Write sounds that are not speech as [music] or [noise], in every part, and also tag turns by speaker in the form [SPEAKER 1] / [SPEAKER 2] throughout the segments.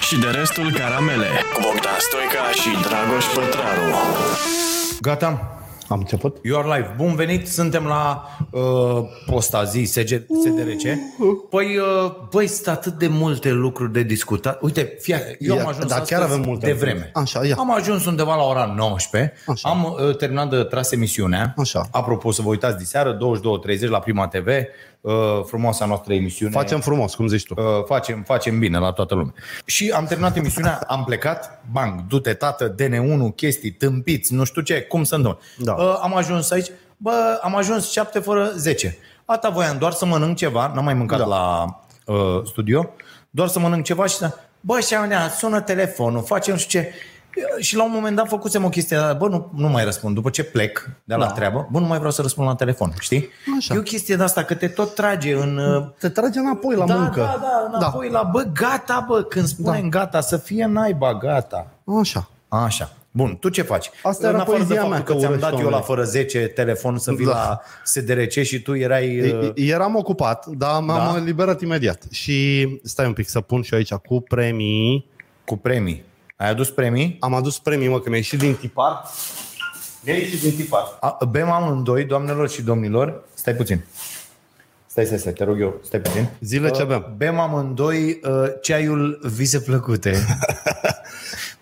[SPEAKER 1] și de restul caramele cu Bogdan Stoica și Dragoș Pătraru.
[SPEAKER 2] Gata?
[SPEAKER 3] Am început?
[SPEAKER 2] You are live. Bun venit, suntem la uh, posta zi SG, SDRC.
[SPEAKER 3] Uh-huh.
[SPEAKER 2] Păi, uh, băi, sunt atât de multe lucruri de discutat. Uite, fia, eu
[SPEAKER 3] Ia,
[SPEAKER 2] am ajuns
[SPEAKER 3] da, chiar
[SPEAKER 2] astăzi
[SPEAKER 3] avem multe
[SPEAKER 2] de
[SPEAKER 3] lucruri.
[SPEAKER 2] vreme.
[SPEAKER 3] Așa, ia.
[SPEAKER 2] Am ajuns undeva la ora 19.
[SPEAKER 3] Așa.
[SPEAKER 2] Am uh, terminat de tras emisiunea.
[SPEAKER 3] Așa.
[SPEAKER 2] Apropo, să vă uitați diseară, 22.30 la Prima TV. Uh, frumoasa noastră emisiune.
[SPEAKER 3] Facem frumos, cum zici tu.
[SPEAKER 2] Uh, facem, facem bine la toată lumea. Și am terminat emisiunea, am plecat, bang, du-te tată, DN1, chestii, tâmpiți, nu știu ce, cum să întâmplă.
[SPEAKER 3] Da.
[SPEAKER 2] Uh, am ajuns aici, bă, am ajuns 7 fără 10. Ata voiam doar să mănânc ceva, n-am mai mâncat da. la uh, studio, doar să mănânc ceva și să... Bă, și am sună telefonul, facem nu știu ce. Uh, Și la un moment dat făcusem o chestie, dar, bă, nu, nu mai răspund. După ce plec de la da. treabă, bă, nu mai vreau să răspund la telefon, știi?
[SPEAKER 3] Așa.
[SPEAKER 2] E o chestie de asta, că te tot trage în... uh,
[SPEAKER 3] Te trage înapoi la
[SPEAKER 2] da,
[SPEAKER 3] muncă.
[SPEAKER 2] Da, da, înapoi da. la bă, gata, bă, când spunem da. gata, să fie naiba, gata.
[SPEAKER 3] da. Așa.
[SPEAKER 2] Așa. Bun, tu ce faci?
[SPEAKER 3] Asta era
[SPEAKER 2] În afară de
[SPEAKER 3] poezia
[SPEAKER 2] faptul
[SPEAKER 3] mea,
[SPEAKER 2] că
[SPEAKER 3] că
[SPEAKER 2] ți-am
[SPEAKER 3] urăști
[SPEAKER 2] dat eu la
[SPEAKER 3] oamenii.
[SPEAKER 2] fără 10 telefon să vii da.
[SPEAKER 3] Da.
[SPEAKER 2] la SDRC și tu erai...
[SPEAKER 3] E-
[SPEAKER 2] uh,
[SPEAKER 3] Eram ocupat, dar m-am
[SPEAKER 2] Da.
[SPEAKER 3] eliberat imediat. Și stai un pic să pun și eu aici cu premii.
[SPEAKER 2] cu premii. Ai adus premii?
[SPEAKER 3] Am adus premii, mă, că mi-a ieșit din tipar. Mi-a ieșit din tipar.
[SPEAKER 2] A, bem amândoi, doamnelor și domnilor. Stai puțin. Stai, stai, stai, te rog eu, stai puțin.
[SPEAKER 3] Zile ce
[SPEAKER 2] Uh,
[SPEAKER 3] avem.
[SPEAKER 2] Bem amândoi uh, ceaiul vise plăcute.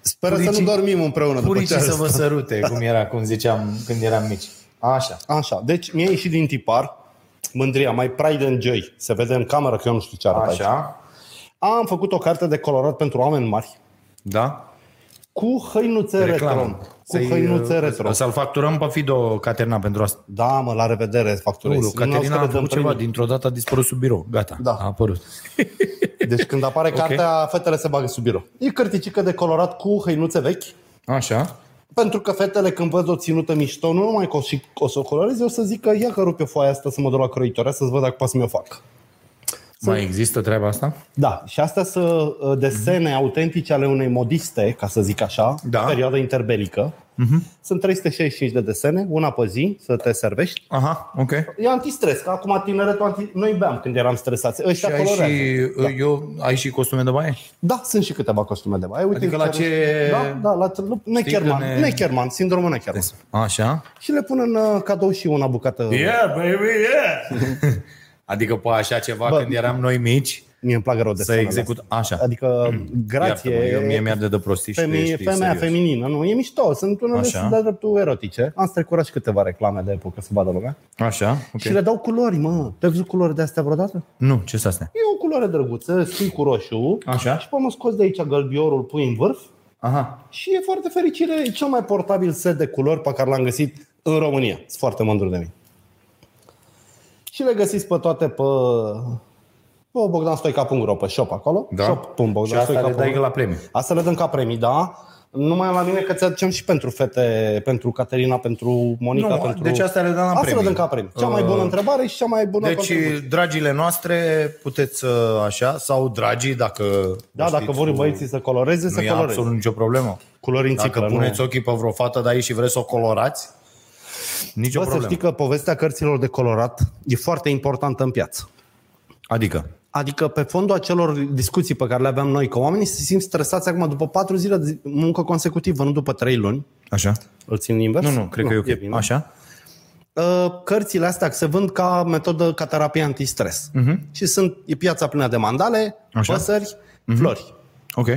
[SPEAKER 3] Sper să
[SPEAKER 2] puricii-
[SPEAKER 3] nu dormim împreună [laughs] după ce
[SPEAKER 2] Puricii să
[SPEAKER 3] arăt.
[SPEAKER 2] vă sărute, cum era, cum ziceam când eram mici. Așa.
[SPEAKER 3] Așa, deci mi-a ieșit din tipar mândria, mai pride and joy. Se vede în cameră că eu nu știu ce arată aici.
[SPEAKER 2] Așa.
[SPEAKER 3] Am făcut o carte de colorat pentru oameni mari
[SPEAKER 2] Da?
[SPEAKER 3] cu hăinuțe retro. Cu hăinuțe retro.
[SPEAKER 2] uh, Să-l facturăm pe Fido Caterina pentru asta.
[SPEAKER 3] Da, mă, la revedere, facturez.
[SPEAKER 2] Ulu,
[SPEAKER 3] Nu o să
[SPEAKER 2] Caterina
[SPEAKER 3] le
[SPEAKER 2] a
[SPEAKER 3] dăm
[SPEAKER 2] făcut ceva,
[SPEAKER 3] primii.
[SPEAKER 2] dintr-o dată a dispărut sub birou. Gata,
[SPEAKER 3] Da.
[SPEAKER 2] a apărut.
[SPEAKER 3] Deci
[SPEAKER 2] [laughs]
[SPEAKER 3] când apare cartea, fetele se bagă sub birou. E cărticică de colorat cu hăinuțe vechi,
[SPEAKER 2] Așa.
[SPEAKER 3] pentru că fetele când văd o ținută mișto, nu numai că o, și, o să o colorez, eu să zic că ia că rup eu foaia asta să mă duc la croitoare să-ți văd dacă poate să mi-o fac.
[SPEAKER 2] Mai există treaba asta?
[SPEAKER 3] Da, și astea sunt uh, desene autentice ale unei modiste, ca să zic așa,
[SPEAKER 2] Mhm. Da. Mhm.
[SPEAKER 3] perioada interbelică. Mm-hmm. Sunt 365 de desene, una pe zi, să te servești.
[SPEAKER 2] Aha, ok.
[SPEAKER 3] E antistres, că acum tineretul, anti... noi beam când eram stresați.
[SPEAKER 2] Și
[SPEAKER 3] Ăștia
[SPEAKER 2] ai
[SPEAKER 3] colorează.
[SPEAKER 2] și, uh, eu, ai și costume de baie?
[SPEAKER 3] Da, sunt și câteva costume de baie. Uite,
[SPEAKER 2] Adică la ce-
[SPEAKER 3] Da, da, la Necherman,
[SPEAKER 2] că
[SPEAKER 3] ne...
[SPEAKER 2] ne-
[SPEAKER 3] Necherman, sindromul Necherman.
[SPEAKER 2] Așa.
[SPEAKER 3] Și le pun în uh, cadou și una bucată.
[SPEAKER 2] Yeah, baby, yeah! [laughs] adică pe așa ceva
[SPEAKER 3] Bă,
[SPEAKER 2] când eram noi mici
[SPEAKER 3] Mie îmi plac rău de
[SPEAKER 2] să execut așa. Mm.
[SPEAKER 3] Adică, grație,
[SPEAKER 2] Iartă-mă, eu, mie mi-arde de prostii și tu
[SPEAKER 3] femi-
[SPEAKER 2] ești
[SPEAKER 3] femeia
[SPEAKER 2] serios.
[SPEAKER 3] feminină, nu, e mișto, sunt unele
[SPEAKER 2] Așa.
[SPEAKER 3] sunt de dreptul erotice. Am strecurat și câteva reclame de epocă să vadă lumea.
[SPEAKER 2] Așa, ok.
[SPEAKER 3] Și le dau culori, mă. Te-ai văzut culori de astea vreodată?
[SPEAKER 2] Nu, ce sunt astea?
[SPEAKER 3] E o culoare drăguță, spui cu roșu
[SPEAKER 2] Așa.
[SPEAKER 3] și pe mă scoți de aici gălbiorul, pui în vârf
[SPEAKER 2] Aha.
[SPEAKER 3] Și e foarte fericire, e cel mai portabil set de culori pe care l-am găsit în România. Sunt foarte mândru de mine. Și le găsiți pe toate pe, pe bogdanstoica.ro, pe shop acolo.
[SPEAKER 2] Da. și asta le dai
[SPEAKER 3] Shop.bogdanstoica.ro
[SPEAKER 2] la premiu.
[SPEAKER 3] Asta le dăm ca premii, da. Numai la mine că ți aducem și pentru fete, pentru Caterina, pentru Monica,
[SPEAKER 2] Nu,
[SPEAKER 3] pentru...
[SPEAKER 2] deci astea le dăm la
[SPEAKER 3] Asta
[SPEAKER 2] premii.
[SPEAKER 3] le dăm ca premii. Cea mai bună
[SPEAKER 2] Uh,
[SPEAKER 3] întrebare și cea mai bună
[SPEAKER 2] Deci,
[SPEAKER 3] contribuție.
[SPEAKER 2] dragile noastre, puteți să, așa, sau dragii, dacă...
[SPEAKER 3] Da, dacă vor băieții să coloreze,
[SPEAKER 2] să
[SPEAKER 3] să
[SPEAKER 2] Nu e
[SPEAKER 3] coloreze.
[SPEAKER 2] absolut nicio problemă.
[SPEAKER 3] Culori în
[SPEAKER 2] Dacă
[SPEAKER 3] țiclă, nu-
[SPEAKER 2] puneți ochii pe vreo fată de aici și vreți să o colorați, nicio
[SPEAKER 3] Bă, să
[SPEAKER 2] problemă.
[SPEAKER 3] știi că povestea cărților de colorat e foarte importantă în piață.
[SPEAKER 2] Adică?
[SPEAKER 3] Adică pe fondul acelor discuții pe care le aveam noi, că oamenii se simt stresați acum după patru zile de muncă consecutivă, nu după trei luni.
[SPEAKER 2] Așa?
[SPEAKER 3] Îl țin invers?
[SPEAKER 2] Nu, nu, cred că e ok.
[SPEAKER 3] bine.
[SPEAKER 2] Așa?
[SPEAKER 3] Uh, Cărțile astea se vând ca metodă, ca terapie antistres. Uh-huh. Și sunt, e piața plină de mandale,
[SPEAKER 2] Mhm. Așa. Mhm.
[SPEAKER 3] Așa. păsări, uh-huh. flori.
[SPEAKER 2] Ok.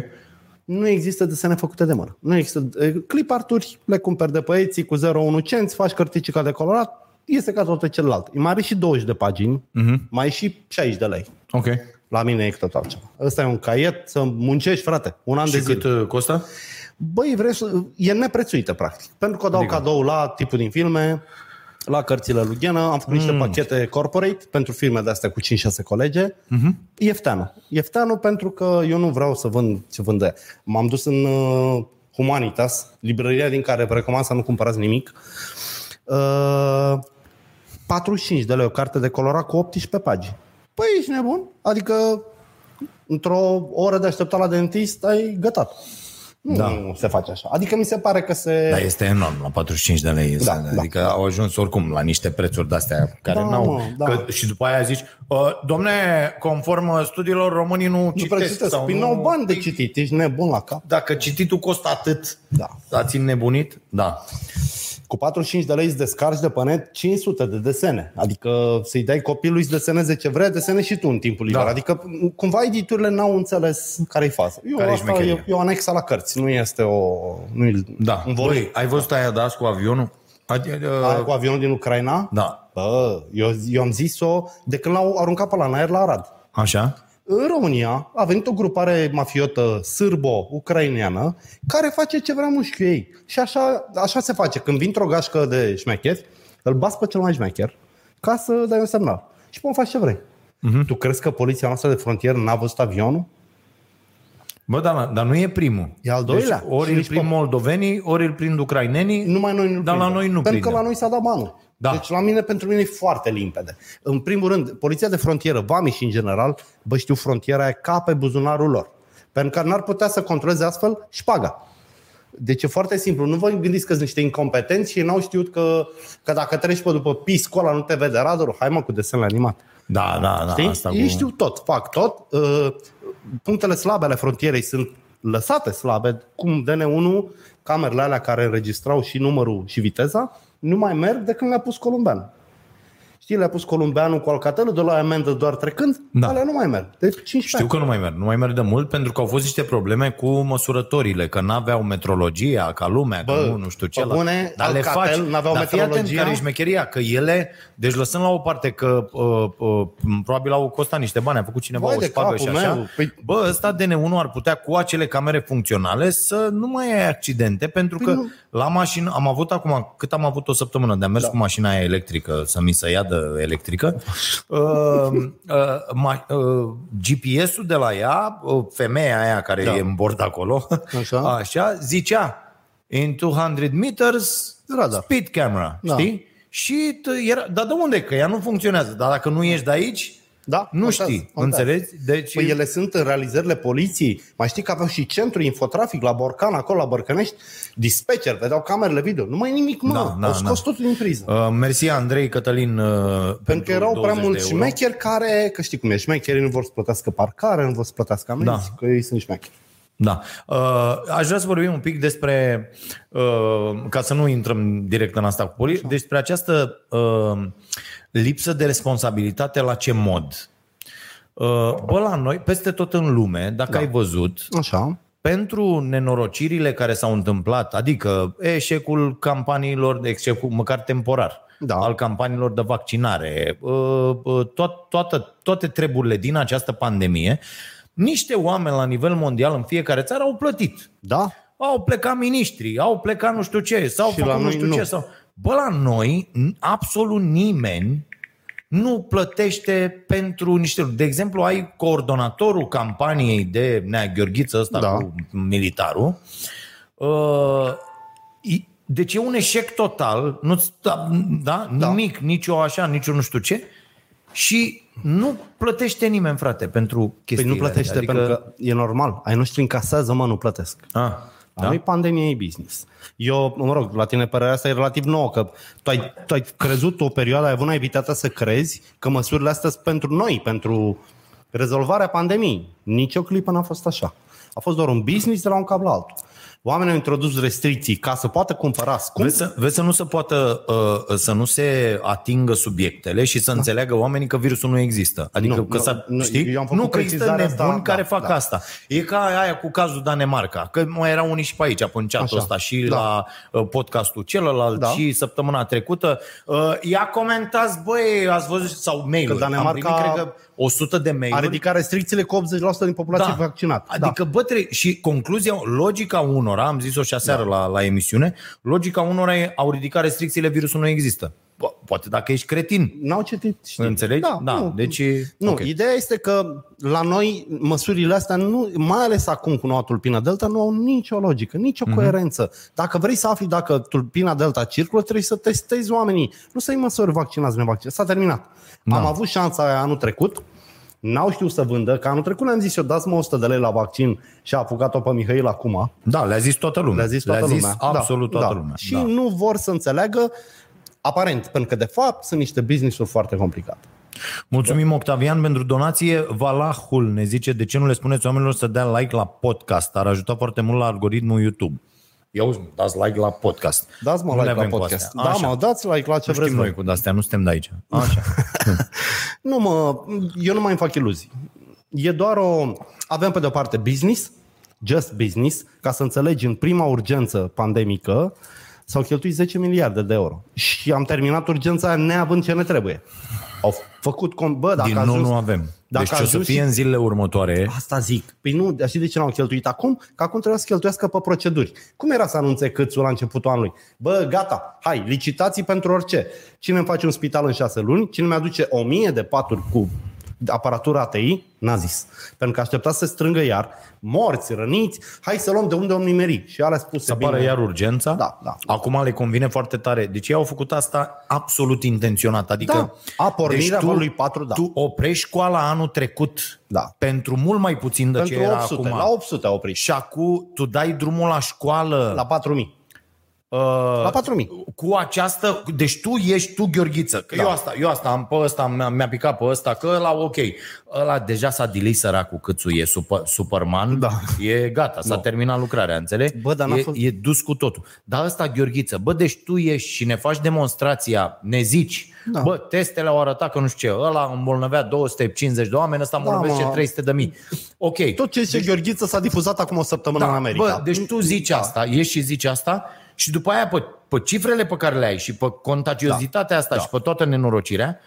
[SPEAKER 3] Nu există desene făcute de mână. Nu există uh, clip arturi, le cumperi de păieții cu 0,1 cenți, faci cărticica de colorat, este ca toate celelalte. E mai are și 20 de pagini,
[SPEAKER 2] Mhm.
[SPEAKER 3] uh-huh. mai e și 60 de lei.
[SPEAKER 2] Ok.
[SPEAKER 3] La mine e tot altceva. Ăsta e un caiet să muncești, frate, un an de
[SPEAKER 2] Și
[SPEAKER 3] zile.
[SPEAKER 2] cât uh, costă?
[SPEAKER 3] Băi, vrei să... e neprețuită, practic. Pentru că o dau adică... cadou la tipul din filme, la cărțile lui Ghenă, am făcut mm. niște pachete corporate pentru firme de astea cu 5-6 colege. Mm-hmm. Iefteană. Iefteană pentru că eu nu vreau să vând ce vând de. M-am dus în uh, Humanitas, librăria din care vă recomand să nu cumpărați nimic. Uh, 45 de lei o carte de colorat cu 18 pagini. Păi ești nebun? Adică într-o oră de așteptat la dentist ai gătat. Nu da. se face așa. Adică mi se pare că se...
[SPEAKER 2] Dar Da, este enorm, la 45 de lei.
[SPEAKER 3] Da,
[SPEAKER 2] Da,
[SPEAKER 3] da.
[SPEAKER 2] adică da. au ajuns oricum la niște prețuri de-astea care
[SPEAKER 3] Da,
[SPEAKER 2] n-au...
[SPEAKER 3] mă, da.
[SPEAKER 2] Că, și după aia zici, "Ă, domne, conform uh, studiilor, românii nu
[SPEAKER 3] Nu
[SPEAKER 2] citesc.
[SPEAKER 3] prea citesc.
[SPEAKER 2] sau
[SPEAKER 3] Păi nu au bani de citit, ești nebun la cap.
[SPEAKER 2] Dacă cititul costă atât,
[SPEAKER 3] Da.
[SPEAKER 2] ați nebunit? Da.
[SPEAKER 3] Cu 45 de lei îți descarci de pe net 500 de desene. Adică să-i dai copilului să deseneze ce vrea, desene și tu în timpul liber.
[SPEAKER 2] Da.
[SPEAKER 3] Da. Adică cumva editurile n-au înțeles care-i faza. Eu,
[SPEAKER 2] Care-i
[SPEAKER 3] asta
[SPEAKER 2] șmecheria.
[SPEAKER 3] e, e o anexă la cărți, nu este o... Nu
[SPEAKER 2] Da. Băi, ai văzut aia de azi cu avionul? Adi-
[SPEAKER 3] Aia
[SPEAKER 2] uh,
[SPEAKER 3] cu avionul din Ucraina?
[SPEAKER 2] Da.
[SPEAKER 3] Bă, eu, eu am zis-o de când l-au aruncat pe la în aer la Arad.
[SPEAKER 2] Așa?
[SPEAKER 3] În România a venit o grupare mafiotă sârbo-ucraineană care face ce vrea mușchiul ei. Și așa, așa se face. Când vin o gașcă de șmecheri, îl bas pe cel mai șmecher ca să dai un semnal. Și poți face ce vrei. Tu crezi că poliția noastră de frontieră n-a văzut avionul?
[SPEAKER 2] Bă, da, dar nu e primul.
[SPEAKER 3] E al doilea.
[SPEAKER 2] Deci ori
[SPEAKER 3] Și
[SPEAKER 2] îl
[SPEAKER 3] nici
[SPEAKER 2] prind
[SPEAKER 3] pe-
[SPEAKER 2] moldovenii, ori îl prind ucrainenii.
[SPEAKER 3] Numai noi nu
[SPEAKER 2] Dar la noi nu
[SPEAKER 3] Pentru
[SPEAKER 2] prindem.
[SPEAKER 3] că la noi s-a dat banul.
[SPEAKER 2] Da.
[SPEAKER 3] Deci la mine, pentru mine e foarte limpede. În primul rând, poliția de frontieră, vami și în general, bă, știu frontiera aia ca pe buzunarul lor. Pentru că n-ar putea să controleze astfel șpaga. Deci e foarte simplu. Nu vă gândiți că sunt niște incompetenți și n-au știut că, că dacă treci pe după piscul ăla nu te vede radarul. Hai mă cu desenele animate.
[SPEAKER 2] Da, da, da.
[SPEAKER 3] Știi?
[SPEAKER 2] Asta
[SPEAKER 3] Ei
[SPEAKER 2] cu...
[SPEAKER 3] știu tot, fac tot. Uh, Punctele slabe ale frontierei sunt lăsate slabe, cum DN1, camerele alea care înregistrau și numărul și viteza, nu mai merg de când le-a pus Columbeanu. Știi, le-a pus Columbeanu cu Alcatel, de la amendă doar trecând,
[SPEAKER 2] Da.
[SPEAKER 3] da. alea nu mai merg. De 15
[SPEAKER 2] Știu
[SPEAKER 3] ani.
[SPEAKER 2] că nu mai merg, nu mai merg de mult pentru că au fost niște probleme cu măsurătorile, că n-aveau metrologia, ca lumea, Bă, că nu, nu știu
[SPEAKER 3] pe
[SPEAKER 2] ce. la-
[SPEAKER 3] bune, Alcatel n-aveau
[SPEAKER 2] Dar fii atent
[SPEAKER 3] metrologia.
[SPEAKER 2] care e șmecheria, că ele, deci lăsând la o parte că uh, uh, probabil au costat niște bani, a făcut cineva
[SPEAKER 3] Vai
[SPEAKER 2] o
[SPEAKER 3] de
[SPEAKER 2] șpagă
[SPEAKER 3] capul
[SPEAKER 2] și așa.
[SPEAKER 3] meu, păi-
[SPEAKER 2] Bă, ăsta DN1 ar putea cu acele camere funcționale să nu mai ai accidente,
[SPEAKER 3] Păi
[SPEAKER 2] pentru că la mașină, am avut acum, cât am avut o săptămână de a mers da. cu mașina aia electrică, să mi se iadă
[SPEAKER 3] [laughs]
[SPEAKER 2] electrică, uh, uh, ma- uh, GPS-ul de la ea, uh, femeia aia care da. e în bord acolo,
[SPEAKER 3] Așa.
[SPEAKER 2] [laughs] așa zicea, in 200 meters,
[SPEAKER 3] Radar.
[SPEAKER 2] speed camera, da.
[SPEAKER 3] Da.
[SPEAKER 2] știi? Și t- era, dar de unde? Că ea nu funcționează. Dar dacă nu ești de aici,
[SPEAKER 3] Da,
[SPEAKER 2] nu
[SPEAKER 3] contează,
[SPEAKER 2] știi.
[SPEAKER 3] contează.
[SPEAKER 2] Înțelegi? Deci,
[SPEAKER 3] Păi ele sunt în realizările poliției. Mai știi că aveau și centru infotrafic la Borcan, acolo la Bărcănești, dispecer, vedeau camerele video. Nu mai e nimic, mă.
[SPEAKER 2] Da, da,
[SPEAKER 3] Da, da, Au scos
[SPEAKER 2] da.
[SPEAKER 3] totul din priză.
[SPEAKER 2] uh, mersi Andrei Cătălin uh,
[SPEAKER 3] Pentru că erau prea
[SPEAKER 2] 20 de
[SPEAKER 3] mulți
[SPEAKER 2] euro.
[SPEAKER 3] șmecheri care, că știi cum e, șmecherii nu vor să plătească parcare, nu vor să plătească amenzi,
[SPEAKER 2] Da.
[SPEAKER 3] da. că ei sunt șmecheri.
[SPEAKER 2] Da. Uh, aș vrea să vorbim un pic despre, uh, ca să nu intrăm direct în asta cu poli, despre această uh, lipsă de responsabilitate la ce mod. Uh, bă, la noi, peste tot în lume, dacă da. ai văzut,
[SPEAKER 3] Așa.
[SPEAKER 2] pentru nenorocirile care s-au întâmplat, adică eșecul campaniilor, de eșecul măcar temporar,
[SPEAKER 3] Da.
[SPEAKER 2] al campaniilor de vaccinare, ă, ă, tot, toată, toate treburile din această pandemie, niște oameni la nivel mondial în fiecare țară au plătit.
[SPEAKER 3] Da?
[SPEAKER 2] Au plecat miniștri, au plecat nu știu ce, sau
[SPEAKER 3] Și
[SPEAKER 2] făcut
[SPEAKER 3] la
[SPEAKER 2] nu
[SPEAKER 3] noi
[SPEAKER 2] știu
[SPEAKER 3] nu.
[SPEAKER 2] ce. Sau... Bă, la noi n- absolut nimeni nu plătește pentru niște lucruri. De exemplu, ai coordonatorul campaniei de Nea Gheorghiță ăsta da.
[SPEAKER 3] Da.
[SPEAKER 2] cu militarul. Uh, i- Deci e un eșec total, nu da, da, nimic, nicio așa, nicio nu știu ce. Și nu plătește nimeni, frate, pentru
[SPEAKER 3] Păi
[SPEAKER 2] chestiile
[SPEAKER 3] nu plătește
[SPEAKER 2] astea.
[SPEAKER 3] adică... pentru că e normal. Ai noștri încasează, mă, nu plătesc.
[SPEAKER 2] Ah,
[SPEAKER 3] Da? Nu e pandemie, e business. Eu, mă rog, la tine părerea asta e relativ nouă, că tu ai, tu ai crezut o perioadă, ai avut naivitatea să crezi că măsurile astea sunt pentru noi, pentru rezolvarea pandemiei. Nici o clipă n-a fost așa. A fost doar un business de la un cap la altul. Oamenii au introdus restricții ca să poată cumpăra scump.
[SPEAKER 2] Vezi să, vezi să nu se poată uh, să nu se atingă subiectele și să înțeleagă oamenii că virusul nu există. Adică
[SPEAKER 3] Da. Nu,
[SPEAKER 2] că
[SPEAKER 3] nu,
[SPEAKER 2] s-a,
[SPEAKER 3] nu,
[SPEAKER 2] știi?
[SPEAKER 3] eu am făcut
[SPEAKER 2] nu că există nebuni
[SPEAKER 3] precizarea asta,
[SPEAKER 2] asta,
[SPEAKER 3] da,
[SPEAKER 2] care fac
[SPEAKER 3] da.
[SPEAKER 2] asta. E ca aia cu cazul Danemarca, că mai erau unii și pe aici, pe în chatul
[SPEAKER 3] Așa,
[SPEAKER 2] ăsta și
[SPEAKER 3] da.
[SPEAKER 2] la uh, podcastul celălalt
[SPEAKER 3] Da.
[SPEAKER 2] și săptămâna trecută. Uh, ia comentați, băi, ați văzut sau mail
[SPEAKER 3] Că Danemarca
[SPEAKER 2] Am primit, cred că 100 de mail
[SPEAKER 3] A ridicat restricțiile cu 80% din populație da. vaccinată.
[SPEAKER 2] Adică, da. bă, tre- și concluzia, logica unora, am zis-o și aseară da. la, la emisiune, logica unora e, au ridicat restricțiile, virusul nu există. Po- poate dacă ești cretin.
[SPEAKER 3] N-au citit, știi?
[SPEAKER 2] Înțelegi? Da, deci e-
[SPEAKER 3] Nu,
[SPEAKER 2] ok.
[SPEAKER 3] okay. ideea este că la noi măsurile astea, nu, mai ales acum cu noua tulpină Delta, nu au nicio logică, nicio
[SPEAKER 2] Mhm.
[SPEAKER 3] mm-hmm. coerență. Dacă vrei să afli dacă tulpina Delta circulă, trebuie să testezi oamenii. Nu să-i măsori vaccinați, nevaccinați. S-a terminat. Da. Am avut șansa aia anul trecut N-au știut să vândă, că anul trecut le-am zis eu, dați-mă 100 de lei la vaccin și a apucat-o pe Mihail acum.
[SPEAKER 2] Da, le-a zis toată lumea.
[SPEAKER 3] Le-a zis toată
[SPEAKER 2] le-a zis
[SPEAKER 3] lumea.
[SPEAKER 2] absolut
[SPEAKER 3] da,
[SPEAKER 2] toată
[SPEAKER 3] da.
[SPEAKER 2] lumea.
[SPEAKER 3] Și
[SPEAKER 2] da.
[SPEAKER 3] nu vor să înțeleagă, aparent, pentru că de fapt sunt niște business-uri foarte complicate.
[SPEAKER 2] Mulțumim, Octavian, pentru donație. Valahul ne zice, de ce nu le spuneți oamenilor să dea like la podcast? Ar ajuta foarte mult la algoritmul YouTube. Ia uzi, dați like la podcast.
[SPEAKER 3] Dați-mă
[SPEAKER 2] Nu
[SPEAKER 3] like
[SPEAKER 2] le
[SPEAKER 3] la
[SPEAKER 2] avem cu
[SPEAKER 3] podcast.
[SPEAKER 2] astea.
[SPEAKER 3] Da,
[SPEAKER 2] Așa.
[SPEAKER 3] mă, dați like la ce
[SPEAKER 2] Ce
[SPEAKER 3] vreți
[SPEAKER 2] știm noi
[SPEAKER 3] voi.
[SPEAKER 2] cu astea, nu suntem de aici. Așa.
[SPEAKER 3] Nu mă, eu nu mai îmi fac iluzii. E doar o... Avem pe de-o parte business, just business, ca să înțelegi în prima urgență pandemică, s-au cheltuit 10 miliarde de euro. Și am terminat urgența aia neavând ce ne trebuie. Au făcut... Com- Bă, dacă
[SPEAKER 2] Din nou
[SPEAKER 3] ajuns...
[SPEAKER 2] nu avem.
[SPEAKER 3] Dacă
[SPEAKER 2] deci ce o să
[SPEAKER 3] ajuns
[SPEAKER 2] fie
[SPEAKER 3] și-
[SPEAKER 2] în zilele următoare,
[SPEAKER 3] Asta zic. Păi nu, dar știi de ce n-au cheltuit acum? Că acum trebuia să cheltuiască pe proceduri. Cum era să anunțe câțul la începutul anului? Bă, gata, hai, licitații pentru orice. Cine îmi face un spital în șase luni? Cine mi-aduce o mie de paturi cu aparatura ATI? N-a zis. Pentru că aștepta să se strângă iar morți, răniți, hai să luăm de unde om nimeri. Și alea spuse
[SPEAKER 2] să apară
[SPEAKER 3] bine.
[SPEAKER 2] iar urgența.
[SPEAKER 3] Da, da.
[SPEAKER 2] Acum le convine foarte tare. Deci ei au făcut asta absolut intenționat. Adică
[SPEAKER 3] Da. A pornirea
[SPEAKER 2] tu-
[SPEAKER 3] valului patru, da.
[SPEAKER 2] Tu oprești școala anul trecut
[SPEAKER 3] Da.
[SPEAKER 2] pentru mult mai puțin de ce
[SPEAKER 3] Pentru
[SPEAKER 2] era
[SPEAKER 3] 800,
[SPEAKER 2] acum.
[SPEAKER 3] la 800 a oprit.
[SPEAKER 2] Și acum tu dai drumul la școală
[SPEAKER 3] La 4000.
[SPEAKER 2] Uh,
[SPEAKER 3] La 4000.
[SPEAKER 2] cu această... Deci tu ești tu, Gheorghiță. Că da. eu, asta, eu asta am pe ăsta, mi-a, mi-a picat pe ăsta, că la ok. Ăla deja s-a delay săracul câțu, e super, Superman,
[SPEAKER 3] Da.
[SPEAKER 2] e gata, s-a terminat lucrarea, înțelegi?
[SPEAKER 3] Bă, dar n-a
[SPEAKER 2] e,
[SPEAKER 3] fost-
[SPEAKER 2] e dus cu totul. Dar ăsta, Gheorghiță, bă, deci tu ești și ne faci demonstrația, ne zici, da. bă, testele au arătat că nu știu ce, ăla îmbolnăvea 250 de oameni, ăsta îmbolnăvește
[SPEAKER 3] Da, mă.
[SPEAKER 2] 300 de mii. Ok,
[SPEAKER 3] Tot ce zice Gheorghiță s-a difuzat acum o săptămână în America.
[SPEAKER 2] deci- Bă, deci tu zici asta, ieși și zici asta și după aia pe, pe cifrele pe care le ai și pe contagiozitatea
[SPEAKER 3] Da.
[SPEAKER 2] asta și pe toată nenorocirea,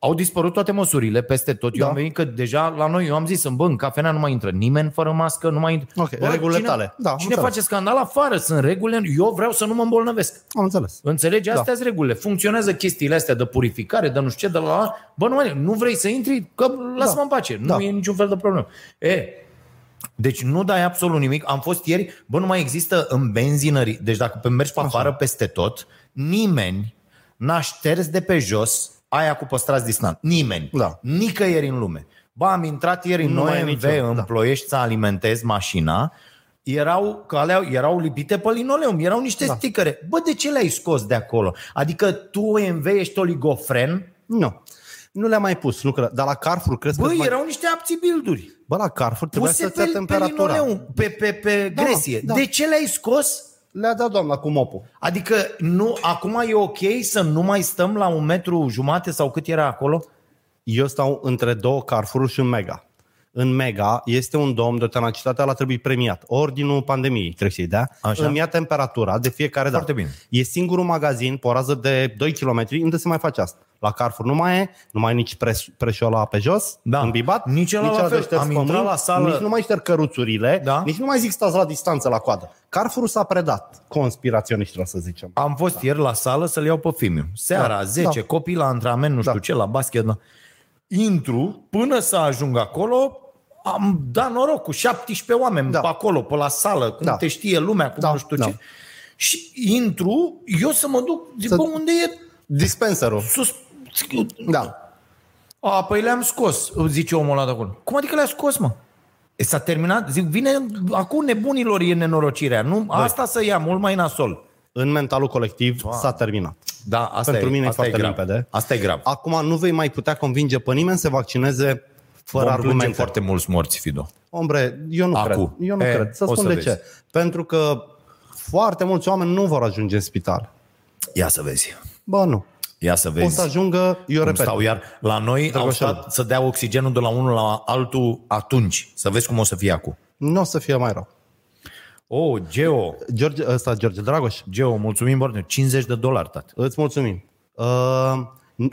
[SPEAKER 2] au dispărut toate măsurile peste tot.
[SPEAKER 3] Da.
[SPEAKER 2] Eu am venit că deja la noi, eu am zis în bănc, cafenea nu mai intră nimeni fără mască, nu mai intră.
[SPEAKER 3] Ok, regulile
[SPEAKER 2] cine,
[SPEAKER 3] tale. Da, am
[SPEAKER 2] cine
[SPEAKER 3] înțeles.
[SPEAKER 2] face scandal afară, sunt regulile, eu vreau să nu mă îmbolnăvesc.
[SPEAKER 3] Am înțeles.
[SPEAKER 2] Înțelegi? Astea sunt regulile. Funcționează chestiile astea de purificare, de nu știu ce, de la- la... Bă, nu, mai, nu vrei să intri? Că lasă-mă în pace. Nu
[SPEAKER 3] Da.
[SPEAKER 2] e niciun fel de problemă. E, deci nu dai absolut nimic. Am fost ieri, bă, nu mai există în benzinării. Deci dacă pe- mergi pe afară peste tot, nimeni n-a șters de pe jos aia cu păstrați distant. Nimeni.
[SPEAKER 3] Da.
[SPEAKER 2] Nicăieri în lume. Ba, am intrat ieri în
[SPEAKER 3] Nu mai e
[SPEAKER 2] OMV
[SPEAKER 3] nicio-
[SPEAKER 2] în
[SPEAKER 3] da.
[SPEAKER 2] ploiești să alimentez mașina, erau, că alea, erau lipite pe linoleum, erau niște da. sticăre. Bă, de ce le-ai scos de acolo? Adică tu, OMV, ești oligofren?
[SPEAKER 3] Nu. Nu le-am mai pus lucrurile. Dar la Carrefour crezi
[SPEAKER 2] Bă,
[SPEAKER 3] că
[SPEAKER 2] erau niște abțibilduri.
[SPEAKER 3] Bă, la Carrefour trebuia
[SPEAKER 2] Puse
[SPEAKER 3] să ți ia
[SPEAKER 2] pe, pe
[SPEAKER 3] temperatura.
[SPEAKER 2] linoleum, pe, pe, pe
[SPEAKER 3] Da,
[SPEAKER 2] gresie.
[SPEAKER 3] da.
[SPEAKER 2] De ce le-ai scos?
[SPEAKER 3] Le-a dat doamna cu mopul.
[SPEAKER 2] Adică nu, acum e ok să nu mai stăm la un metru jumate sau cât era acolo?
[SPEAKER 3] Eu stau între două Carrefour și un Mega. În Mega este un domn de tenacitatea la trebuie premiat. Ordinul pandemiei trebuie să-i dea.
[SPEAKER 2] Așa.
[SPEAKER 3] Îmi ia temperatura de fiecare dată.
[SPEAKER 2] Foarte bine.
[SPEAKER 3] E singurul magazin pe o rază de 2 km unde se mai face asta. La Carrefour nu mai e, nu mai e nici preș- preșoala pe jos,
[SPEAKER 2] Da.
[SPEAKER 3] îmbibat,
[SPEAKER 2] Nici ăla la
[SPEAKER 3] ăla de
[SPEAKER 2] fel.
[SPEAKER 3] șters
[SPEAKER 2] Am intrat
[SPEAKER 3] pământ,
[SPEAKER 2] la sală-
[SPEAKER 3] nici nu mai șterg căruțurile,
[SPEAKER 2] Da.
[SPEAKER 3] nici nu mai zic stați la distanță la coadă. Carrefour s-a predat conspiraționiștilor, să zicem.
[SPEAKER 2] Am fost da. ieri la sală să-l iau pe Fimiu. Seara, da.
[SPEAKER 3] Da,
[SPEAKER 2] 10, da.
[SPEAKER 3] da.
[SPEAKER 2] copii la antrenament, nu știu da.
[SPEAKER 3] Da.
[SPEAKER 2] ce, la basket. Da. Intru, până să ajung acolo, am dat noroc cu 17 oameni da.
[SPEAKER 3] Da.
[SPEAKER 2] pe acolo, pe la sală, cum da.
[SPEAKER 3] Da.
[SPEAKER 2] te știe lumea, cum da.
[SPEAKER 3] Da,
[SPEAKER 2] nu știu da.
[SPEAKER 3] da.
[SPEAKER 2] ce. Și intru, eu să mă duc, zic,
[SPEAKER 3] Să-
[SPEAKER 2] bă, unde e
[SPEAKER 3] Dispenserul.
[SPEAKER 2] sus...
[SPEAKER 3] Da.
[SPEAKER 2] A, păi le-am scos, zice omul ăla de acolo. Cum adică le-a scos, mă? E, S-a terminat? Zic, vine, acum nebunilor e nenorocirea. Nu, asta să ia, mult mai nasol.
[SPEAKER 3] În mentalul colectiv s-a terminat.
[SPEAKER 2] Da, asta
[SPEAKER 3] Pentru
[SPEAKER 2] e,
[SPEAKER 3] mine e
[SPEAKER 2] asta e
[SPEAKER 3] foarte
[SPEAKER 2] grav.
[SPEAKER 3] limpede.
[SPEAKER 2] Asta e grav.
[SPEAKER 3] Acum nu vei mai putea convinge pe nimeni să vaccineze fără
[SPEAKER 2] Vom plânge
[SPEAKER 3] argumente.
[SPEAKER 2] foarte mulți morți, Fido.
[SPEAKER 3] Ombre, eu nu
[SPEAKER 2] Acu.
[SPEAKER 3] cred. Eu nu
[SPEAKER 2] E,
[SPEAKER 3] cred. Să
[SPEAKER 2] o
[SPEAKER 3] spun
[SPEAKER 2] să
[SPEAKER 3] de
[SPEAKER 2] vezi.
[SPEAKER 3] ce. Pentru că foarte mulți oameni nu vor ajunge în spital.
[SPEAKER 2] Ia să vezi.
[SPEAKER 3] Bă, nu.
[SPEAKER 2] Ia să
[SPEAKER 3] O
[SPEAKER 2] vezi.
[SPEAKER 3] să ajungă, eu
[SPEAKER 2] Exact. Cum
[SPEAKER 3] repet,
[SPEAKER 2] stau iar. La noi au
[SPEAKER 3] Drăgoșel.
[SPEAKER 2] stat să dea oxigenul de la unul la altul atunci. Să vezi cum o să fie acum.
[SPEAKER 3] nu o să fie mai rău.
[SPEAKER 2] Oh, Geo.
[SPEAKER 3] George, ăsta, George Dragoș,
[SPEAKER 2] Geo, mulțumim foarte mult. 50 de dolari, tată.
[SPEAKER 3] Îți mulțumim. Uh,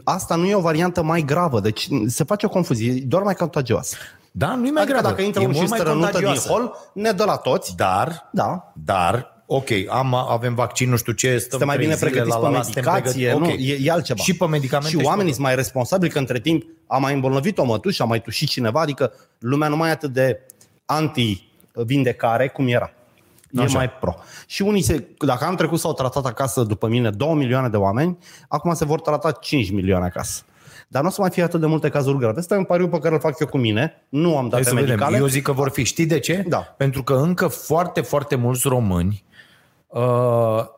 [SPEAKER 3] asta nu e o variantă mai gravă, deci se face o confuzie, e doar mai contagioasă.
[SPEAKER 2] Da, nu-i mai
[SPEAKER 3] Adică
[SPEAKER 2] gravă.
[SPEAKER 3] dacă intră
[SPEAKER 2] E
[SPEAKER 3] un
[SPEAKER 2] mult
[SPEAKER 3] și
[SPEAKER 2] mai
[SPEAKER 3] strănută din
[SPEAKER 2] contagioasă.
[SPEAKER 3] hol, ne dă la toți.
[SPEAKER 2] Dar,
[SPEAKER 3] Da.
[SPEAKER 2] dar, ok, am, avem vaccin, nu știu ce, stăm
[SPEAKER 3] Suntem mai
[SPEAKER 2] trei
[SPEAKER 3] bine
[SPEAKER 2] zile,
[SPEAKER 3] pregătiți
[SPEAKER 2] la, la,
[SPEAKER 3] pe
[SPEAKER 2] la, suntem
[SPEAKER 3] medicație,
[SPEAKER 2] pregătiți.
[SPEAKER 3] nu,
[SPEAKER 2] Ok.
[SPEAKER 3] e, e altceva.
[SPEAKER 2] Și pe medicamente.
[SPEAKER 3] Și
[SPEAKER 2] pe-
[SPEAKER 3] oamenii sunt mai responsabili că între timp a mai îmbolnăvit o mătușă, a mai tușit cineva, adică lumea nu mai e atât de anti-vindecare cum era. E
[SPEAKER 2] Așa.
[SPEAKER 3] mai pro. Și unii se, dacă am trecut s-au tratat acasă după mine 2 milioane de oameni, acum se vor trata 5 milioane acasă. Dar nu o să mai fie atât de multe cazuri grave. Asta e un pariu pe care îl fac eu cu mine. Nu am
[SPEAKER 2] Hai
[SPEAKER 3] date
[SPEAKER 2] să vedem.
[SPEAKER 3] medicale.
[SPEAKER 2] Eu zic că vor fi. Știi de ce?
[SPEAKER 3] Da.
[SPEAKER 2] Pentru că încă foarte, foarte mulți români uh,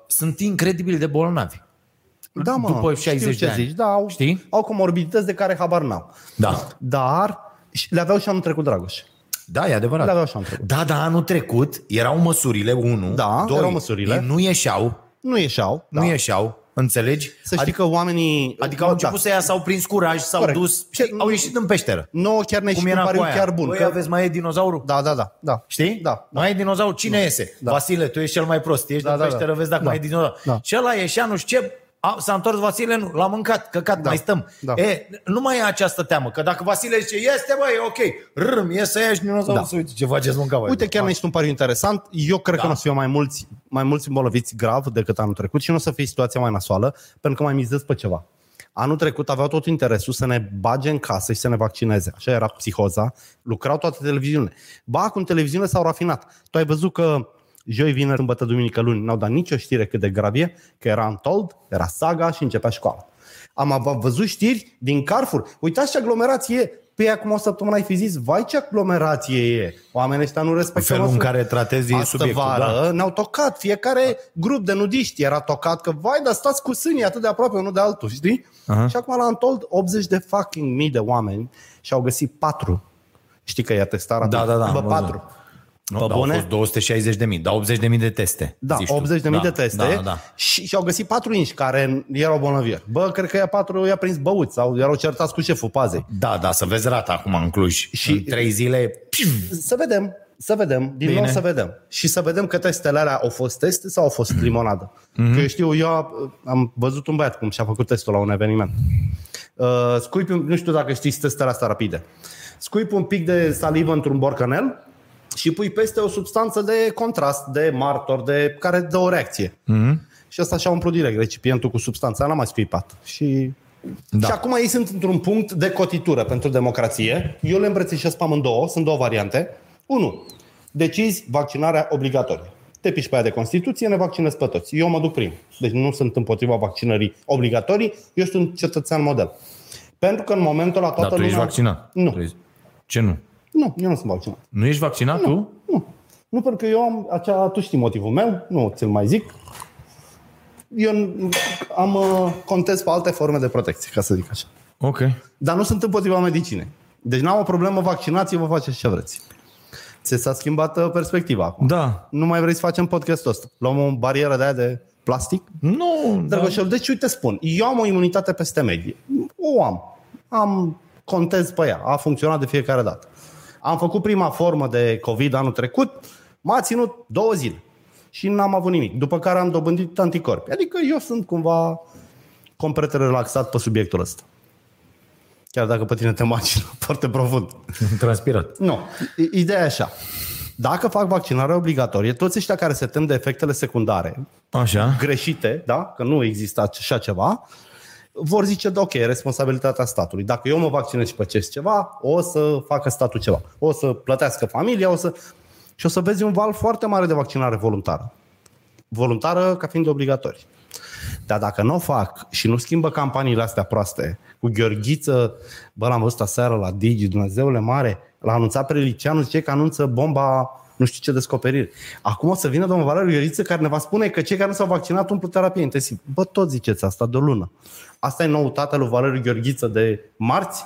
[SPEAKER 2] sunt incredibil de bolnavi.
[SPEAKER 3] da, mă,
[SPEAKER 2] după
[SPEAKER 3] știu
[SPEAKER 2] 60
[SPEAKER 3] ce
[SPEAKER 2] de ani.
[SPEAKER 3] Zici, da, au,
[SPEAKER 2] Știi?
[SPEAKER 3] au comorbidități de care habar n-au.
[SPEAKER 2] Da.
[SPEAKER 3] Dar și- le aveau și anul trecut, Dragoș.
[SPEAKER 2] Da, e adevărat.
[SPEAKER 3] Le aveau și anul trecut.
[SPEAKER 2] Da, da, anul trecut erau măsurile, unu,
[SPEAKER 3] Da,
[SPEAKER 2] doi,
[SPEAKER 3] erau măsurile.
[SPEAKER 2] ei nu ieșeau,
[SPEAKER 3] Nu ieșeau.
[SPEAKER 2] da.
[SPEAKER 3] da.
[SPEAKER 2] nu ieșeau, înțelegi?
[SPEAKER 3] Să știi că oamenii... da,
[SPEAKER 2] adică au început să ia, s-au prins curaj, s-au
[SPEAKER 3] Corect.
[SPEAKER 2] dus,
[SPEAKER 3] Ce-
[SPEAKER 2] și au ieșit în peșteră.
[SPEAKER 3] Nouă chiar ne-a
[SPEAKER 2] Cum
[SPEAKER 3] ieșit un
[SPEAKER 2] era cu
[SPEAKER 3] pariu
[SPEAKER 2] aia?
[SPEAKER 3] chiar bun.
[SPEAKER 2] Băi,
[SPEAKER 3] că-
[SPEAKER 2] aveți, mai e dinozaurul?
[SPEAKER 3] Da, da, da, da.
[SPEAKER 2] Știi?
[SPEAKER 3] Da.
[SPEAKER 2] Mai e dinozaur, cine iese? Da. Vasile, tu ești cel mai prost, ești
[SPEAKER 3] Da,
[SPEAKER 2] da, de
[SPEAKER 3] da,
[SPEAKER 2] peșteră,
[SPEAKER 3] da.
[SPEAKER 2] vezi dacă
[SPEAKER 3] Da.
[SPEAKER 2] mai e dinozaur.
[SPEAKER 3] Da.
[SPEAKER 2] Și ăla ieșea, nu știu ce, a, s-a întors Vasile, nu, l-a mâncat, căcat, mai stăm.
[SPEAKER 3] Da.
[SPEAKER 2] E, nu mai e această teamă, că dacă Vasile zice, este băi, e ok, râm, iese aia și dinozaurul, da.
[SPEAKER 3] Da.
[SPEAKER 2] să uite ce faceți mânca voi.
[SPEAKER 3] Uite, chiar ne ești un pariu interesant. Eu cred da. că nu o să fie mai mulți, mai mulți îmbolnăviți grav decât anul trecut și nu o să fie situația mai nasoală, pentru că mai mizez pe ceva. Anul trecut aveau tot interesul să ne bage în casă și să ne vaccineze. Așa era psihoza. Lucrau toate televiziunile. Ba, acum televiziunile s-au rafinat. Tu ai văzut că joi, vineri, sâmbătă, duminică, luni n-au dat nicio știre cât de grav e, că era Untold, era saga și începea școala. Am av- văzut știri din Carrefour. Uitați ce aglomerație e. Păi acum o săptămână ai fi zis, vai ce aglomerație e. Oamenii ăștia nu respectă
[SPEAKER 2] felul în
[SPEAKER 3] măsuri.
[SPEAKER 2] care tratezi
[SPEAKER 3] Astă
[SPEAKER 2] subiectul.
[SPEAKER 3] vară
[SPEAKER 2] Da.
[SPEAKER 3] da. ne-au tocat, fiecare grup de nudiști era tocat, că vai, dar stați cu sânii atât de aproape unul de altul, știi?
[SPEAKER 2] Aha.
[SPEAKER 3] Și acum la Antold 80 de fucking mii de oameni și-au găsit patru. Știi că i-a testat rapid.
[SPEAKER 2] Da, da, da, am
[SPEAKER 3] Bă,
[SPEAKER 2] văzut.
[SPEAKER 3] patru.
[SPEAKER 2] Nu,
[SPEAKER 3] Pe
[SPEAKER 2] dar au
[SPEAKER 3] bune?
[SPEAKER 2] fost 260 de mii, dar 80 de mii de teste.
[SPEAKER 3] Da,
[SPEAKER 2] zici tu.
[SPEAKER 3] 80 de mii
[SPEAKER 2] Da,
[SPEAKER 3] de teste
[SPEAKER 2] Da, da.
[SPEAKER 3] Și, și au găsit patru inși care erau bolnavi. Bă, cred că ea patru i-a prins băuți sau erau certați cu șeful pazei.
[SPEAKER 2] Da, da, să vezi rata acum în Cluj. Și
[SPEAKER 3] Și-
[SPEAKER 2] în trei zile...
[SPEAKER 3] Să vedem, să vedem, din
[SPEAKER 2] Bine.
[SPEAKER 3] nou să vedem. Și să vedem că testele alea au fost teste sau au fost limonadă. Mm-hmm. Că eu știu, eu am văzut un băiat cum și-a făcut testul la un eveniment. Uh, scuip, nu știu dacă știți testele astea rapide. Scuip un pic de salivă într-un borcanel și pui peste o substanță de contrast, de martor, de care dă o reacție. Mm-hmm. Și asta și-a umplut direct recipientul cu substanța, n-a mai scuipat. Și
[SPEAKER 2] Da.
[SPEAKER 3] da. Și acum ei sunt într-un punct de cotitură pentru democrație. Eu le îmbrățișez pe amândouă, sunt două variante. Unu, decizi vaccinarea obligatorie. Te piși pe aia de Constituție, ne vaccinezi pe toți. Eu mă duc prim. Deci nu sunt împotriva vaccinării obligatorii, eu sunt cetățean model. Pentru că în momentul la
[SPEAKER 2] Dar
[SPEAKER 3] toată
[SPEAKER 2] Da, tu ești
[SPEAKER 3] lumea...
[SPEAKER 2] vaccinat.
[SPEAKER 3] Nu.
[SPEAKER 2] Tu ești- Ce nu?
[SPEAKER 3] Nu, eu nu sunt vaccinat.
[SPEAKER 2] Nu ești vaccinat tu?
[SPEAKER 3] Nu. Nu pentru că eu am acea, tu știi motivul meu, nu ți-l mai zic. Eu n- am uh, contez pe alte forme de protecție, ca să zic așa.
[SPEAKER 2] Ok.
[SPEAKER 3] Dar nu sunt împotriva medicinei. Deci n-am o problemă, vaccinați-vă, faceți ce vreți. Ți s-a schimbat uh, perspectiva acum.
[SPEAKER 2] Da.
[SPEAKER 3] Nu mai vrei să facem podcastul ăsta. Luăm o barieră de aia de plastic.
[SPEAKER 2] Nu, da.
[SPEAKER 3] Drăgoșel, deci uite spun, eu am o imunitate peste medie. O am. Am contez pe ea. A funcționat de fiecare dată. Am făcut prima formă de COVID anul trecut, m-a ținut două zile și n-am avut nimic. După care am dobândit anticorpi. Adică eu sunt cumva complet relaxat pe subiectul ăsta. Chiar dacă pe tine te macină [laughs] foarte profund.
[SPEAKER 2] transpirat.
[SPEAKER 3] Nu. I- Ideea e așa. Dacă fac vaccinarea obligatorie, toți ăștia care se tem de efectele secundare,
[SPEAKER 2] Așa.
[SPEAKER 3] greșite, da? că nu există așa ceva, vor zice, da, ok, e responsabilitatea statului. Dacă eu mă vaccinez și păcesc ceva, o să facă statul ceva. O să plătească familia, o să... Și o să vezi un val foarte mare de vaccinare voluntară. Voluntară ca fiind obligatorie. Dar dacă nu o fac și nu schimbă campaniile astea proaste cu Gheorghiță, bă, l-am văzut aseară la Digi, Dumnezeule mare, l-a anunțat Preliceanu, zice că anunță bomba nu știu ce descoperire. Acum o să vină domnul Valeriu Gheorghiță care ne va spune că cei care nu s-au vaccinat umplu terapie intensivă. Bă, tot ziceți asta de o lună. Asta e noutatea lui Valeriu Gheorghiță de marți.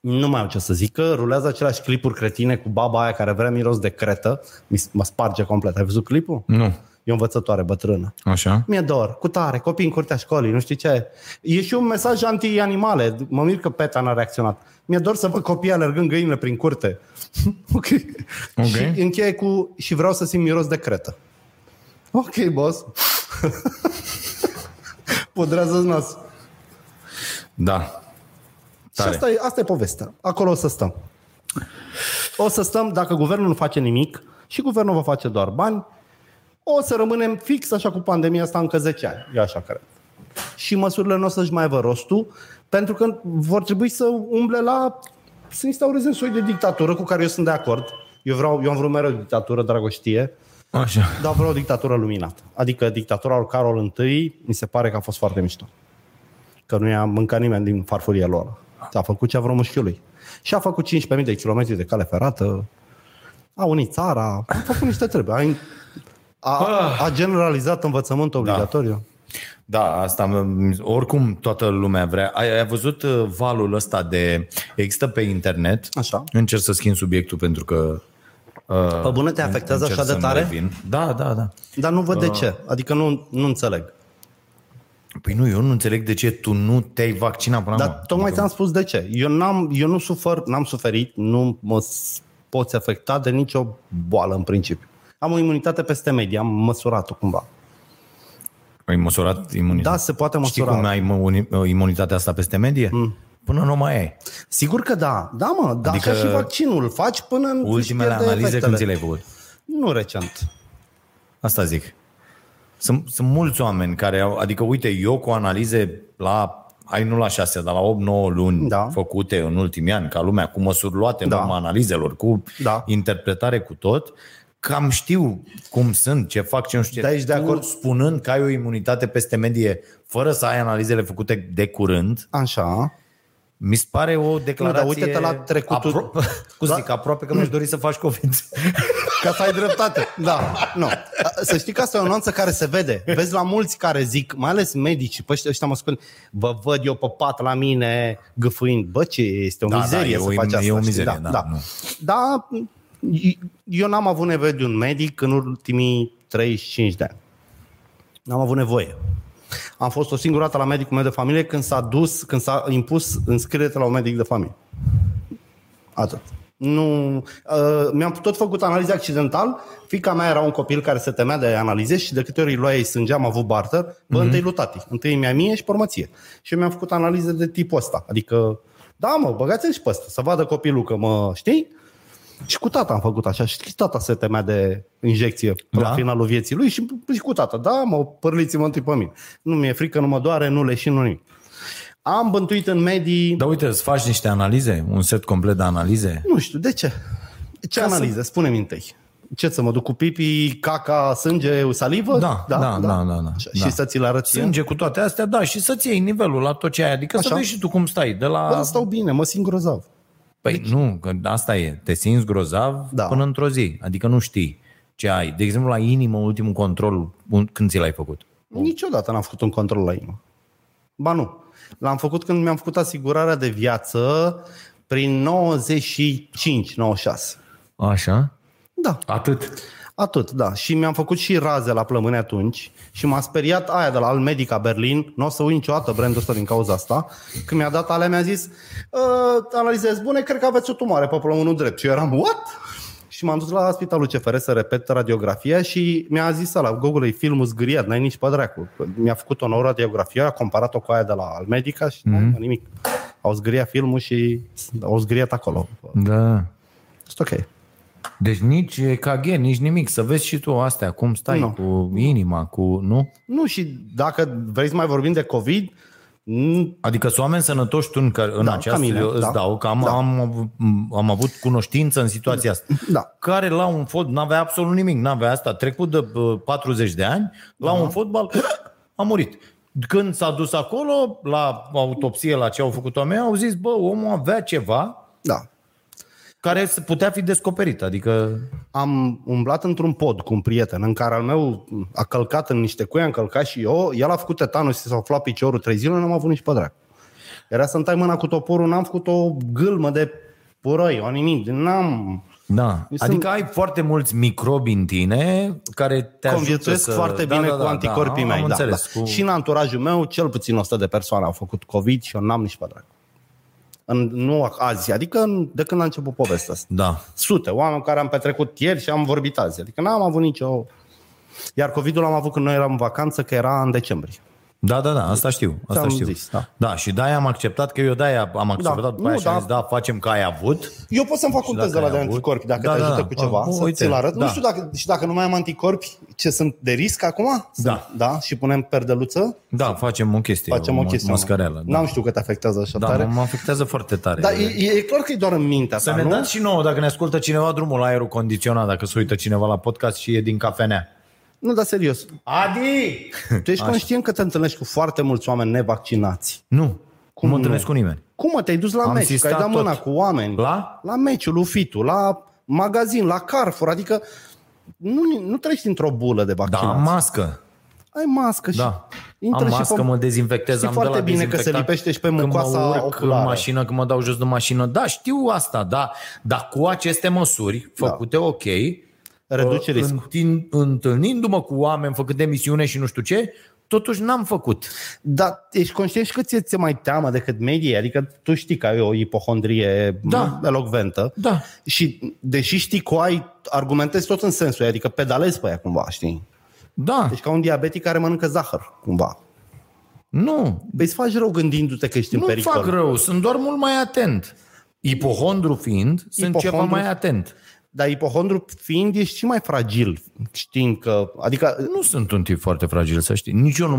[SPEAKER 3] Nu mai am ce să zic, că rulează aceleași clipuri cretine cu baba aia care vrea miros de cretă. Mi- Mă sparge complet. Ai văzut clipul?
[SPEAKER 2] Nu.
[SPEAKER 3] E o învățătoare bătrână.
[SPEAKER 2] Așa.
[SPEAKER 3] Mi-e dor, cu tare, copii în curtea școlii, nu știu ce. E și un mesaj anti-animale. Mă mir că PETA n-a reacționat. Mi-e dor să văd copii alergând găinile prin curte. [laughs] ok.
[SPEAKER 2] Ok.
[SPEAKER 3] Și încheie cu și vreau să simt miros de cretă. Ok, boss. [laughs] Pudrează-ți nas.
[SPEAKER 2] Da.
[SPEAKER 3] Și
[SPEAKER 2] Tare.
[SPEAKER 3] asta e, asta e povestea. Acolo o să stăm. O să stăm, dacă guvernul nu face nimic și guvernul va face doar bani, o să rămânem fix așa cu pandemia asta încă 10 ani. Eu așa cred. Și măsurile nu o să-și mai vă rostul, pentru că vor trebui să umble la... să instaureze un soi de dictatură cu care eu sunt de acord. Eu, vreau, eu am vrut mereu dictatură, dragoștie,
[SPEAKER 2] Așa.
[SPEAKER 3] dar vreau o dictatură luminată. Adică dictatura lui Carol I mi se pare că a fost foarte mișto. Că nu i-a mâncat nimeni din farfuria lor. S-a făcut ce a vrut mușchiului. Și a făcut 15.000 de kilometri de cale ferată, a unit țara, a făcut niște trebuie. A, a, a generalizat învățământul obligatoriu.
[SPEAKER 2] Da, asta, m- oricum toată lumea vrea. Ai, ai văzut uh, valul ăsta de... Există pe internet.
[SPEAKER 3] Așa.
[SPEAKER 2] Încerc să schimb subiectul pentru că... Uh,
[SPEAKER 3] Pe bune te afectează
[SPEAKER 2] încerc
[SPEAKER 3] așa de
[SPEAKER 2] să-mi
[SPEAKER 3] tare?
[SPEAKER 2] Revin. Da, da, da.
[SPEAKER 3] Dar nu văd de ce. Adică nu, nu înțeleg.
[SPEAKER 2] Păi nu, eu nu înțeleg de ce tu nu te-ai vaccinat până
[SPEAKER 3] Dar
[SPEAKER 2] acum. Adică
[SPEAKER 3] tocmai ți-am spus de ce. Eu, n-am, eu nu sufăr, n-am suferit, nu mă s- poți afecta de nicio boală în principiu. Am o imunitate peste medie, am măsurat-o cumva.
[SPEAKER 2] Ai măsurat imunitatea.
[SPEAKER 3] Da, se poate
[SPEAKER 2] Știi
[SPEAKER 3] măsura.
[SPEAKER 2] cum ai mă- uni- imunitatea asta peste medie? Mm. Până nu mai ai.
[SPEAKER 3] Sigur că da, da mă, dar
[SPEAKER 2] Adică
[SPEAKER 3] adică așa și vaccinul îl faci până în
[SPEAKER 2] Ultimele analize când ți le-ai făcut.
[SPEAKER 3] Nu recent.
[SPEAKER 2] Asta zic. Sunt, sunt mulți oameni care au, adică uite, eu cu analize la, ai nu la șase, dar la 8-9 luni
[SPEAKER 3] Da.
[SPEAKER 2] făcute în ultimii ani, ca lumea, cu măsuri luate în
[SPEAKER 3] Da.
[SPEAKER 2] urma analizelor, cu
[SPEAKER 3] Da.
[SPEAKER 2] interpretare, cu tot, cam știu cum sunt, ce fac, ce nu știu. ce.
[SPEAKER 3] Dar ești de
[SPEAKER 2] Tu
[SPEAKER 3] acord?
[SPEAKER 2] Spunând că ai o imunitate peste medie, fără să ai analizele făcute de curând,
[SPEAKER 3] Așa.
[SPEAKER 2] mi se pare o declarație...
[SPEAKER 3] uite-te la trecutul- Da.
[SPEAKER 2] Apro- [laughs] cum
[SPEAKER 3] La-
[SPEAKER 2] zic, aproape că mi-aș dori să faci COVID.
[SPEAKER 3] Ca să ai dreptate. Da, nu. Să știi că asta e o nuanță care se vede. Vezi la mulți care zic, mai ales medicii, pe ăștia, ăștia mă spun, vă văd eu pe pat la mine gâfâind, bă, ce este o
[SPEAKER 2] Da, da,
[SPEAKER 3] mizerie
[SPEAKER 2] e
[SPEAKER 3] să
[SPEAKER 2] o-
[SPEAKER 3] faci
[SPEAKER 2] e
[SPEAKER 3] asta.
[SPEAKER 2] o
[SPEAKER 3] știi?
[SPEAKER 2] mizerie, da,
[SPEAKER 3] da.
[SPEAKER 2] nu.
[SPEAKER 3] da i- eu n-am avut nevoie de un medic în ultimii 35 de ani. N-am avut nevoie. Am fost o singură dată la medicul meu de familie când s-a dus, când s-a impus înscrierea la un medic de familie. Atât. Nu, uh, mi-am tot făcut analize accidental. Fica mea era un copil care se temea de analize și de câte ori îi lua ei sânge, am avut barter, bă, mm-hmm. întâi lui tati, întâi mi-a mie și pe urmă ție. Și eu mi-am făcut analize de tipul ăsta. Adică, da mă, băgați-l și pe ăsta, să vadă copilul că mă, știi? Și cu tata am făcut așa. Și tata se temea de injecție da?
[SPEAKER 2] Da?
[SPEAKER 3] la finalul vieții lui și, și cu tata. Da, mă, părliți-mă întâi pe mine. Nu mi-e frică, nu mă doare, nu leșin, nu nimic. Am bântuit în medii...
[SPEAKER 2] Dar uite, îți faci niște analize, un set complet de analize.
[SPEAKER 3] Nu știu, de ce? Ce analiză? Spune-mi întâi. Ce să mă duc cu pipi, caca, sânge, salivă?
[SPEAKER 2] Da, da, da, da, da.
[SPEAKER 3] Așa.
[SPEAKER 2] Da.
[SPEAKER 3] Și să ți le arăt Sânge.
[SPEAKER 2] Sânge cu toate astea, da, și să-ți iei nivelul la tot ce ai. Adică Așa. să
[SPEAKER 3] Așa.
[SPEAKER 2] vezi și tu cum stai. De la...
[SPEAKER 3] Bă, Păi stau bine, mă simt grozav.
[SPEAKER 2] Păi nu, că asta e. Te simți grozav da.
[SPEAKER 3] Da.
[SPEAKER 2] până într-o zi. Adică nu știi ce ai. De exemplu, la inimă, ultimul control, un- când ți l-ai făcut?
[SPEAKER 3] Niciodată n-am făcut un control la inimă. Ba nu. L-am făcut când mi-am făcut asigurarea de viață prin 95-96.
[SPEAKER 2] Așa?
[SPEAKER 3] Da,
[SPEAKER 2] Atât.
[SPEAKER 3] atât, da. Și mi-am făcut și raze la plămâni atunci și m-a speriat aia de la al Medica Berlin, nu o să uit niciodată brandul ăsta din cauza asta, când mi-a dat alea mi-a zis "Ă, analizez bune, cred că aveți o tumoare pe plămânul drept. Și eu eram, what? Și m-am dus la spitalul CFR să repet radiografia și mi-a zis la Google, e filmul zgâriat, n-ai nici pe dracu. Mi-a făcut o nouă radiografie, a comparat-o cu aia de la al Medica și mm-hmm. nu, nimic. Au zgâriat filmul și au zgâriat acolo.
[SPEAKER 2] Da.
[SPEAKER 3] Este ok.
[SPEAKER 2] Deci nici EKG, nici nimic. Să vezi și tu astea, cum stai
[SPEAKER 3] Nu.
[SPEAKER 2] cu inima, cu... Nu?
[SPEAKER 3] Nu, și dacă vrei să mai vorbim de COVID, n-
[SPEAKER 2] Adică sunt oameni sănătoși tu în, care, în
[SPEAKER 3] Da,
[SPEAKER 2] această,
[SPEAKER 3] ca mine,
[SPEAKER 2] eu îți
[SPEAKER 3] da.
[SPEAKER 2] dau, că am, da.
[SPEAKER 3] Da.
[SPEAKER 2] am, av- am avut cunoștință în situația asta.
[SPEAKER 3] Da.
[SPEAKER 2] Care la un fotbal, n-avea absolut nimic, n-avea asta, trecut de bă, 40 de ani, la
[SPEAKER 3] Da.
[SPEAKER 2] un fotbal a murit. Când s-a dus acolo, la autopsie, la ce au făcut oamenii, au zis, bă, omul avea ceva
[SPEAKER 3] da.
[SPEAKER 2] care se putea fi descoperit, adică...
[SPEAKER 3] Am umblat într-un pod cu un prieten în care al meu a călcat în niște cui, am călcat și eu, el a făcut tetanus și s-a aflat piciorul trei zile, n-am avut nici pe dracu. Era să-mi tai mâna cu toporul, n-am făcut o gâlmă de puroi, o nimic, n-am...
[SPEAKER 2] Da,
[SPEAKER 3] Eu sunt-
[SPEAKER 2] adică ai foarte mulți microbi în tine care te ajută
[SPEAKER 3] Conviețuiesc
[SPEAKER 2] să...
[SPEAKER 3] foarte
[SPEAKER 2] da,
[SPEAKER 3] bine
[SPEAKER 2] da,
[SPEAKER 3] cu
[SPEAKER 2] da, da,
[SPEAKER 3] anticorpii
[SPEAKER 2] am
[SPEAKER 3] mei. Da, da.
[SPEAKER 2] înțeles, Cu...
[SPEAKER 3] Și în anturajul meu, cel puțin 100 de persoane au făcut COVID și eu n-am nici pe dracu. În, nu azi, adică în- de când a început povestea asta.
[SPEAKER 2] Da.
[SPEAKER 3] sute, oameni care am petrecut ieri și am vorbit azi. Adică n-am avut nicio... Iar COVID-ul l-am avut când noi eram în vacanță, că era în decembrie.
[SPEAKER 2] Da, da, da, asta știu. Asta
[SPEAKER 3] Ți-am
[SPEAKER 2] știu.
[SPEAKER 3] zis, da.
[SPEAKER 2] da, și de-aia am acceptat că eu de-aia am acceptat, da.
[SPEAKER 3] Da,
[SPEAKER 2] după aia
[SPEAKER 3] nu,
[SPEAKER 2] și am
[SPEAKER 3] da.
[SPEAKER 2] zis, da, facem că ai avut.
[SPEAKER 3] Eu pot să-mi fac
[SPEAKER 2] Și
[SPEAKER 3] un
[SPEAKER 2] dacă
[SPEAKER 3] test de la
[SPEAKER 2] ai
[SPEAKER 3] de
[SPEAKER 2] avut-
[SPEAKER 3] anticorpi, dacă
[SPEAKER 2] Da,
[SPEAKER 3] te
[SPEAKER 2] da,
[SPEAKER 3] ajută
[SPEAKER 2] da.
[SPEAKER 3] cu ceva,
[SPEAKER 2] Ah,
[SPEAKER 3] să
[SPEAKER 2] uite,
[SPEAKER 3] ți-l arăt.
[SPEAKER 2] da.
[SPEAKER 3] Nu știu dacă, și dacă nu mai am anticorpi, ce sunt de risc acum?
[SPEAKER 2] Da.
[SPEAKER 3] Da? Și punem perdeluță,
[SPEAKER 2] Da, facem o chestie.
[SPEAKER 3] facem o
[SPEAKER 2] mă-
[SPEAKER 3] chestie.
[SPEAKER 2] Măscăreală.
[SPEAKER 3] N-am știu că te afectează așa
[SPEAKER 2] da,
[SPEAKER 3] tare.
[SPEAKER 2] da mă afectează foarte tare.
[SPEAKER 3] Dar e, e, clar că e doar în mintea
[SPEAKER 2] Să
[SPEAKER 3] ta,
[SPEAKER 2] ne
[SPEAKER 3] nu?
[SPEAKER 2] dați și nouă, dacă ne ascultă cineva drumul la aerul condiționat, dacă se uită cineva la podcast și e din cafenea.
[SPEAKER 3] Nu, dar serios.
[SPEAKER 2] Adi! [laughs]
[SPEAKER 3] Tu ești conștient că te întâlnești cu foarte mulți oameni nevaccinați.
[SPEAKER 2] Nu. Cum
[SPEAKER 3] nu?
[SPEAKER 2] mă întâlnesc cu nimeni.
[SPEAKER 3] Cum mă, te-ai dus la
[SPEAKER 2] Am
[SPEAKER 3] meci, că ai
[SPEAKER 2] sistat
[SPEAKER 3] dat mâna
[SPEAKER 2] tot.
[SPEAKER 3] cu oameni.
[SPEAKER 2] La?
[SPEAKER 3] La meciul lui Fitu, la magazin, la Carrefour, adică nu, nu treci dintr-o bulă de
[SPEAKER 2] Da,
[SPEAKER 3] vaccinați.
[SPEAKER 2] am mască.
[SPEAKER 3] ai mască și
[SPEAKER 2] Da.
[SPEAKER 3] intră
[SPEAKER 2] am
[SPEAKER 3] și
[SPEAKER 2] mască,
[SPEAKER 3] pe-
[SPEAKER 2] mă dezinfectez,
[SPEAKER 3] Știi
[SPEAKER 2] am de
[SPEAKER 3] foarte
[SPEAKER 2] la
[SPEAKER 3] bine că se
[SPEAKER 2] dezinfectant
[SPEAKER 3] lipește și pe
[SPEAKER 2] când
[SPEAKER 3] mucoasa
[SPEAKER 2] mă urc
[SPEAKER 3] oculară.
[SPEAKER 2] în mașină, când mă dau jos de mașină. Da, știu asta, da. Dar cu aceste măsuri făcute ok,
[SPEAKER 3] Da. Reduce riscul.
[SPEAKER 2] întin- întâlnindu-mă cu oameni, făcând emisiune și nu știu ce, totuși n-am făcut.
[SPEAKER 3] Dar ești conștient și că ți ți mai teamă decât medie? Adică tu știi că ai o ipohondrie
[SPEAKER 2] Da.
[SPEAKER 3] elocventă.
[SPEAKER 2] Da.
[SPEAKER 3] Și deși știi că o ai, argumentezi tot în sensul ei, adică pedalezi pe ea cumva, știi?
[SPEAKER 2] Da,
[SPEAKER 3] Ești ca un diabetic care mănâncă zahăr, cumva.
[SPEAKER 2] nu,
[SPEAKER 3] Păi îți faci rău gândindu-te că ești în
[SPEAKER 2] nu
[SPEAKER 3] pericol.
[SPEAKER 2] fac rău, sunt doar mult mai atent. Ipohondru fiind, sunt ceva
[SPEAKER 3] Ipohondru-
[SPEAKER 2] mai atent.
[SPEAKER 3] Dar ipohondru fiind, ești și mai fragil, știind că... Adică
[SPEAKER 2] Nu sunt un tip foarte fragil, să știi. Nici eu nu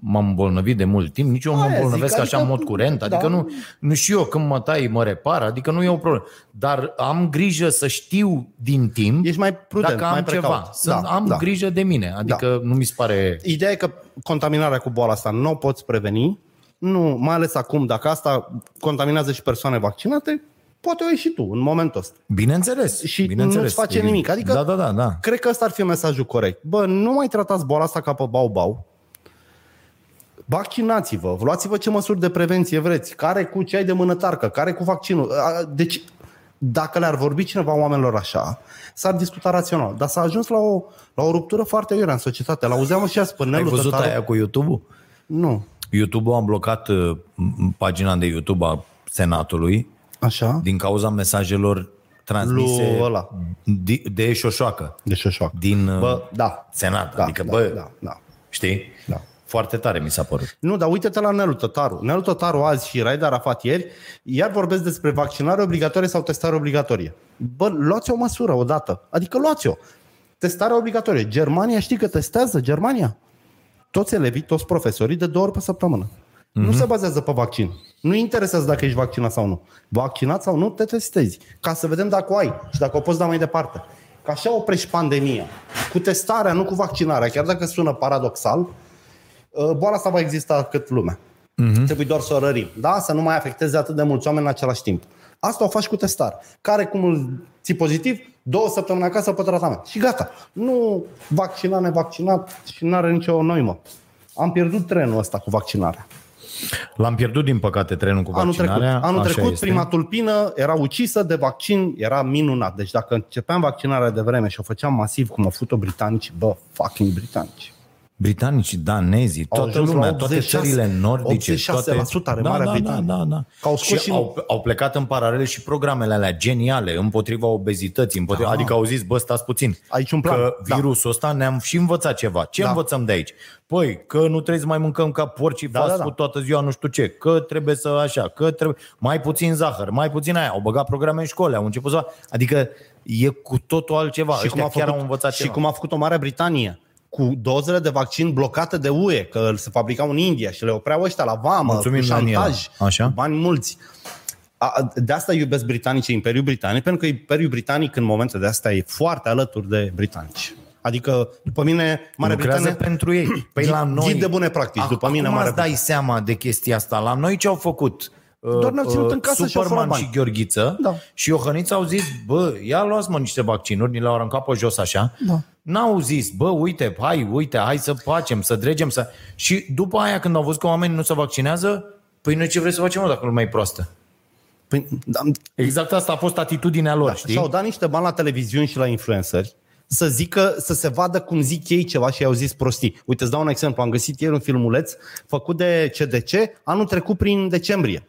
[SPEAKER 2] m-am îmbolnăvit de mult timp, nici eu nu mă
[SPEAKER 3] Aia zic,
[SPEAKER 2] îmbolnăvesc
[SPEAKER 3] adică-
[SPEAKER 2] așa în mod curent, adică
[SPEAKER 3] da.
[SPEAKER 2] nu, nu și eu când mă tai mă repar, adică nu e o problemă. Dar am grijă să știu din timp
[SPEAKER 3] ești mai prudent,
[SPEAKER 2] dacă am
[SPEAKER 3] mai precaut.
[SPEAKER 2] ceva. Sunt, am
[SPEAKER 3] da.
[SPEAKER 2] grijă de mine, adică nu mi se pare...
[SPEAKER 3] Ideea e că contaminarea cu boala asta nu o poți preveni, nu, mai ales acum, dacă asta contaminează și persoane vaccinate, poate o iei și tu în momentul ăsta.
[SPEAKER 2] Bineînțeles.
[SPEAKER 3] Și
[SPEAKER 2] bineînțeles,
[SPEAKER 3] nu-ți face
[SPEAKER 2] evident.
[SPEAKER 3] nimic, adică-
[SPEAKER 2] Da, da, da, da.
[SPEAKER 3] Cred că ăsta ar fi mesajul corect. Bă, nu mai tratați boala asta ca pe bau-bau. Vaccinați-vă, luați-vă ce măsuri de prevenție vreți, care cu ce ai de mânătarcă, care cu vaccinul. A, Deci, dacă le-ar vorbi cineva oamenilor așa, s-ar discuta rațional. Dar s-a ajuns la o, la o ruptură foarte iurea în societate. La auzeam și a
[SPEAKER 2] Ai
[SPEAKER 3] spânelul
[SPEAKER 2] văzut
[SPEAKER 3] tătarul.
[SPEAKER 2] aia cu YouTube-ul?
[SPEAKER 3] Nu.
[SPEAKER 2] YouTube-ul a blocat uh, m- pagina de YouTube a Senatului
[SPEAKER 3] Așa?
[SPEAKER 2] din cauza mesajelor transmise
[SPEAKER 3] Lui ăla.
[SPEAKER 2] di- de Șoșoacă.
[SPEAKER 3] Deci o șoacă.
[SPEAKER 2] din bă,
[SPEAKER 3] Bă, da.
[SPEAKER 2] Senat.
[SPEAKER 3] Da,
[SPEAKER 2] adică,
[SPEAKER 3] da,
[SPEAKER 2] bă,
[SPEAKER 3] da, da.
[SPEAKER 2] știi?
[SPEAKER 3] Da.
[SPEAKER 2] Foarte tare mi s-a părut.
[SPEAKER 3] Nu, dar uite-te la Nelu Tătaru. Nelu Tătaru azi și Raed Arafat ieri, iar vorbesc despre vaccinare obligatorie sau testare obligatorie. Bă, luați o măsură odată. Adică luați-o. Testare obligatorie. Germania știi că testează Germania. Toți elevii, toți profesorii, de două ori pe săptămână. Mm-hmm. Nu se bazează pe vaccin. Nu interesează dacă ești vaccinat sau nu. Vaccinat sau nu, te testezi. Ca să vedem dacă o ai și dacă o poți da mai departe. Că așa oprești pandemia. Cu testarea, nu cu vaccinarea. Chiar dacă sună paradoxal, Uh, boala asta va exista cât lumea.
[SPEAKER 2] Mhm.
[SPEAKER 3] Mm-hmm. Trebuie doar să o rărim, da? Să nu mai afecteze atât de mulți oameni în același timp. Asta o faci cu testare. Care cum îl ții pozitiv, două săptămâni acasă pe tratament. Și gata. Nu vaccinat, nevaccinat și nu are nicio noimă. Am pierdut trenul ăsta cu vaccinarea.
[SPEAKER 2] L-am pierdut, din păcate, trenul cu
[SPEAKER 3] Anul trecut,
[SPEAKER 2] vaccinarea.
[SPEAKER 3] anul
[SPEAKER 2] Așa
[SPEAKER 3] trecut
[SPEAKER 2] este.
[SPEAKER 3] prima tulpină era ucisă de vaccin, era minunat. Deci dacă începeam vaccinarea de vreme și o făceam masiv cum au făcut-o britanici, bă, fucking britanici.
[SPEAKER 2] Britanici, danezii,
[SPEAKER 3] Au
[SPEAKER 2] toată
[SPEAKER 3] ajuns la
[SPEAKER 2] lumea, toate
[SPEAKER 3] 86,
[SPEAKER 2] țările nordice.
[SPEAKER 3] 86%
[SPEAKER 2] toate...
[SPEAKER 3] are
[SPEAKER 2] da,
[SPEAKER 3] Marea
[SPEAKER 2] da, da,
[SPEAKER 3] Britanie.
[SPEAKER 2] da, da.
[SPEAKER 3] Că au
[SPEAKER 2] și
[SPEAKER 3] scos și-
[SPEAKER 2] au, au plecat în paralel și programele alea geniale împotriva obezității. Împotriva... Adică au zis, bă, stați puțin.
[SPEAKER 3] Da. Aici un plan.
[SPEAKER 2] Că
[SPEAKER 3] Da.
[SPEAKER 2] virusul ăsta ne-am și învățat ceva. Ce
[SPEAKER 3] Da.
[SPEAKER 2] învățăm de aici? Păi, că nu trebuie să mai mâncăm ca porci da, fast
[SPEAKER 3] da,
[SPEAKER 2] da,
[SPEAKER 3] da.
[SPEAKER 2] da. toată ziua nu știu ce, că trebuie să așa, că trebuie mai puțin zahăr, mai puțin aia. Au băgat programe în școli, au început să... Adică e cu totul altceva. Și Ăștia chiar au învățat
[SPEAKER 3] și
[SPEAKER 2] ceva.
[SPEAKER 3] cum a făcut-o Marea Britanie cu dozele de vaccin blocate de UE, că se fabricau în India și le opreau ăștia la vamă,
[SPEAKER 2] Mulțumim,
[SPEAKER 3] cu șantaj,
[SPEAKER 2] Daniela. Așa.
[SPEAKER 3] cu bani mulți. A- a- De asta iubesc britanicii Imperiul Britanic, pentru că Imperiul Britanic în momente de astea e foarte alături de britanici. Adică, după mine, Marea
[SPEAKER 2] lucrează
[SPEAKER 3] Britanie...
[SPEAKER 2] pentru ei. Păi
[SPEAKER 3] Ghid-
[SPEAKER 2] la noi...
[SPEAKER 3] ghid de bune practici.
[SPEAKER 2] Acum
[SPEAKER 3] După mine, Marea
[SPEAKER 2] îți dai seama de chestia asta. La noi ce au făcut? uh,
[SPEAKER 3] Doar ne-au ținut în casă și au
[SPEAKER 2] Superman
[SPEAKER 3] furat
[SPEAKER 2] și
[SPEAKER 3] bani.
[SPEAKER 2] Gheorghiță
[SPEAKER 3] Da.
[SPEAKER 2] și Iohăniță au zis, bă, ia luați mă niște vaccinuri, ni le-au aruncat pe jos așa.
[SPEAKER 3] Da.
[SPEAKER 2] N-au zis, bă, uite, hai, uite, hai să facem, să dregem, să... Și după aia când au văzut că oamenii nu se vaccinează, păi noi ce vrei să facem mă, dacă lumea e proastă?
[SPEAKER 3] Păi, da,
[SPEAKER 2] Exact asta a fost atitudinea lor, da, știi?
[SPEAKER 3] și-au dat niște bani la televiziuni și la influenceri să zică, să se vadă cum zic ei ceva și i-au zis prostii. Uite, îți dau un exemplu. Am găsit ieri un filmuleț făcut de CDC anul trecut prin decembrie.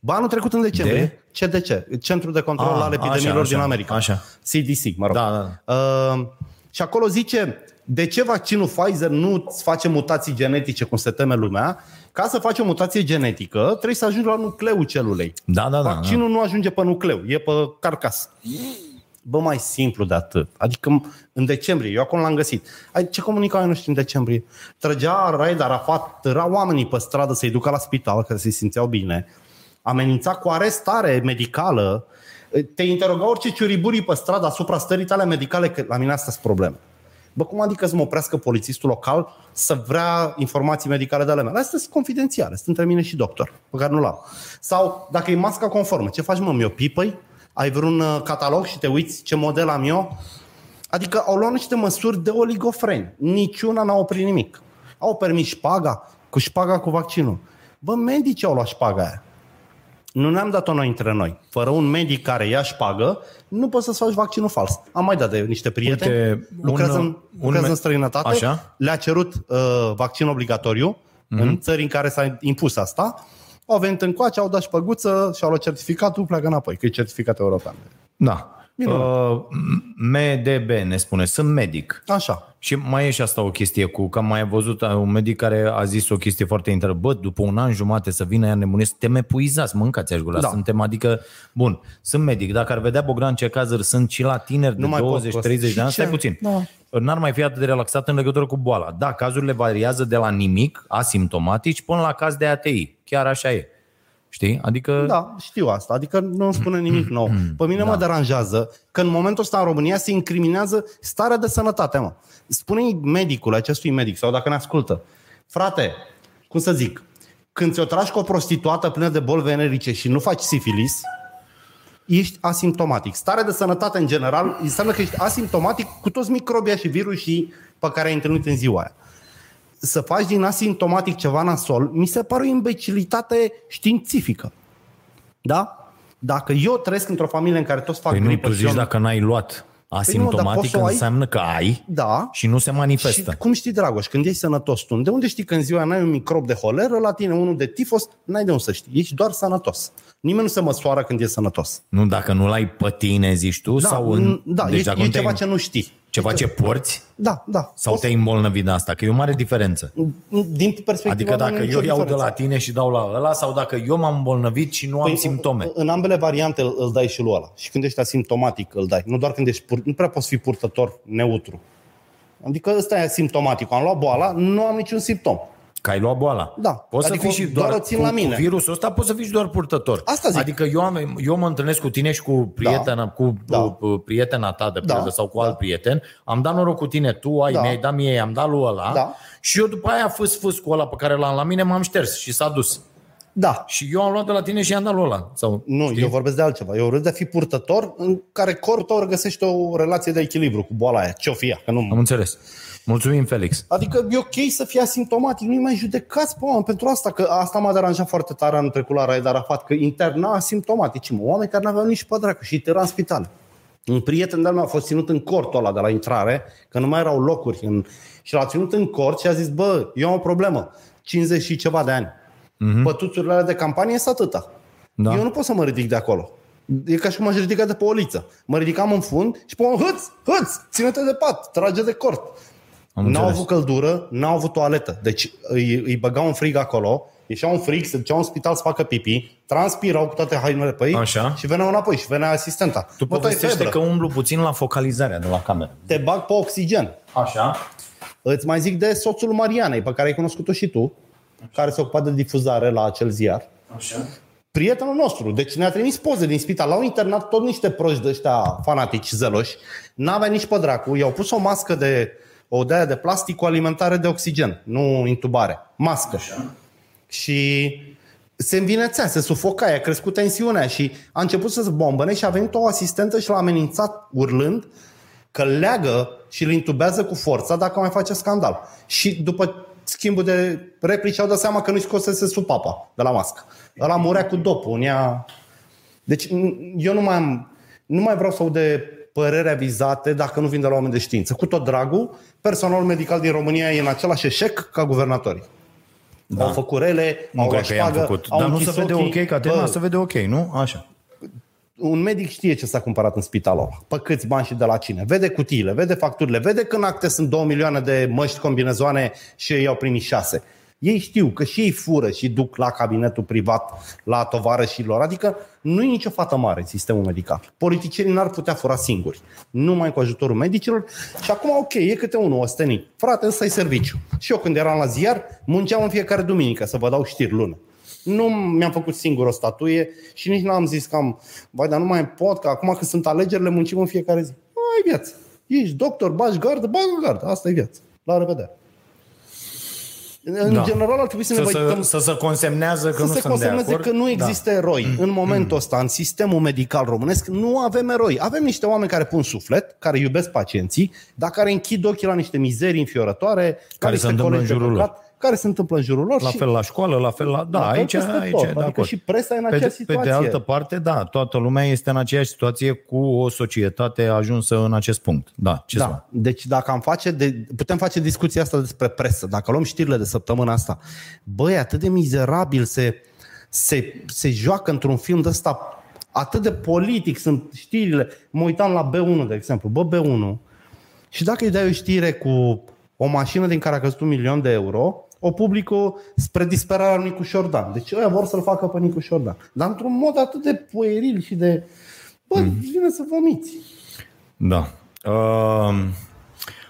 [SPEAKER 3] Ba, anul trecut în decembrie, de? CDC, Centrul de Control
[SPEAKER 2] Ah,
[SPEAKER 3] al Epidemiilor
[SPEAKER 2] așa, așa,
[SPEAKER 3] din America.
[SPEAKER 2] așa.
[SPEAKER 3] CDC, mă rog.
[SPEAKER 2] Da,
[SPEAKER 3] Uh, și acolo zice, de ce vaccinul Pfizer nu îți face mutații genetice, cum se teme lumea? Ca să faci o mutație genetică, trebuie să ajungi la nucleul celulei.
[SPEAKER 2] Da, da, da. da.
[SPEAKER 3] Vaccinul nu ajunge pe nucleu, e pe carcasă. Bă, mai simplu de atât. Adică în decembrie, eu acolo l-am găsit. Ai, ce comunicau ei noștri în decembrie? Trăgea Raed Arafat, tăra oamenii pe stradă să-i ducă la spital, că se simțeau bine. Amenința cu arestare medicală. Te interoga orice ciuriburii pe stradă asupra stării tale medicale, că la mine astea sunt probleme. Bă, cum adică să mă oprească polițistul local să vrea informații medicale de ale mele? Astea sunt confidențiale, sunt între mine și doctor, pe care nu l-am. Sau, dacă e masca conformă, ce faci, mă, mi-o pipăi? Ai vreun uh, catalog și te uiți ce model am eu? Adică au luat niște măsuri de oligofreni. Niciuna n-a oprit nimic. Au permis șpaga cu șpaga cu vaccinul. Bă, medicii au luat șpaga aia. Nu ne-am dat-o noi între noi. Fără un medic care ia șpagă, nu poți să-ți faci vaccinul fals. Am mai dat de niște prieteni,
[SPEAKER 2] Uite,
[SPEAKER 3] Uite,
[SPEAKER 2] un-
[SPEAKER 3] lucrează, în,
[SPEAKER 2] un
[SPEAKER 3] lucrează
[SPEAKER 2] me-
[SPEAKER 3] în străinătate,
[SPEAKER 2] Așa. Mhm.
[SPEAKER 3] le-a cerut uh, vaccin obligatoriu mm-hmm. în țări în care s-a impus asta, au venit încoace, au dat șpăguță și au luat certificatul, pleacă înapoi, că e certificat european.
[SPEAKER 2] Da.
[SPEAKER 3] Minunat.
[SPEAKER 2] Uh, MDB ne spune, sunt medic.
[SPEAKER 3] Așa.
[SPEAKER 2] Și mai e și asta o chestie cu, că am mai văzut uh, un medic care a zis o chestie foarte interesantă. Bă, după un an jumate să vină ea nebunie, suntem epuizați, mâncați aș gura. Da.
[SPEAKER 3] Da.
[SPEAKER 2] Suntem, adică, bun, sunt medic. Dacă ar vedea Bogdan ce cazuri sunt și la tineri
[SPEAKER 3] Nu mai pot cu asta.
[SPEAKER 2] de 20-30 de
[SPEAKER 3] Și
[SPEAKER 2] ani,
[SPEAKER 3] ce?
[SPEAKER 2] stai puțin.
[SPEAKER 3] Da.
[SPEAKER 2] N-ar mai fi atât de relaxat în legătură cu boala. Da, cazurile variază de la nimic, asimptomatici, până la caz de ATI. Chiar așa e. Știi? Adică
[SPEAKER 3] Da, știu asta. Adică nu îmi spune nimic nou. Pe mine mă deranjează că în momentul ăsta în România se incriminează starea de sănătate, mă. spune medicul acestui medic sau dacă ne ascultă. Frate, cum să zic, când ți-o tragi cu o prostituată plină de boli venerice și nu faci sifilis, ești asimptomatic. Starea de sănătate în general înseamnă că ești asimptomatic cu toți microbia și virusii pe care ai întâlnit în ziua aia să faci din asimptomatic ceva nasol, mi se pare o imbecilitate științifică. Da? Dacă eu trăiesc într-o familie în care toți fac
[SPEAKER 2] Păi nu,
[SPEAKER 3] gripă
[SPEAKER 2] tu
[SPEAKER 3] și
[SPEAKER 2] zici
[SPEAKER 3] eu-
[SPEAKER 2] dacă n-ai luat
[SPEAKER 3] Păi dar poți
[SPEAKER 2] asimptomatic
[SPEAKER 3] să o ai?
[SPEAKER 2] înseamnă că ai
[SPEAKER 3] Da.
[SPEAKER 2] și nu se manifestă.
[SPEAKER 3] Și cum știi, Dragoș, când ești sănătos tu, de unde știi că în ziua n-ai un microb de holeră, la tine unul de tifos, n-ai de unde să știi. Ești doar sănătos. Nimeni nu se măsoară când e sănătos.
[SPEAKER 2] Nu dacă nu l-ai pe tine, zici tu, sau în...
[SPEAKER 3] n- da deci e,
[SPEAKER 2] acum
[SPEAKER 3] e
[SPEAKER 2] te-ai-
[SPEAKER 3] ceva ce nu știi.
[SPEAKER 2] Ceva ce porți
[SPEAKER 3] Da, da.
[SPEAKER 2] sau te-ai îmbolnăvit de asta, că e o mare diferență.
[SPEAKER 3] Din perspectiva
[SPEAKER 2] Adică
[SPEAKER 3] mea, Deci nu
[SPEAKER 2] dacă
[SPEAKER 3] e
[SPEAKER 2] eu
[SPEAKER 3] nicio
[SPEAKER 2] iau de
[SPEAKER 3] diferență. Păi,
[SPEAKER 2] la tine și dau la ăla sau dacă eu m-am îmbolnăvit și nu am
[SPEAKER 3] În,
[SPEAKER 2] Păi simptome.
[SPEAKER 3] în ambele variante îl, îl dai și lui ăla. Și când ești asimptomatic îl dai. Nu doar când ești pur, nu prea poți fi purtător neutru. Adică ăsta e asimptomatic. Am luat boala, nu am niciun simptom.
[SPEAKER 2] Că ai luat boala.
[SPEAKER 3] Da.
[SPEAKER 2] Poți
[SPEAKER 3] Adică
[SPEAKER 2] să fii și doar,
[SPEAKER 3] doar o țin
[SPEAKER 2] cu,
[SPEAKER 3] la mine.
[SPEAKER 2] Cu virusul ăsta poți să fii și doar purtător.
[SPEAKER 3] Asta zic.
[SPEAKER 2] Adică eu, am, eu mă întâlnesc cu tine și cu prietena, da. cu
[SPEAKER 3] Da.
[SPEAKER 2] da. prietena ta de
[SPEAKER 3] Da.
[SPEAKER 2] pildă da. sau cu alt prieten. Am dat noroc cu tine, tu ai, da.
[SPEAKER 3] Da.
[SPEAKER 2] mi-ai dat mie, am dat lui ăla.
[SPEAKER 3] Da.
[SPEAKER 2] Și eu după aia fâs fâs cu ăla pe care l-am la mine, m-am șters și s-a dus.
[SPEAKER 3] Da.
[SPEAKER 2] Și eu am luat de la tine și i-am dat lui ăla. Sau,
[SPEAKER 3] Nu, Știi? eu vorbesc de altceva. Eu râd de a fi purtător în care corpul tău regăsește o relație de echilibru cu boala aia. Ce-o fi ea? Că nu...
[SPEAKER 2] Am înțeles. Mulțumim, Felix.
[SPEAKER 3] Adică e ok să fii asimptomatic, nu-i mai judecați pe oameni pentru asta, că asta m-a deranjat foarte tare în trecut la Raed Arafat, că interna asimptomatici, mă, oameni care n-aveau nici pe dracu și era în spital. Un prieten de-al meu a fost ținut în cortul ăla de la intrare, că nu mai erau locuri. În... Și l-a ținut în cort și a zis, bă, eu am o problemă, 50 și ceva de ani. Mm-hmm. Pătuțurile alea de campanie sunt atâta.
[SPEAKER 2] Mhm. Da.
[SPEAKER 3] Da. Eu nu pot să mă ridic de acolo. E ca și cum aș ridica de pe o liță. Mă ridicam în fund și pe un hâț, hâț, ține-te de pat, trage de cort.
[SPEAKER 2] Am
[SPEAKER 3] N-au
[SPEAKER 2] înțeles.
[SPEAKER 3] avut căldură, n-au avut toaletă. Deci îi, îi băgau un frig acolo, ieșeau un frig, se duceau în spital să facă pipi, transpirau cu toate hainele pe ei
[SPEAKER 2] Așa.
[SPEAKER 3] și veneau înapoi și venea asistenta.
[SPEAKER 2] Tu
[SPEAKER 3] Bă, tu ai
[SPEAKER 2] povestește
[SPEAKER 3] febră.
[SPEAKER 2] că umblu puțin la focalizarea de la cameră.
[SPEAKER 3] Te bag pe oxigen.
[SPEAKER 2] Așa.
[SPEAKER 3] Îți mai zic de soțul Marianei, pe care ai cunoscut-o și tu, care se ocupa de difuzare la acel ziar.
[SPEAKER 2] Așa.
[SPEAKER 3] prietenul nostru. Deci ne-a trimis poze din spital. L-au internat tot niște proști de ăștia fanatici, zeloși. N-avea nici pe dracu. I-au pus o mască de o de de plastic cu alimentare de oxigen, nu intubare. Mască. Așa. Și se învinețea, se sufoca, a crescut tensiunea și a început să zbombăne și a venit o asistentă și l-a amenințat urlând că leagă și îl intubează cu forța dacă mai face scandal. Și după schimbul de replici au dat seama că nu-i scosese supapa de la mască. Ăla murea cu dopul în ea. Deci n- eu nu mai, am, nu mai vreau să aud de părere avizate dacă nu vin de la oameni de știință. Cu tot dragul, personalul medical din România e în același eșec ca guvernatorii. Da. Au făcut rele,
[SPEAKER 2] Nu
[SPEAKER 3] au
[SPEAKER 2] cred
[SPEAKER 3] luat
[SPEAKER 2] că i-am
[SPEAKER 3] șpagă,
[SPEAKER 2] făcut.
[SPEAKER 3] au
[SPEAKER 2] Dar nu se
[SPEAKER 3] închis
[SPEAKER 2] vede
[SPEAKER 3] ochii.
[SPEAKER 2] ok, Caterina,
[SPEAKER 3] Bă,
[SPEAKER 2] se vede ok, nu? Așa.
[SPEAKER 3] un medic știe ce s-a cumpărat în spitalul ăla, pe câți bani și de la cine. Vede cutiile, vede facturile, vede că în acte sunt 2 milioane de măști, combinezoane și ei au primit 6. Ei știu că și ei fură și duc la cabinetul privat, la tovarășilor. Adică nu e nicio fată mare în sistemul medical. Politicienii n-ar putea fura singuri, numai cu ajutorul medicilor. Și acum, ok, e câte unul ostenit. Frate, ăsta e serviciu. Și eu când eram la ziar, munceam în fiecare duminică să vă dau știri lună. Nu mi-am făcut singur o statuie și nici n-am zis că am, vai, dar nu mai pot, că acum că sunt alegerile, muncim în fiecare zi. Ai viață. Ești doctor, bagi gardă, bagi gardă. Asta e viața. La revedere. În
[SPEAKER 2] Da.
[SPEAKER 3] da. general ar trebui să,
[SPEAKER 2] Să,
[SPEAKER 3] ne
[SPEAKER 2] să,
[SPEAKER 3] băgăm
[SPEAKER 2] să se consemnează că
[SPEAKER 3] să
[SPEAKER 2] nu
[SPEAKER 3] se
[SPEAKER 2] sunt de
[SPEAKER 3] consemneze
[SPEAKER 2] acord. Da. Mm.
[SPEAKER 3] că nu există eroi. În momentul ăsta, în sistemul medical românesc, nu avem eroi. Avem niște oameni care pun suflet, care iubesc pacienții, dar care închid ochii la niște mizerii înfiorătoare, care,
[SPEAKER 2] se întâmplă în jurul lor.
[SPEAKER 3] Care se întâmplă în jurul lor
[SPEAKER 2] La
[SPEAKER 3] și
[SPEAKER 2] fel la școală, la fel la... Da,
[SPEAKER 3] la fel
[SPEAKER 2] aici,
[SPEAKER 3] peste tot.
[SPEAKER 2] aici, de
[SPEAKER 3] adică
[SPEAKER 2] acord.
[SPEAKER 3] și presa e în
[SPEAKER 2] Pe
[SPEAKER 3] aceeași
[SPEAKER 2] de, pe
[SPEAKER 3] situație.
[SPEAKER 2] de altă parte, da, toată lumea este în aceeași situație cu o societate ajunsă în acest punct. Da, ce da.
[SPEAKER 3] da. Deci dacă am face de, putem face discuția asta despre presă, dacă luăm știrile de săptămâna asta, băi, atât de mizerabil se, se, se joacă într-un film de ăsta, atât de politic sunt știrile. Mă uitam la B1, de exemplu. Bă, B1, și dacă îi dai o știre cu o mașină din care a căzut un milion de euro, o publică spre disperarea lui Nicu Șordan. Deci ăia vor să-l facă pe Nicu Șordan. Dar într-un mod atât de pueril și de... Bă, îți vine să vomiți.
[SPEAKER 2] Da. Uh,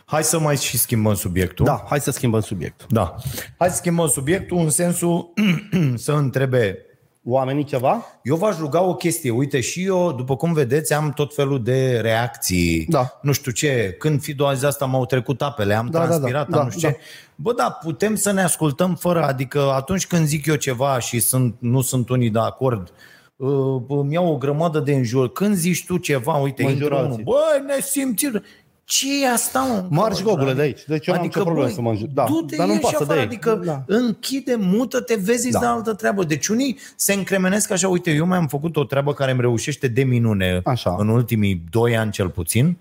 [SPEAKER 2] hai să mai și schimbăm subiectul.
[SPEAKER 3] Da, hai să schimbăm subiectul.
[SPEAKER 2] da. Hai să schimbăm subiectul în sensul [clears throat] să întrebe
[SPEAKER 3] oamenii ceva?
[SPEAKER 2] Eu v-aș ruga o chestie. Uite, și eu, după cum vedeți, am tot felul de reacții.
[SPEAKER 3] Da.
[SPEAKER 2] Nu știu ce. Când fi doua zi asta m-au trecut apele, am
[SPEAKER 3] Da, da, da.
[SPEAKER 2] transpirat, am
[SPEAKER 3] Da,
[SPEAKER 2] nu știu
[SPEAKER 3] da.
[SPEAKER 2] ce. Bă, da, putem să ne ascultăm fără. Adică atunci când zic eu ceva și sunt, nu sunt unii de acord, uh, îmi iau o grămadă de înjur. Când zici tu ceva, uite,
[SPEAKER 3] Mă
[SPEAKER 2] intră
[SPEAKER 3] înjurați.
[SPEAKER 2] unul. Bă, ne simțim. ce e asta, mă? Adică,
[SPEAKER 3] Marci gogule de aici. Deci eu n-am nicio problemă
[SPEAKER 2] băi,
[SPEAKER 3] să mă înjur. Da,
[SPEAKER 2] du-te
[SPEAKER 3] dar nu-mi
[SPEAKER 2] ieși
[SPEAKER 3] pasă de
[SPEAKER 2] afară,
[SPEAKER 3] ei.
[SPEAKER 2] Adică
[SPEAKER 3] Da.
[SPEAKER 2] închide, mută-te, vezi, da. de altă treabă. Deci unii se încremenesc așa, uite, eu mai am făcut o treabă care îmi reușește de minune
[SPEAKER 3] Așa.
[SPEAKER 2] în ultimii doi ani cel puțin.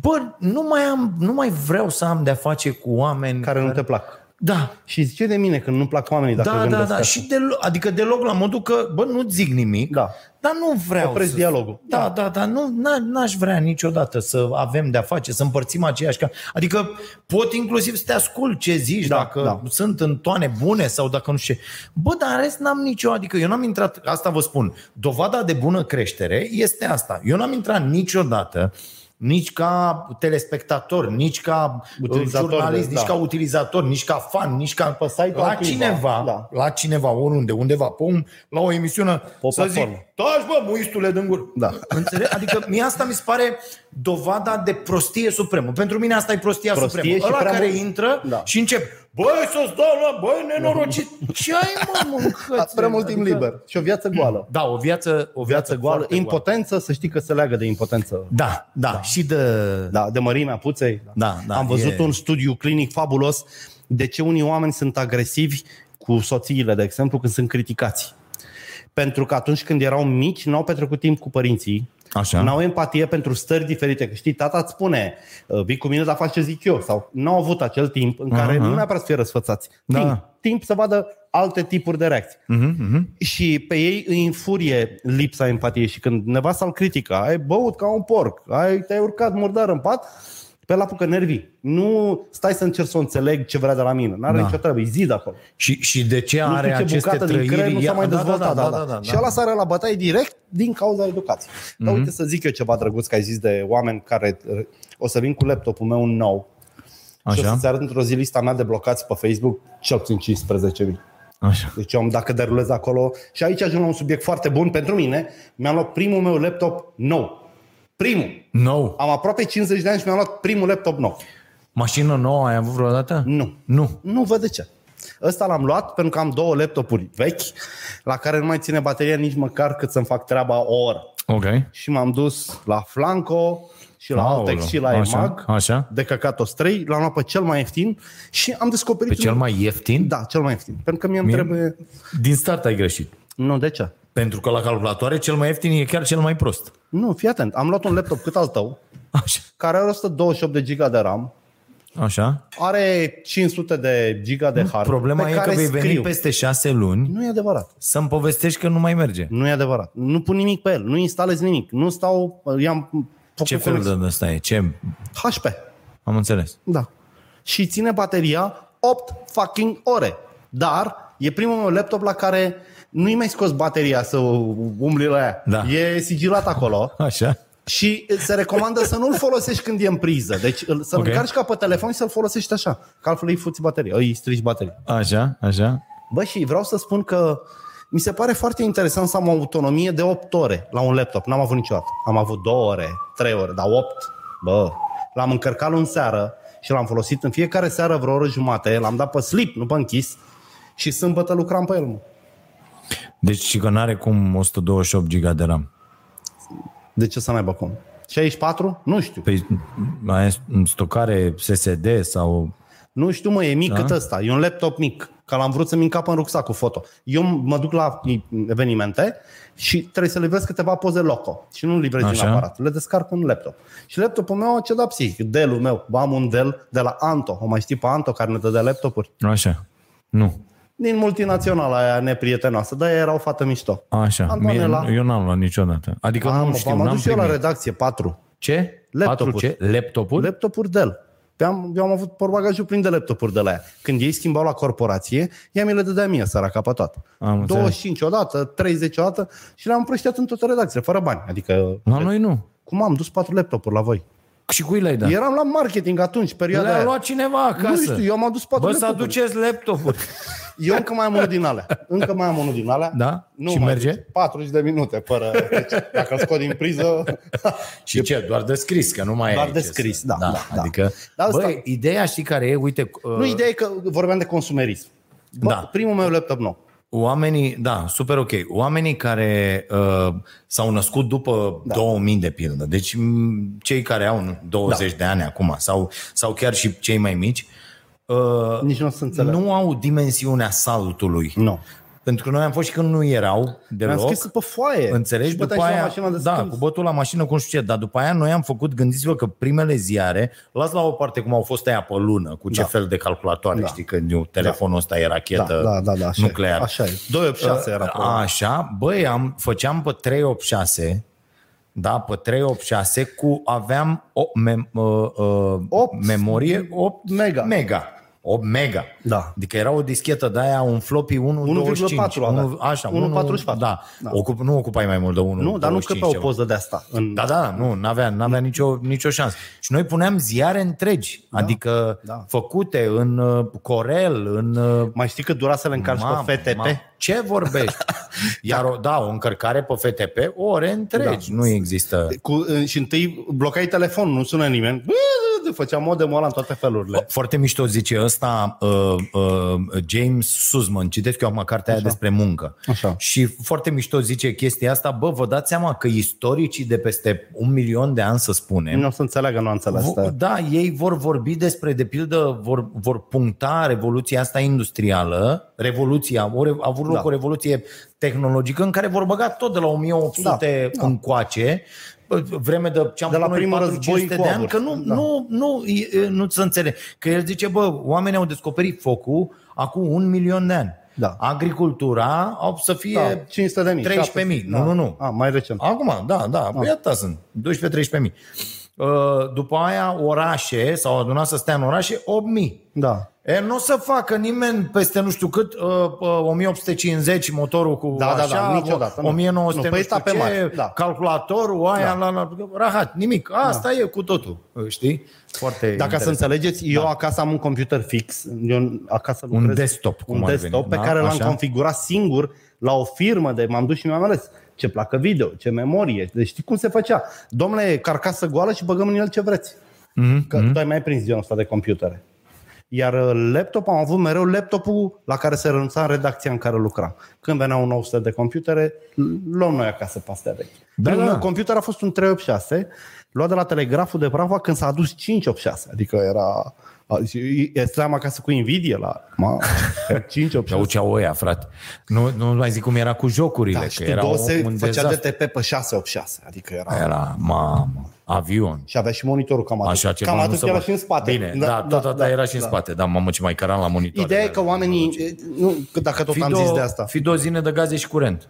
[SPEAKER 2] Bă, nu mai, am, nu mai vreau să am de-a face cu oameni
[SPEAKER 3] Care nu te plac.
[SPEAKER 2] Da,
[SPEAKER 3] Și zice de mine când nu-mi plac oamenii dacă
[SPEAKER 2] da, da,
[SPEAKER 3] gândesc
[SPEAKER 2] da.
[SPEAKER 3] așa.
[SPEAKER 2] Și del- adică deloc la modul că, bă, nu zic nimic,
[SPEAKER 3] Da.
[SPEAKER 2] dar nu vreau
[SPEAKER 3] Opresc
[SPEAKER 2] să...
[SPEAKER 3] dialogul.
[SPEAKER 2] Da, da, da, nu, n- n-aș vrea niciodată să avem de-a face, să împărțim aceeași... Ca... Adică pot inclusiv să te ascult ce zici,
[SPEAKER 3] Da,
[SPEAKER 2] dacă
[SPEAKER 3] da.
[SPEAKER 2] sunt în toane bune sau dacă nu știu ce. Bă, dar în rest n-am nicio... Adică eu n-am intrat... Asta vă spun. Dovada de bună creștere este asta. Eu n-am intrat niciodată nici ca telespectator, nici ca
[SPEAKER 3] Utilizator
[SPEAKER 2] utilizator jurnalist,
[SPEAKER 3] de-
[SPEAKER 2] nici
[SPEAKER 3] da.
[SPEAKER 2] ca utilizator, nici ca fan, nici ca
[SPEAKER 3] Pe site-ul
[SPEAKER 2] la
[SPEAKER 3] altcuiva.
[SPEAKER 2] cineva,
[SPEAKER 3] Da.
[SPEAKER 2] la cineva, oriunde, undeva, pe un, la o emisiune,
[SPEAKER 3] o
[SPEAKER 2] să zic,
[SPEAKER 3] platformă.
[SPEAKER 2] taci bă, muistule din gură.
[SPEAKER 3] Da.
[SPEAKER 2] Înțeleg? Adică mie asta mi se pare dovada de prostie supremă. Pentru mine asta e prostia
[SPEAKER 3] Prostie și
[SPEAKER 2] supremă. Ăla
[SPEAKER 3] prea
[SPEAKER 2] care
[SPEAKER 3] mult-
[SPEAKER 2] intră
[SPEAKER 3] Da.
[SPEAKER 2] și încep, băi, să-ți dau la, băi, nenorocit. Ce ai, mă, mâncățe?
[SPEAKER 3] Prea mult timp liber. Și o viață goală.
[SPEAKER 2] Da, o viață, o viață
[SPEAKER 3] Viață goală.
[SPEAKER 2] adică- goală, impotentă.
[SPEAKER 3] Impotență, să știi că se leagă de impotență.
[SPEAKER 2] Da, da, da, și de...
[SPEAKER 3] Da, de mărimea puței.
[SPEAKER 2] Da, da,
[SPEAKER 3] Am văzut
[SPEAKER 2] e-
[SPEAKER 3] e... un studiu clinic fabulos de ce unii oameni sunt agresivi cu soțiile, de exemplu, când sunt criticați. Pentru că atunci când erau mici, n-au petrecut timp cu părinții,
[SPEAKER 2] Așa.
[SPEAKER 3] n-au empatie pentru stări diferite. Că știi, tata îți spune, "Uh, vii cu mine, dar faci ce zic eu. Sau n-au avut acel timp în care
[SPEAKER 2] Aha.
[SPEAKER 3] uh-huh. nu neapărat să fie răsfățați.
[SPEAKER 2] Da.
[SPEAKER 3] Timp, timp să vadă alte tipuri de reacții.
[SPEAKER 2] Mhm, mhm.
[SPEAKER 3] Și pe ei îi înfurie lipsa empatiei și când nevasta îl critică, ai băut ca un porc, ai, te-ai urcat murdar în pat, pe la apucă nervii. Nu stai să încerci să o înțeleg ce vrea de la mine. N-are
[SPEAKER 2] Da.
[SPEAKER 3] nicio treabă, e zid acolo.
[SPEAKER 2] Și, și de ce
[SPEAKER 3] Nu
[SPEAKER 2] are
[SPEAKER 3] știu ce
[SPEAKER 2] aceste
[SPEAKER 3] bucată din
[SPEAKER 2] trăiri?
[SPEAKER 3] creier nu s-a
[SPEAKER 2] Ia-
[SPEAKER 3] mai dezvoltat.
[SPEAKER 2] Da, da, da, Mhm. da, da.
[SPEAKER 3] Și ăla sare la bătaie direct din cauza educației. Dar uite să zic eu ceva drăguț că ai zis de oameni care... O să vin cu laptopul meu nou și o
[SPEAKER 2] Așa,
[SPEAKER 3] să-ți arăt într-o zi lista mea de blocați pe Facebook cel puțin 15.000.
[SPEAKER 2] așa.
[SPEAKER 3] Deci eu am, dacă derulez acolo, și aici ajung la un subiect foarte bun pentru mine, mi-am luat primul meu laptop nou. Primul.
[SPEAKER 2] Nou.
[SPEAKER 3] Am aproape 50 de ani și mi-am luat primul laptop nou.
[SPEAKER 2] Mașină nouă ai avut vreodată?
[SPEAKER 3] Nu.
[SPEAKER 2] Nu.
[SPEAKER 3] Nu văd de ce. Ăsta l-am luat pentru că am două laptopuri vechi la care nu mai ține bateria nici măcar cât să-mi fac treaba o oră.
[SPEAKER 2] Ok.
[SPEAKER 3] Și m-am dus la Flanco și la
[SPEAKER 2] Aoleu,
[SPEAKER 3] Altex și la
[SPEAKER 2] așa,
[SPEAKER 3] EMAG
[SPEAKER 2] așa.
[SPEAKER 3] de căcatos 3, l-am luat pe cel mai ieftin și am descoperit...
[SPEAKER 2] Pe cel
[SPEAKER 3] un-
[SPEAKER 2] mai ieftin?
[SPEAKER 3] Da, cel mai ieftin. Pentru că mie îmi
[SPEAKER 2] Mie-
[SPEAKER 3] trebuie...
[SPEAKER 2] Din start ai greșit.
[SPEAKER 3] Nu, de ce?
[SPEAKER 2] Pentru că la calculatoare cel mai ieftin e chiar cel mai prost.
[SPEAKER 3] Nu, fii atent. Am luat un laptop cât al tău,
[SPEAKER 2] Așa.
[SPEAKER 3] care are 128 de giga de RAM,
[SPEAKER 2] Așa.
[SPEAKER 3] are 500 de giga de hard.
[SPEAKER 2] Problema
[SPEAKER 3] pe
[SPEAKER 2] e că
[SPEAKER 3] care
[SPEAKER 2] vei veni
[SPEAKER 3] scriu.
[SPEAKER 2] peste șase luni
[SPEAKER 3] Nu e adevărat.
[SPEAKER 2] să-mi povestești că nu mai merge.
[SPEAKER 3] Nu e adevărat. Nu pun nimic pe el, nu instalez nimic, nu stau, i-am făcut
[SPEAKER 2] Ce fel
[SPEAKER 3] conexiune.
[SPEAKER 2] de ăsta e? Ce?
[SPEAKER 3] HP.
[SPEAKER 2] Am înțeles.
[SPEAKER 3] Da. Și ține bateria 8 fucking ore. Dar e primul meu laptop la care nu-i mai scos bateria să umbli la ea.
[SPEAKER 2] Da.
[SPEAKER 3] E sigilat acolo.
[SPEAKER 2] Așa.
[SPEAKER 3] Și se recomandă să nu-l folosești când e în priză. Deci îl-
[SPEAKER 2] Ok.
[SPEAKER 3] să-l okay. încarci ca pe telefon și să-l folosești așa. Că altfel îi fuți bateria, îi strici bateria.
[SPEAKER 2] Așa, așa.
[SPEAKER 3] Bă, și vreau să spun că mi se pare foarte interesant să am o autonomie de 8 ore la un laptop. N-am avut niciodată. Am avut 2 ore, 3 ore, dar 8? Bă, L-am încărcat luni seară și l-am folosit în fiecare seară vreo oră jumate, l-am dat pe slip, nu pe închis, și sâmbătă lucram pe el. Mă.
[SPEAKER 2] Deci și că n-are cum 128 giga de RAM.
[SPEAKER 3] De ce să n-aibă acum? 64? Nu știu.
[SPEAKER 2] Păi mai e în stocare SSD sau...
[SPEAKER 3] Nu știu, mă, e mic da? cât ăsta. E un laptop mic. Că l-am vrut să-mi încap în rucsac cu foto. Eu mă duc la evenimente și trebuie să livrez câteva poze loco. Și nu livrez din
[SPEAKER 2] Așa.
[SPEAKER 3] aparat. Le descarc în laptop. Și laptopul meu a cedat psihic. Dell-ul meu. Am un Dell de la Anto. O mai știi pe Anto care ne dădea laptopuri?
[SPEAKER 2] Așa. Nu.
[SPEAKER 3] Din multinaționala aia neprietenoasă. Dar ea era o fată mișto.
[SPEAKER 2] Așa.
[SPEAKER 3] Am
[SPEAKER 2] Mie,
[SPEAKER 3] doamne la...
[SPEAKER 2] Eu n-am luat niciodată. Adică
[SPEAKER 3] Am,
[SPEAKER 2] nu știu,
[SPEAKER 3] am
[SPEAKER 2] n-am
[SPEAKER 3] adus și eu la
[SPEAKER 2] primit.
[SPEAKER 3] redacție 4.
[SPEAKER 2] Ce? 4
[SPEAKER 3] Laptopuri.
[SPEAKER 2] ce? Laptopuri?
[SPEAKER 3] Laptopuri Dell. Eu am, eu am avut porbagajul plin de laptopuri de la ea. Când ei schimbau la corporație, ea mi le dădea mie, săraca, pe toate.
[SPEAKER 2] Am înțeles.
[SPEAKER 3] 25 odată, 30 odată și le-am împrăștiat în toată redacția, fără bani. Adică,
[SPEAKER 2] La noi nu.
[SPEAKER 3] cum am dus patru laptopuri la voi?
[SPEAKER 2] Și cui le-ai
[SPEAKER 3] Da.
[SPEAKER 2] dat?
[SPEAKER 3] Eram la marketing atunci, perioada
[SPEAKER 2] Le-a
[SPEAKER 3] aia.
[SPEAKER 2] luat cineva acasă.
[SPEAKER 3] Nu știu, eu am adus patru
[SPEAKER 2] Bă, să
[SPEAKER 3] laptopuri.
[SPEAKER 2] aduceți
[SPEAKER 3] [laughs]
[SPEAKER 2] laptopuri.
[SPEAKER 3] Eu încă mai am unul din alea. Încă mai am unul din alea.
[SPEAKER 2] Da?
[SPEAKER 3] Nu
[SPEAKER 2] Și
[SPEAKER 3] mai
[SPEAKER 2] merge?
[SPEAKER 3] duce. 40 de minute, fără... Deci, dacă îl scot din
[SPEAKER 2] [laughs]
[SPEAKER 3] priză...
[SPEAKER 2] Și ce? Doar de scris, că nu mai
[SPEAKER 3] Doar
[SPEAKER 2] ai
[SPEAKER 3] de
[SPEAKER 2] ce
[SPEAKER 3] scris,
[SPEAKER 2] să...
[SPEAKER 3] da, da, da.
[SPEAKER 2] Adică,
[SPEAKER 3] Dar asta-
[SPEAKER 2] băi, ideea știi care e? Uite,
[SPEAKER 3] nu,
[SPEAKER 2] uh,
[SPEAKER 3] ideea e că vorbeam de consumerism. Bă,
[SPEAKER 2] Da.
[SPEAKER 3] Primul meu laptop nou.
[SPEAKER 2] oamenii, da, super ok, oamenii care uh, s-au născut după da. 2000 de pildă, deci m, cei care au 20 da. de ani acum sau, sau chiar și cei mai mici, uh,
[SPEAKER 3] Nici nu o să înțeleg.
[SPEAKER 2] nu au dimensiunea saltului.
[SPEAKER 3] Nu.
[SPEAKER 2] Pentru că noi am fost și când nu erau
[SPEAKER 3] Mi-am
[SPEAKER 2] deloc.
[SPEAKER 3] scris pe foaie.
[SPEAKER 2] Înțelegi?
[SPEAKER 3] Și
[SPEAKER 2] După
[SPEAKER 3] băteai și la
[SPEAKER 2] aia,
[SPEAKER 3] mașina de
[SPEAKER 2] da,
[SPEAKER 3] scris.
[SPEAKER 2] cu bătul la mașină, cu nu știu ce, dar după aia noi am făcut, gândiți-vă că primele ziare, las la o parte cum au fost aia pe lună, cu ce
[SPEAKER 3] Da.
[SPEAKER 2] fel de calculatoare, da. știi, că eu, telefonul ăsta e rachetă
[SPEAKER 3] Da, da, da, da, așa e.
[SPEAKER 2] nucleară.
[SPEAKER 3] Așa e. 286 era pe lună.
[SPEAKER 2] Așa, băi, am, făceam pe 386, da, pe 386 cu, aveam o mem, uh, uh,
[SPEAKER 3] Opt
[SPEAKER 2] memorie 8
[SPEAKER 3] mega.
[SPEAKER 2] mega. 8 mega.
[SPEAKER 3] Da.
[SPEAKER 2] Adică era o dischetă de aia, un floppy 1.25.
[SPEAKER 3] 1,4 avea.
[SPEAKER 2] unu- Așa,
[SPEAKER 3] 1,44.
[SPEAKER 2] Da. da. Ocup, nu ocupai mai mult de 1.
[SPEAKER 3] Nu, dar nu că pe o poză de asta. În...
[SPEAKER 2] Da, da, nu, n-avea, n-avea nicio, nicio șansă. Și noi puneam ziare întregi, da, adică
[SPEAKER 3] da.
[SPEAKER 2] da. făcute în uh, Corel, în uh,
[SPEAKER 3] Mai știi cât dura să le încarci
[SPEAKER 2] Mamă,
[SPEAKER 3] pe FTP?
[SPEAKER 2] mamă, ce
[SPEAKER 3] [laughs]
[SPEAKER 2] vorbești? Iar o, da, o încărcare pe FTP, ore întregi, da. nu există.
[SPEAKER 3] Cu, și întâi blocai telefonul, nu sună nimeni. Bă, Făcea modemul ăla în toate felurile.
[SPEAKER 2] Foarte mișto zice ăsta uh, uh, James Suzman, citesc eu acum cartea aia despre muncă.
[SPEAKER 3] Așa.
[SPEAKER 2] Și foarte mișto zice chestia asta, bă, vă dați seama că istoricii de peste un milion de ani, să spunem,
[SPEAKER 3] Nu o să înțeleagă, nu înțeles.
[SPEAKER 2] Vo- Da, ei vor vorbi despre, de pildă, vor, vor puncta revoluția asta industrială, revoluția, o, re- a avut loc
[SPEAKER 3] Da.
[SPEAKER 2] da. o revoluție tehnologică în care vor băga tot de la 1800
[SPEAKER 3] Da,
[SPEAKER 2] da.
[SPEAKER 3] da.
[SPEAKER 2] încoace, bă, vreme de ce am
[SPEAKER 3] De la
[SPEAKER 2] spus noi,
[SPEAKER 3] primul
[SPEAKER 2] 400
[SPEAKER 3] război cu
[SPEAKER 2] de ani,
[SPEAKER 3] abur.
[SPEAKER 2] că nu,
[SPEAKER 3] Da.
[SPEAKER 2] da. nu, nu, e- nu se înțeleg. Că el zice, bă, oamenii au descoperit focul acum un milion de ani.
[SPEAKER 3] Da.
[SPEAKER 2] Agricultura au să fie
[SPEAKER 3] Da, 500 de mii. Da.
[SPEAKER 2] 13 mii. Nu, nu, nu.
[SPEAKER 3] A, mai recent.
[SPEAKER 2] Acum, da, da,
[SPEAKER 3] Ah.
[SPEAKER 2] păi atâta sunt, 12-13 mii. Uh, După aia, orașe, s-au adunat să stea în orașe, 8 mii.
[SPEAKER 3] Da.
[SPEAKER 2] E, nu o să facă nimeni peste nu știu cât, uh, uh, 1850 motorul cu
[SPEAKER 3] Da, da, da,
[SPEAKER 2] așa,
[SPEAKER 3] niciodată, nu.
[SPEAKER 2] 1900
[SPEAKER 3] Nu, păi
[SPEAKER 2] nu,
[SPEAKER 3] pe
[SPEAKER 2] știu
[SPEAKER 3] etape
[SPEAKER 2] ce,
[SPEAKER 3] mari, da.
[SPEAKER 2] calculatorul, aia, la, la, rahat, nimic. Asta e cu totul, știi? Foarte
[SPEAKER 3] Dacă să
[SPEAKER 2] interesant. Da.
[SPEAKER 3] înțelegeți, eu acasă am un computer fix, eu acasă
[SPEAKER 2] Un
[SPEAKER 3] lucrez-
[SPEAKER 2] desktop, cum
[SPEAKER 3] un
[SPEAKER 2] ar veni,
[SPEAKER 3] desktop pe
[SPEAKER 2] da?
[SPEAKER 3] care l-am
[SPEAKER 2] Așa.
[SPEAKER 3] configurat singur la o firmă de m-am dus și mi-am ales ce placă video, ce memorie, deci știi cum se făcea. Domnule, carcasă goală și băgăm în el ce vreți. Mm-hmm. Că tu ai mai prins genul ăsta de computere. Iar uh, laptop, am avut mereu laptopul la care se renunța în redacția în care lucram. Când venea un 900 de computere, l- luam noi acasă pe astea vechi.
[SPEAKER 2] Da,
[SPEAKER 3] Primul
[SPEAKER 2] da.
[SPEAKER 3] meu computer a fost un 386, luat de la telegraful de Prava când s-a adus 586. Adică era... a- și- Eram acasă cu Nvidia la... Ma,
[SPEAKER 2] [laughs]
[SPEAKER 3] 586.
[SPEAKER 2] Ceau, ceau ăia, frate. Nu, nu mai zic cum era cu jocurile,
[SPEAKER 3] Da,
[SPEAKER 2] că
[SPEAKER 3] și tu
[SPEAKER 2] era
[SPEAKER 3] două
[SPEAKER 2] un,
[SPEAKER 3] se
[SPEAKER 2] un
[SPEAKER 3] făcea
[SPEAKER 2] dezastru.
[SPEAKER 3] DTP pe 686. Adică era...
[SPEAKER 2] Era, mamă, avion.
[SPEAKER 3] Și avea și monitorul cam atât.
[SPEAKER 2] Așa ceva
[SPEAKER 3] cam
[SPEAKER 2] nu
[SPEAKER 3] atât
[SPEAKER 2] se
[SPEAKER 3] era
[SPEAKER 2] poate.
[SPEAKER 3] și în spate.
[SPEAKER 2] Bine, da, da, da, da, era și în
[SPEAKER 3] da.
[SPEAKER 2] spate. Da, mamă, ce mai caram la monitor.
[SPEAKER 3] Ideea e că oamenii... Nu, că dacă tot am zis de asta.
[SPEAKER 2] Fi două zile de gaze și curent.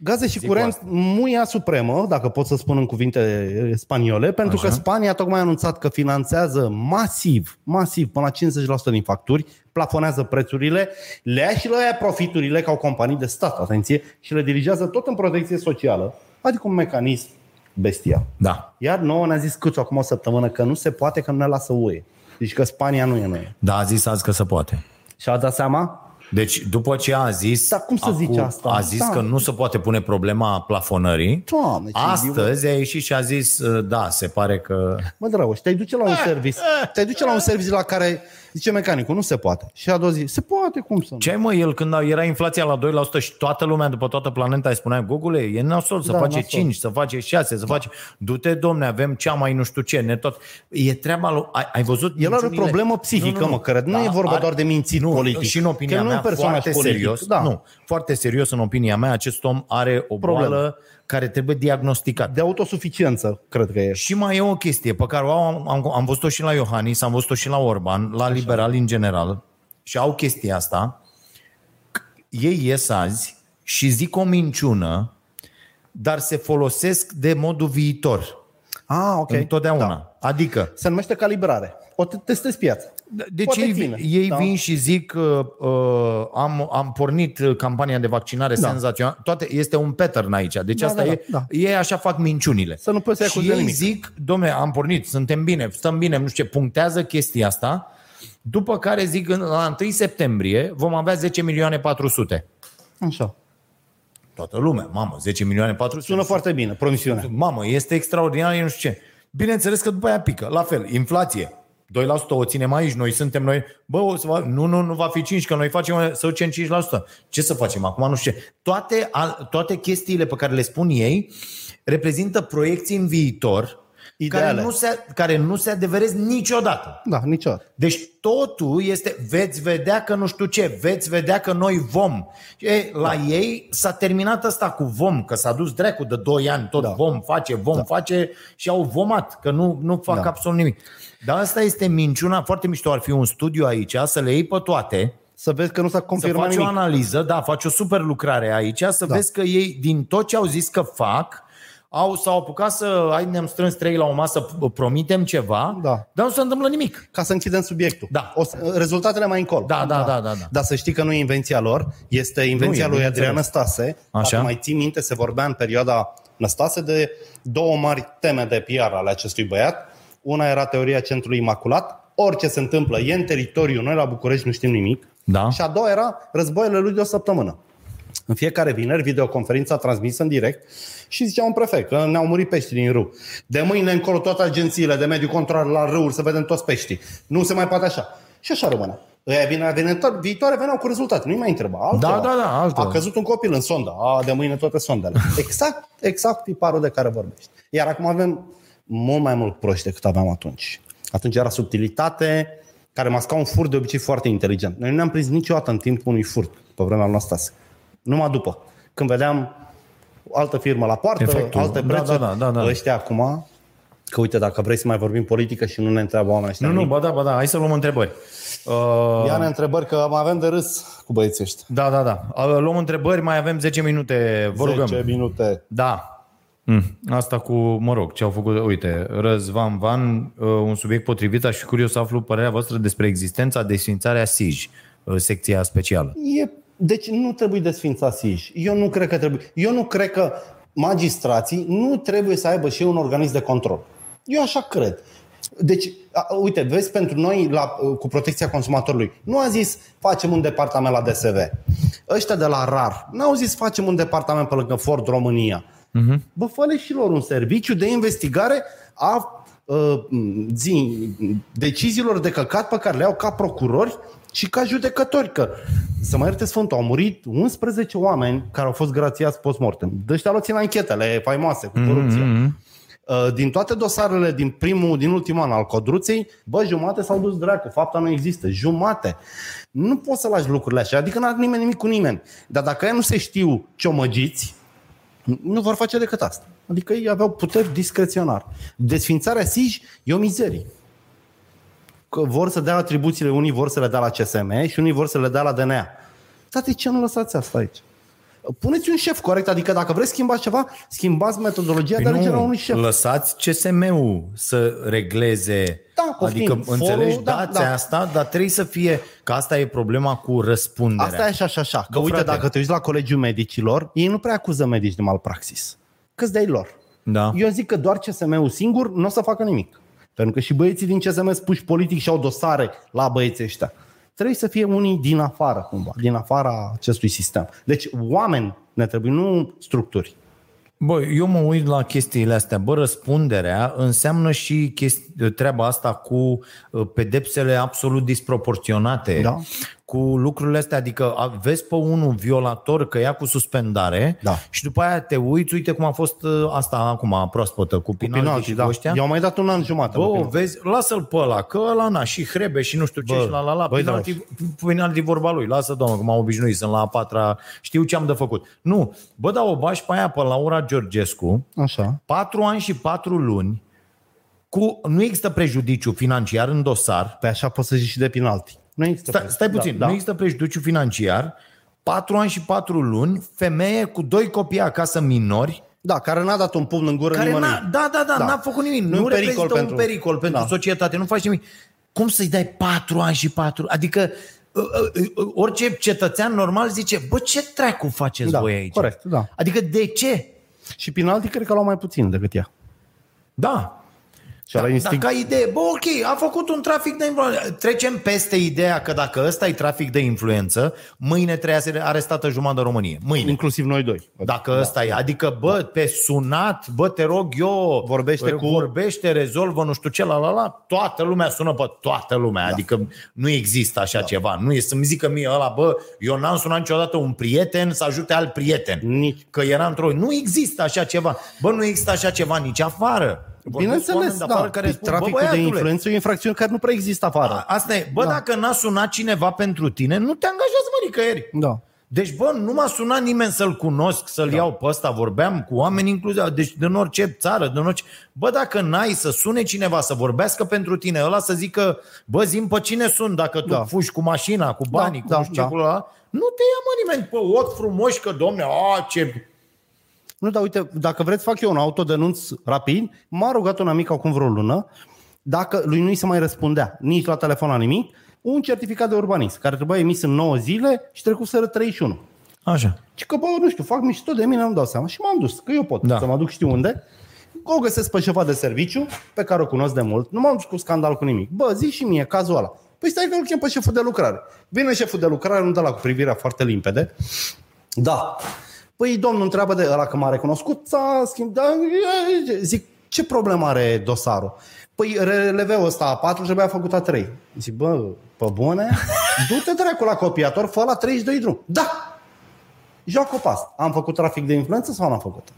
[SPEAKER 3] Gaze și
[SPEAKER 2] cu
[SPEAKER 3] curent, muia supremă, dacă pot să spun în cuvinte spaniole, pentru Așa.
[SPEAKER 2] Așa.
[SPEAKER 3] că Spania tocmai a anunțat că finanțează masiv, masiv, până la 50% din facturi, plafonează prețurile, le ia și le ia profiturile ca o companie de stat, atenție, și le dirigează tot în protecție socială, adică un mecanism bestial.
[SPEAKER 2] Da.
[SPEAKER 3] Iar nouă ne-a zis câți acum o săptămână că nu se poate că nu ne lasă UE. Deci că Spania nu e în UE.
[SPEAKER 2] Da, a zis azi că se poate.
[SPEAKER 3] Și a dat seama?
[SPEAKER 2] Deci după ce a zis,
[SPEAKER 3] Dar cum să zice asta?
[SPEAKER 2] a zis
[SPEAKER 3] Da.
[SPEAKER 2] că nu se poate pune problema plafonării,
[SPEAKER 3] Doamne, ce
[SPEAKER 2] astăzi a ieșit și a zis, uh, da, se pare că...
[SPEAKER 3] Mă, Dragoș, te-ai duce la
[SPEAKER 2] Eh,
[SPEAKER 3] un service, te-ai duce la un service la care zice mecanicul, nu se poate. Și a doua zi, se poate, cum să nu?
[SPEAKER 2] Ce ai, mă, el când era inflația la 2% și toată lumea după toată planeta îi spunea, Gogule, e nasol să
[SPEAKER 3] Da,
[SPEAKER 2] da, face
[SPEAKER 3] nasol.
[SPEAKER 2] 5, să face 6, să da. face... Du-te, domne, avem cea mai nu știu ce, ne tot... E treaba lui... Ai, ai văzut?
[SPEAKER 3] El are o
[SPEAKER 2] minciunile? da,
[SPEAKER 3] problemă psihică, mă, cred. Nu e vorba doar de mințit
[SPEAKER 2] nu,
[SPEAKER 3] politic.
[SPEAKER 2] Și în opinia
[SPEAKER 3] Că nu e
[SPEAKER 2] mea,
[SPEAKER 3] un personaj
[SPEAKER 2] foarte
[SPEAKER 3] politic,
[SPEAKER 2] serios,
[SPEAKER 3] da.
[SPEAKER 2] nu, foarte serios în opinia mea, acest om are o
[SPEAKER 3] Problemă.
[SPEAKER 2] boală care trebuie diagnosticată.
[SPEAKER 3] De autosuficiență, cred că e.
[SPEAKER 2] Și mai e o chestie pe care o au, am, am, am văzut-o și la Iohannis, am văzut-o și la Orban, la liberali în general. Și au chestia asta. Ei ies azi și zic o minciună, dar se folosesc de modul viitor.
[SPEAKER 3] Ah, ok.
[SPEAKER 2] Okay. Întotdeauna. Da. Adică,
[SPEAKER 3] Se numește calibrare. O te- testezi piața.
[SPEAKER 2] deci
[SPEAKER 3] Poate
[SPEAKER 2] ei,
[SPEAKER 3] ține,
[SPEAKER 2] ei
[SPEAKER 3] da.
[SPEAKER 2] vin și zic uh, uh, am, am pornit uh, campania de vaccinare da. senzațională. Toate, este un pattern aici. Deci
[SPEAKER 3] Da,
[SPEAKER 2] asta
[SPEAKER 3] da,
[SPEAKER 2] e,
[SPEAKER 3] da, da.
[SPEAKER 2] ei așa fac minciunile.
[SPEAKER 3] Să nu poți să-i
[SPEAKER 2] și
[SPEAKER 3] acuzi de
[SPEAKER 2] ei
[SPEAKER 3] nimic.
[SPEAKER 2] zic, domne, am pornit, suntem bine, stăm bine, nu știu ce, punctează chestia asta. După care zic, în- la 1 septembrie vom avea 10 milioane 400.
[SPEAKER 3] Așa.
[SPEAKER 2] Toată lumea, mamă, 10 milioane 400.
[SPEAKER 3] Sună foarte bine, promisiunea.
[SPEAKER 2] Mamă, este extraordinar, eu nu știu ce. Bineînțeles că după aia pică. La fel, inflație. 2% o ținem aici, noi suntem noi. Bă, o să va, nu, nu, nu va fi 5, că noi facem să ducem 5%. Ce să facem acum? Nu știu ce. Toate, al, toate chestiile pe care le spun ei reprezintă proiecții în viitor care
[SPEAKER 3] Ideale.
[SPEAKER 2] nu, se, care nu se adeverez niciodată.
[SPEAKER 3] Da, niciodată.
[SPEAKER 2] Deci totul este, veți vedea că nu știu ce, veți vedea că noi vom. E, la da. ei s-a terminat asta cu vom, că s-a dus dracu de 2 ani, tot da.
[SPEAKER 3] Da.
[SPEAKER 2] vom face, vom da. face și au vomat, că nu, nu fac da.
[SPEAKER 3] Da.
[SPEAKER 2] absolut nimic. Dar asta este minciuna, foarte mișto ar fi un studiu aici, să le iei pe toate,
[SPEAKER 3] Să vezi că nu s-a
[SPEAKER 2] să
[SPEAKER 3] confirmat
[SPEAKER 2] faci o
[SPEAKER 3] nimic.
[SPEAKER 2] analiză, da, faci o super lucrare aici, să da. vezi că ei, din tot ce au zis că fac, au, s-au apucat să, ai, ne-am strâns trei la o masă, p- promitem ceva,
[SPEAKER 3] Da.
[SPEAKER 2] dar nu se întâmplă nimic.
[SPEAKER 3] Ca să închidem subiectul.
[SPEAKER 2] Da.
[SPEAKER 3] O să, rezultatele mai încolo.
[SPEAKER 2] Da, da, da, da, da.
[SPEAKER 3] Dar să știi că nu e invenția lor, este invenția
[SPEAKER 2] Nu e, bineînțeles.
[SPEAKER 3] lui Adrian Năstase.
[SPEAKER 2] Așa.
[SPEAKER 3] Dacă mai ții minte, se vorbea în perioada Năstase de două mari teme de PR ale acestui băiat. Una era teoria centrului imaculat, orice se întâmplă, e în teritoriu, noi la București nu știm nimic.
[SPEAKER 2] Da.
[SPEAKER 3] Și a doua era războiile lui de o săptămână. În fiecare vineri, videoconferința transmisă în direct și zicea un prefect că ne-au murit pești din râu. De mâine încolo toate agențiile de mediu control la râuri să vedem toți peștii. Nu se mai poate așa. Și așa rămâne. Ăia vine, vine, viitoare veneau cu rezultate, nu-i mai întreba. Altceva.
[SPEAKER 2] Da, da, da, altceva.
[SPEAKER 3] A căzut un copil în sonda, a, de mâine toate sondele. Exact, exact tiparul de care vorbești. Iar acum avem mult mai mult proști decât aveam atunci. Atunci era subtilitate, care masca un furt de obicei foarte inteligent. Noi nu ne-am prins niciodată în timpul unui furt, pe vremea noastră. Numai după. Când vedeam o altă firmă la poartă,
[SPEAKER 2] Efectul.
[SPEAKER 3] alte
[SPEAKER 2] Da,
[SPEAKER 3] prețuri,
[SPEAKER 2] da, da, da, da.
[SPEAKER 3] ăștia acum, că uite, dacă vrei să mai vorbim politică și nu ne întreabă oamenii ăștia
[SPEAKER 2] Nu, nu,
[SPEAKER 3] nimic,
[SPEAKER 2] ba da, ba da, hai să luăm întrebări. Uh,
[SPEAKER 3] ia ne întrebări că mai avem de râs cu băieții ăștia.
[SPEAKER 2] da, da, da. Uh, luăm întrebări, mai avem 10 minute, vă rugăm.
[SPEAKER 3] 10 minute.
[SPEAKER 2] Da. Mm. Asta cu, mă rog, ce au făcut, uite, Răzvan Van, uh, un subiect potrivit, aș fi curios să aflu părerea voastră despre existența, desfințarea SIJ, uh, secția specială.
[SPEAKER 3] E, deci nu trebuie desfințați ei. Eu nu cred că trebuie. Eu nu cred că magistrații nu trebuie să aibă și ei un organism de control. Eu așa cred. Deci, a, uite, vezi, pentru noi la, cu protecția consumatorului, nu a zis facem un departament la DSV. Ăștia de la RAR n-au zis facem un departament pe lângă Ford România. Uh-huh. Bă, fă și lor un serviciu de investigare a uh, zi, deciziilor de căcat pe care le au ca procurori și ca judecători. Că, să mă ierte Sfântul, au murit 11 oameni care au fost grațiați post-mortem. Deci te-a luat în anchetele faimoase cu corupție. Uh, Din toate dosarele din primul, din ultimul an al Codruței, bă, jumate s-au dus dracu, fapta nu există, jumate. Nu poți să lași lucrurile așa, adică n-are nimeni nimic cu nimeni. Dar dacă ei nu se știu ciomăgiți, nu vor face decât asta. Adică ei aveau puteri discreționar. Desfințarea SIJ e o mizerie. Că vor să dea atribuțiile, unii vor să le dea la CSM și unii vor să le dea la DNA. Dar de ce nu lăsați asta aici? Puneți un șef corect, adică dacă vreți schimbați ceva, schimbați
[SPEAKER 2] Păi
[SPEAKER 3] metodologia de alegere a unui șef.
[SPEAKER 2] lăsați CSM-ul să regleze.
[SPEAKER 3] Da, poftim,
[SPEAKER 2] adică
[SPEAKER 3] forul,
[SPEAKER 2] înțelegi,
[SPEAKER 3] da,
[SPEAKER 2] dați
[SPEAKER 3] da.
[SPEAKER 2] asta, dar trebuie să fie, că asta e problema cu răspunderea.
[SPEAKER 3] Asta e așa și așa. Că
[SPEAKER 2] Bă,
[SPEAKER 3] uite,
[SPEAKER 2] frate.
[SPEAKER 3] dacă te uiți la colegiul medicilor, ei nu prea acuză medici de malpraxis. Câți de-ai lor?
[SPEAKER 2] Da.
[SPEAKER 3] Eu zic că doar CSM-ul singur nu o să facă nimic. Pentru că și băieții din CSM spuși politic și au dosare la băieții ăștia. Trebuie să fie unii din afară, cumva, din afara acestui sistem. Deci oameni ne trebuie, nu structuri.
[SPEAKER 2] Bă, eu mă uit la chestiile astea. Bă, răspunderea înseamnă și chesti- treaba asta cu uh, pedepsele absolut disproporționate.
[SPEAKER 3] Da.
[SPEAKER 2] Cu lucrurile astea, adică a- vezi pe unul violator că ia cu suspendare
[SPEAKER 3] Da.
[SPEAKER 2] și după aia te uiți, uite cum a fost uh, asta acum, proaspătă, cu penalti, cu
[SPEAKER 3] Penalti,
[SPEAKER 2] și
[SPEAKER 3] da.
[SPEAKER 2] cu ăștia.
[SPEAKER 3] I-au mai dat un an jumate.
[SPEAKER 2] Bă,
[SPEAKER 3] lui
[SPEAKER 2] o
[SPEAKER 3] penalti.
[SPEAKER 2] vezi, lasă-l pe ăla, că ăla na, și hrebe și nu știu ce
[SPEAKER 3] Bă,
[SPEAKER 2] și la la la,
[SPEAKER 3] băi, da.
[SPEAKER 2] penalti, penalti vorba lui, lasă doamnă, că m-am obișnuit, sunt la a patra, știu ce am de făcut. Nu, bă, da, o bași pe aia pe Laura Georgescu,
[SPEAKER 3] Așa.
[SPEAKER 2] patru ani și patru luni, cu, nu există prejudiciu financiar în dosar,
[SPEAKER 3] Pe Păi așa poți să zici și de penalti. Nu există
[SPEAKER 2] stai,
[SPEAKER 3] preț.
[SPEAKER 2] stai puțin,
[SPEAKER 3] Da,
[SPEAKER 2] nu
[SPEAKER 3] da.
[SPEAKER 2] există prejudiciu financiar, patru ani și patru luni, femeie cu doi copii acasă minori,
[SPEAKER 3] da, care n-a dat un pumn în gură
[SPEAKER 2] care
[SPEAKER 3] nimănui.
[SPEAKER 2] n-a, da, da, da,
[SPEAKER 3] Da.
[SPEAKER 2] n-a făcut nimic.
[SPEAKER 3] Nu
[SPEAKER 2] Nu,
[SPEAKER 3] e
[SPEAKER 2] nu
[SPEAKER 3] un pericol
[SPEAKER 2] reprezintă pentru...
[SPEAKER 3] pentru-
[SPEAKER 2] un pericol pentru da.
[SPEAKER 3] Da.
[SPEAKER 2] societate, nu faci nimic. Cum să-i dai patru ani și patru? Adică ă, ă, ă, orice cetățean normal zice, bă, ce treacu faceți
[SPEAKER 3] Da,
[SPEAKER 2] voi aici?
[SPEAKER 3] corect, da.
[SPEAKER 2] Adică de ce?
[SPEAKER 3] Și penalti cred că l-au mai puțin decât ea.
[SPEAKER 2] Da.
[SPEAKER 3] Și ăla
[SPEAKER 2] Dar
[SPEAKER 3] instinct...
[SPEAKER 2] Da, ca idee, bă, ok, a făcut un trafic de influență. Trecem peste ideea că dacă ăsta e trafic de influență, mâine trebuie să arestată jumătate de Românie. Mâine.
[SPEAKER 3] Inclusiv noi doi.
[SPEAKER 2] Dacă da. ăsta e. Adică, bă, pe sunat, bă, te rog eu,
[SPEAKER 3] Vorbește cu-
[SPEAKER 2] vorbește, rezolvă, nu știu ce, la la la, toată lumea sună pe toată lumea. Da. Adică nu există așa da. ceva. Nu e să-mi zică mie ăla, bă, eu n-am sunat niciodată un prieten să ajute alt prieten.
[SPEAKER 3] Nici.
[SPEAKER 2] Că era într-o... Nu există așa ceva. Bă, nu există așa ceva nici afară. Vorbesc
[SPEAKER 3] Bineînțeles,
[SPEAKER 2] cu deci oameni de
[SPEAKER 3] da.
[SPEAKER 2] afară Care spun,
[SPEAKER 3] traficul
[SPEAKER 2] bă,
[SPEAKER 3] de
[SPEAKER 2] băiatule,
[SPEAKER 3] influență e o infracțiune care nu prea există afară.
[SPEAKER 2] a- Asta e. Bă, da.
[SPEAKER 3] Da.
[SPEAKER 2] dacă n-a sunat cineva pentru tine, nu te angajează, mă, nicăieri.
[SPEAKER 3] Da.
[SPEAKER 2] Deci, bă, nu m-a sunat nimeni să-l cunosc, să-l da. iau pe ăsta. Vorbeam cu oameni inclusiv, deci din orice țară, din orice... Bă, dacă n-ai să sune cineva să vorbească pentru tine, ăla să zică, bă, zim pe cine sun dacă tu da.
[SPEAKER 3] Da.
[SPEAKER 2] fugi cu mașina, cu banii, da,
[SPEAKER 3] da,
[SPEAKER 2] cu da, ce
[SPEAKER 3] da.
[SPEAKER 2] da. Ăla, nu te ia, mă, nimeni pe ot frumoși că, domne, a, ce...
[SPEAKER 3] Nu, dar uite, dacă vreți fac eu un autodenunț rapid, m-a rugat un amic acum vreo lună, dacă lui nu i se mai răspundea nici la telefon la nimic, un certificat de urbanism care trebuia emis în 9 zile și trecuseră 31.
[SPEAKER 2] Așa.
[SPEAKER 3] Și că, bă, nu știu, fac mișto de mine, nu dau seama. Și m-am dus, că eu pot
[SPEAKER 2] Da.
[SPEAKER 3] da. să mă duc știu unde. O găsesc pe șefa de serviciu, pe care o cunosc de mult. Nu m-am dus cu scandal cu nimic. Bă, zi și mie, cazul ăla. Păi stai că îl chem pe șeful de lucrare. Vine șeful de lucrare, nu dă la cu privirea foarte limpede. Da. Păi domnul întreabă de ăla că m-a recunoscut, s-a schimbat. Zic, ce problemă are dosarul? Păi releveul ăsta A4 trebuia făcut a 3. Zic, bă, pe bune, du-te dracu la copiator, fă la 32 drum. Da, Joacă pe asta. Am făcut trafic de influență sau n-am făcut?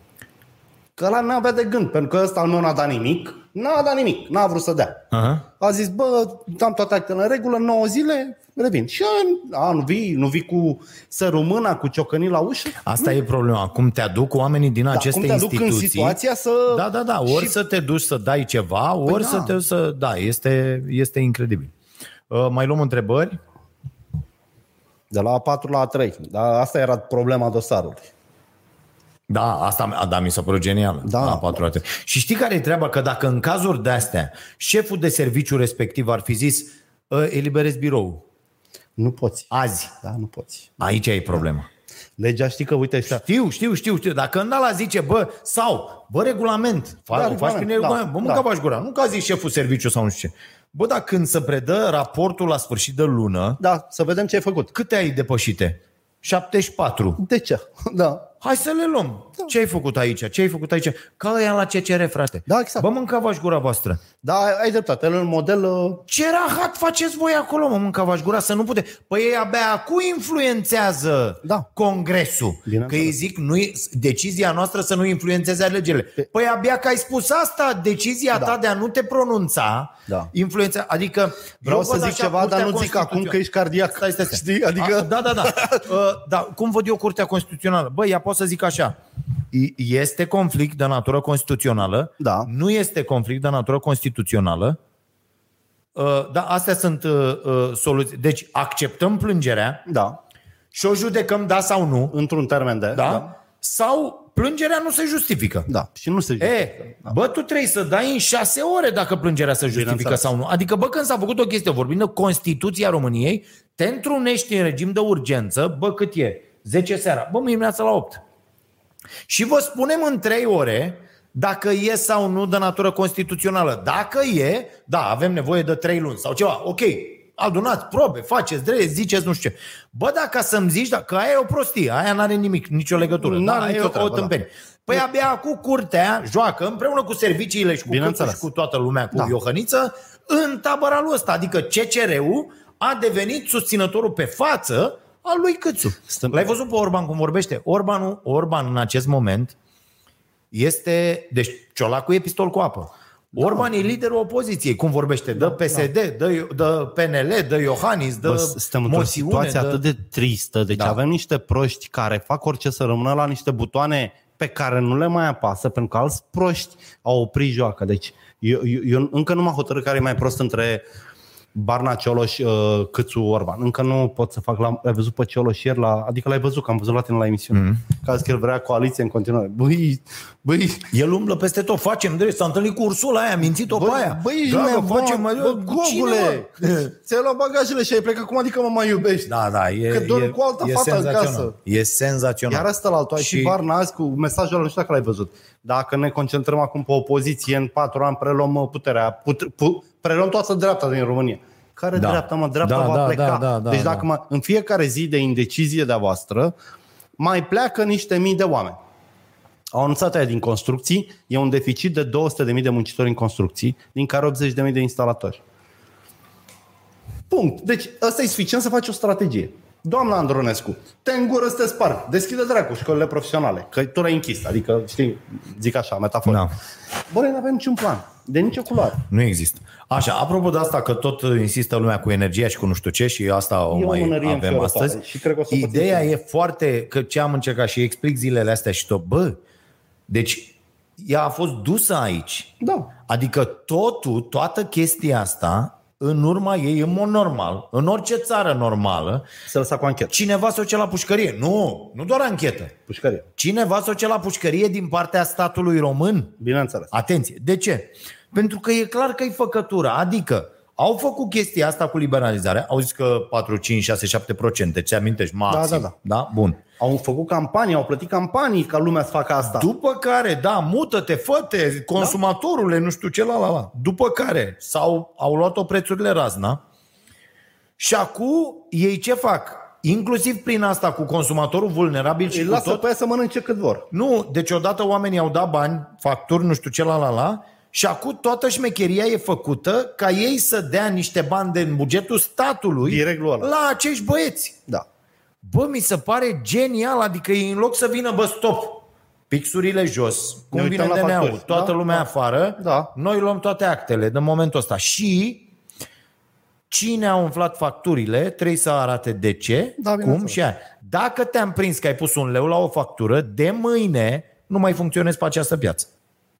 [SPEAKER 3] Că ăla n-avea de gând, pentru că ăsta al meu n-a dat nimic, n-a dat nimic, n-a vrut să dea.
[SPEAKER 2] Aha.
[SPEAKER 3] A zis, bă, am toate actele în regulă, 9 zile, revin. Și a, a, nu vii, nu vii cu să mâna, cu ciocănii la ușă?
[SPEAKER 2] Asta e problema. Cum te aduc oamenii din
[SPEAKER 3] Dar
[SPEAKER 2] Da, aceste
[SPEAKER 3] cum Da, te aduc
[SPEAKER 2] instituții...
[SPEAKER 3] în situația să...
[SPEAKER 2] Da, da, da. Ori și...
[SPEAKER 3] Și-
[SPEAKER 2] să te duci să dai ceva, ori
[SPEAKER 3] da.
[SPEAKER 2] să te duci să... Da, este, este incredibil. Uh, mai luăm întrebări?
[SPEAKER 3] De la A4 la A3. Da, asta era problema dosarului.
[SPEAKER 2] Da, asta a, da, mi s-a părut genial.
[SPEAKER 3] Da.
[SPEAKER 2] La patru ore. Și știi care e treaba? Că dacă în cazuri de astea șeful de serviciu respectiv ar fi zis "Uh, eliberezi birou
[SPEAKER 3] Nu poți.
[SPEAKER 2] azi,
[SPEAKER 3] Da, nu poți.
[SPEAKER 2] aici e problema.
[SPEAKER 3] Legea știi că, uite, ăștia,
[SPEAKER 2] Știu, știu, știu, știu. Dacă în ala zice, bă, sau, bă, regulament, fa,
[SPEAKER 3] Da,
[SPEAKER 2] da, faci
[SPEAKER 3] regulament,
[SPEAKER 2] prin
[SPEAKER 3] da,
[SPEAKER 2] regulament, da, bă, mânca
[SPEAKER 3] da.
[SPEAKER 2] da. gura. Nu că a zis șeful serviciu sau nu știu ce. Bă, dar când se predă raportul la sfârșit de lună,
[SPEAKER 3] da, să vedem ce ai făcut.
[SPEAKER 2] Câte ai depășite? 74.
[SPEAKER 3] De ce? [laughs] Da.
[SPEAKER 2] Hai să le luăm. Da. Ce ai făcut aici? Ce ai făcut aici? Ca ăia la CCR, frate.
[SPEAKER 3] Da, exact.
[SPEAKER 2] Bă, mâncava-și gura voastră.
[SPEAKER 3] Da, ai- ai dreptate. El e un model uh,
[SPEAKER 2] Ce rahat faceți voi acolo, mă, mâncava-și gura, să nu pute. Păi ei abia acum influențează
[SPEAKER 3] Da.
[SPEAKER 2] congresul. Că
[SPEAKER 3] Bineînțeles.
[SPEAKER 2] ei zic, nu decizia noastră să nu influențeze alegerile. Păi abia că ai spus asta, decizia da. ta de a nu te pronunța,
[SPEAKER 3] Da.
[SPEAKER 2] influența, adică...
[SPEAKER 3] Vreau
[SPEAKER 2] eu
[SPEAKER 3] să
[SPEAKER 2] văd
[SPEAKER 3] zic
[SPEAKER 2] așa
[SPEAKER 3] ceva, dar
[SPEAKER 2] Curtea
[SPEAKER 3] nu zic acum că ești cardiac.
[SPEAKER 2] Stai, stai, stai.
[SPEAKER 3] Știi? Adică...
[SPEAKER 2] A, da, da,
[SPEAKER 3] [laughs]
[SPEAKER 2] da. Uh, da. Cum văd eu Curtea Constituțională? Bă, ea poate să zic așa. I- Este conflict de natură constituțională.
[SPEAKER 3] Da.
[SPEAKER 2] Nu este conflict de natură constituțională. Uh, Da, astea sunt uh, uh, soluții. Deci acceptăm plângerea
[SPEAKER 3] Da.
[SPEAKER 2] și o judecăm da sau nu.
[SPEAKER 3] Într-un termen de...
[SPEAKER 2] Da?
[SPEAKER 3] Da.
[SPEAKER 2] Sau plângerea nu se justifică.
[SPEAKER 3] da. Și nu se
[SPEAKER 2] E,
[SPEAKER 3] justifică.
[SPEAKER 2] bă, tu trebuie să dai în șase ore dacă plângerea se justifică
[SPEAKER 3] Bineînțeles.
[SPEAKER 2] sau nu. Adică, bă, când s-a făcut o chestie, vorbind de Constituția României, te întrunești în regim de urgență, bă, cât e? 10 seara. Bă, mâine dimineața la 8. Și vă spunem în 3 ore dacă e sau nu de natură constituțională. Dacă e, da, avem nevoie de 3 luni sau ceva. Ok, adunați probe, faceți drept, ziceți nu știu ce. Bă, dacă să-mi zici, dacă aia e o prostie, aia n-are nimic, nicio legătură,
[SPEAKER 3] N-are
[SPEAKER 2] da, aia e
[SPEAKER 3] nicio
[SPEAKER 2] o,
[SPEAKER 3] treabă,
[SPEAKER 2] o
[SPEAKER 3] da.
[SPEAKER 2] tâmpenie. Păi abia cu curtea joacă împreună cu serviciile și cu
[SPEAKER 3] Bineînțeles.
[SPEAKER 2] Câțu și cu toată lumea, cu da.
[SPEAKER 3] Da.
[SPEAKER 2] Iohăniță, în tabăra lui ăsta. Adică CCR-ul a devenit susținătorul pe față al lui Câțu.
[SPEAKER 3] Stăm-
[SPEAKER 2] L-ai văzut pe Orban cum vorbește? Orbanul, Orban în acest moment este... Deci Ciolacu e pistol cu apă.
[SPEAKER 3] Da.
[SPEAKER 2] Orban e liderul opoziției, cum vorbește. Dă PSD, dă, dă PNL, dă Iohannis, dă
[SPEAKER 3] Bă, suntem într-o
[SPEAKER 2] moțiune,
[SPEAKER 3] situație
[SPEAKER 2] dă...
[SPEAKER 3] atât de tristă. Deci
[SPEAKER 2] Da.
[SPEAKER 3] da. avem niște proști care fac orice să rămână la niște butoane pe care nu le mai apasă, pentru că alți proști au oprit joaca. Deci eu, eu, eu încă nu m-am hotărât care e mai prost între Barna Cioloș, uh, Câțu Orban. Încă nu pot să fac, l-am, l-ai văzut pe Cioloș ieri, la, adică l-ai văzut că am văzut la tine la emisiune.
[SPEAKER 2] Mm.
[SPEAKER 3] Mm-hmm. Că a zis că el vrea coaliție în continuare. Băi, băi,
[SPEAKER 2] El umblă peste tot, facem drept, s-a întâlnit cu Ursula aia, a mințit-o pe aia.
[SPEAKER 3] băi, ești
[SPEAKER 2] Da, mă,
[SPEAKER 3] nebun,
[SPEAKER 2] facem mai
[SPEAKER 3] bă,
[SPEAKER 2] Cine,
[SPEAKER 3] gogule,
[SPEAKER 2] mă?
[SPEAKER 3] ți-ai luat bagajele și ai plecat, cum adică mă mai iubești?
[SPEAKER 2] Da, da, e,
[SPEAKER 3] Că dorm
[SPEAKER 2] e,
[SPEAKER 3] cu altă
[SPEAKER 2] e
[SPEAKER 3] fată în
[SPEAKER 2] senzațional.
[SPEAKER 3] casă.
[SPEAKER 2] E senzațional.
[SPEAKER 3] Iar asta la altul, ai
[SPEAKER 2] Și-
[SPEAKER 3] și Barna azi cu mesajul ăla, nu știu dacă l-ai văzut. Dacă ne concentrăm acum pe opoziție, în patru ani preluăm uh, puterea, put, pu, preluăm toată dreapta din România. Care
[SPEAKER 2] Da.
[SPEAKER 3] da. dreapta, mă, dreapta
[SPEAKER 2] Da,
[SPEAKER 3] da, va
[SPEAKER 2] da,
[SPEAKER 3] da, pleca.
[SPEAKER 2] da, da, da,
[SPEAKER 3] deci
[SPEAKER 2] da.
[SPEAKER 3] dacă mă, în fiecare zi de indecizie de-a voastră, mai pleacă niște mii de oameni. Au anunțat aia din construcții, e un deficit de 200.000 de muncitori în construcții, din care 80.000 de instalatori. Punct. Deci ăsta e suficient să faci o strategie. Doamna Andronescu, te îngură să te sparg. Deschide dracu școlile profesionale, că tu l-ai închis. Adică, știi, zic așa, metaforă.
[SPEAKER 2] Da.
[SPEAKER 3] Da. Bă, noi nu avem niciun plan, de nicio culoare.
[SPEAKER 2] Nu există. Așa, apropo de asta, că tot uh, insistă lumea cu energia și cu nu știu ce și asta o
[SPEAKER 3] E o
[SPEAKER 2] mai
[SPEAKER 3] mânărie
[SPEAKER 2] avem
[SPEAKER 3] înfiorătoare
[SPEAKER 2] astăzi.
[SPEAKER 3] și cred că o să o
[SPEAKER 2] Ideea
[SPEAKER 3] pățim.
[SPEAKER 2] e foarte, că ce am încercat și explic zilele astea și tot, bă, deci ea a fost dusă aici.
[SPEAKER 3] Da.
[SPEAKER 2] Adică totul, toată chestia asta, în urma ei, în mod normal, în orice țară normală,
[SPEAKER 3] Să lăsa cu anchetă.
[SPEAKER 2] cineva se o ce la pușcărie. Nu, nu doar anchetă.
[SPEAKER 3] Pușcărie.
[SPEAKER 2] Cineva se o ce la pușcărie din partea statului român.
[SPEAKER 3] Bineînțeles.
[SPEAKER 2] Atenție. De ce? Pentru că e clar că e făcătura. Adică au făcut chestia asta cu liberalizarea. Au zis că 4, 5, 6, 7 procente. Ți amintești? Maxim.
[SPEAKER 3] Da, da, da.
[SPEAKER 2] da? Bun.
[SPEAKER 3] Au făcut campanii, au plătit campanii ca lumea să facă asta.
[SPEAKER 2] După care, da, mută-te, fă-te, consumatorule, nu știu ce, la, la, la. După care sau au luat-o prețurile razna și acum ei ce fac? Inclusiv prin asta cu consumatorul vulnerabil și
[SPEAKER 3] Îi
[SPEAKER 2] cu
[SPEAKER 3] lasă
[SPEAKER 2] tot,
[SPEAKER 3] pe aia să mănânce cât vor.
[SPEAKER 2] Nu, deci odată oamenii au dat bani, facturi, nu știu ce, la la la, și acum toată șmecheria e făcută ca ei să dea niște bani din bugetul statului
[SPEAKER 3] Direct lui ăla.
[SPEAKER 2] la acești băieți.
[SPEAKER 3] Da.
[SPEAKER 2] Bă, mi se pare genial, adică ei în loc să vină, bă, stop, pixurile jos, cum
[SPEAKER 3] uităm
[SPEAKER 2] vine
[SPEAKER 3] la
[SPEAKER 2] DNA-ul,
[SPEAKER 3] facturi,
[SPEAKER 2] toată
[SPEAKER 3] da?
[SPEAKER 2] lumea
[SPEAKER 3] Da.
[SPEAKER 2] afară,
[SPEAKER 3] Da.
[SPEAKER 2] noi luăm toate actele de momentul ăsta și cine a umflat facturile trebuie să arate de ce,
[SPEAKER 3] Da,
[SPEAKER 2] cum
[SPEAKER 3] bineînțeles.
[SPEAKER 2] și aia. Dacă te-am prins că ai pus un leu la o factură, de mâine nu mai funcționezi pe această piață.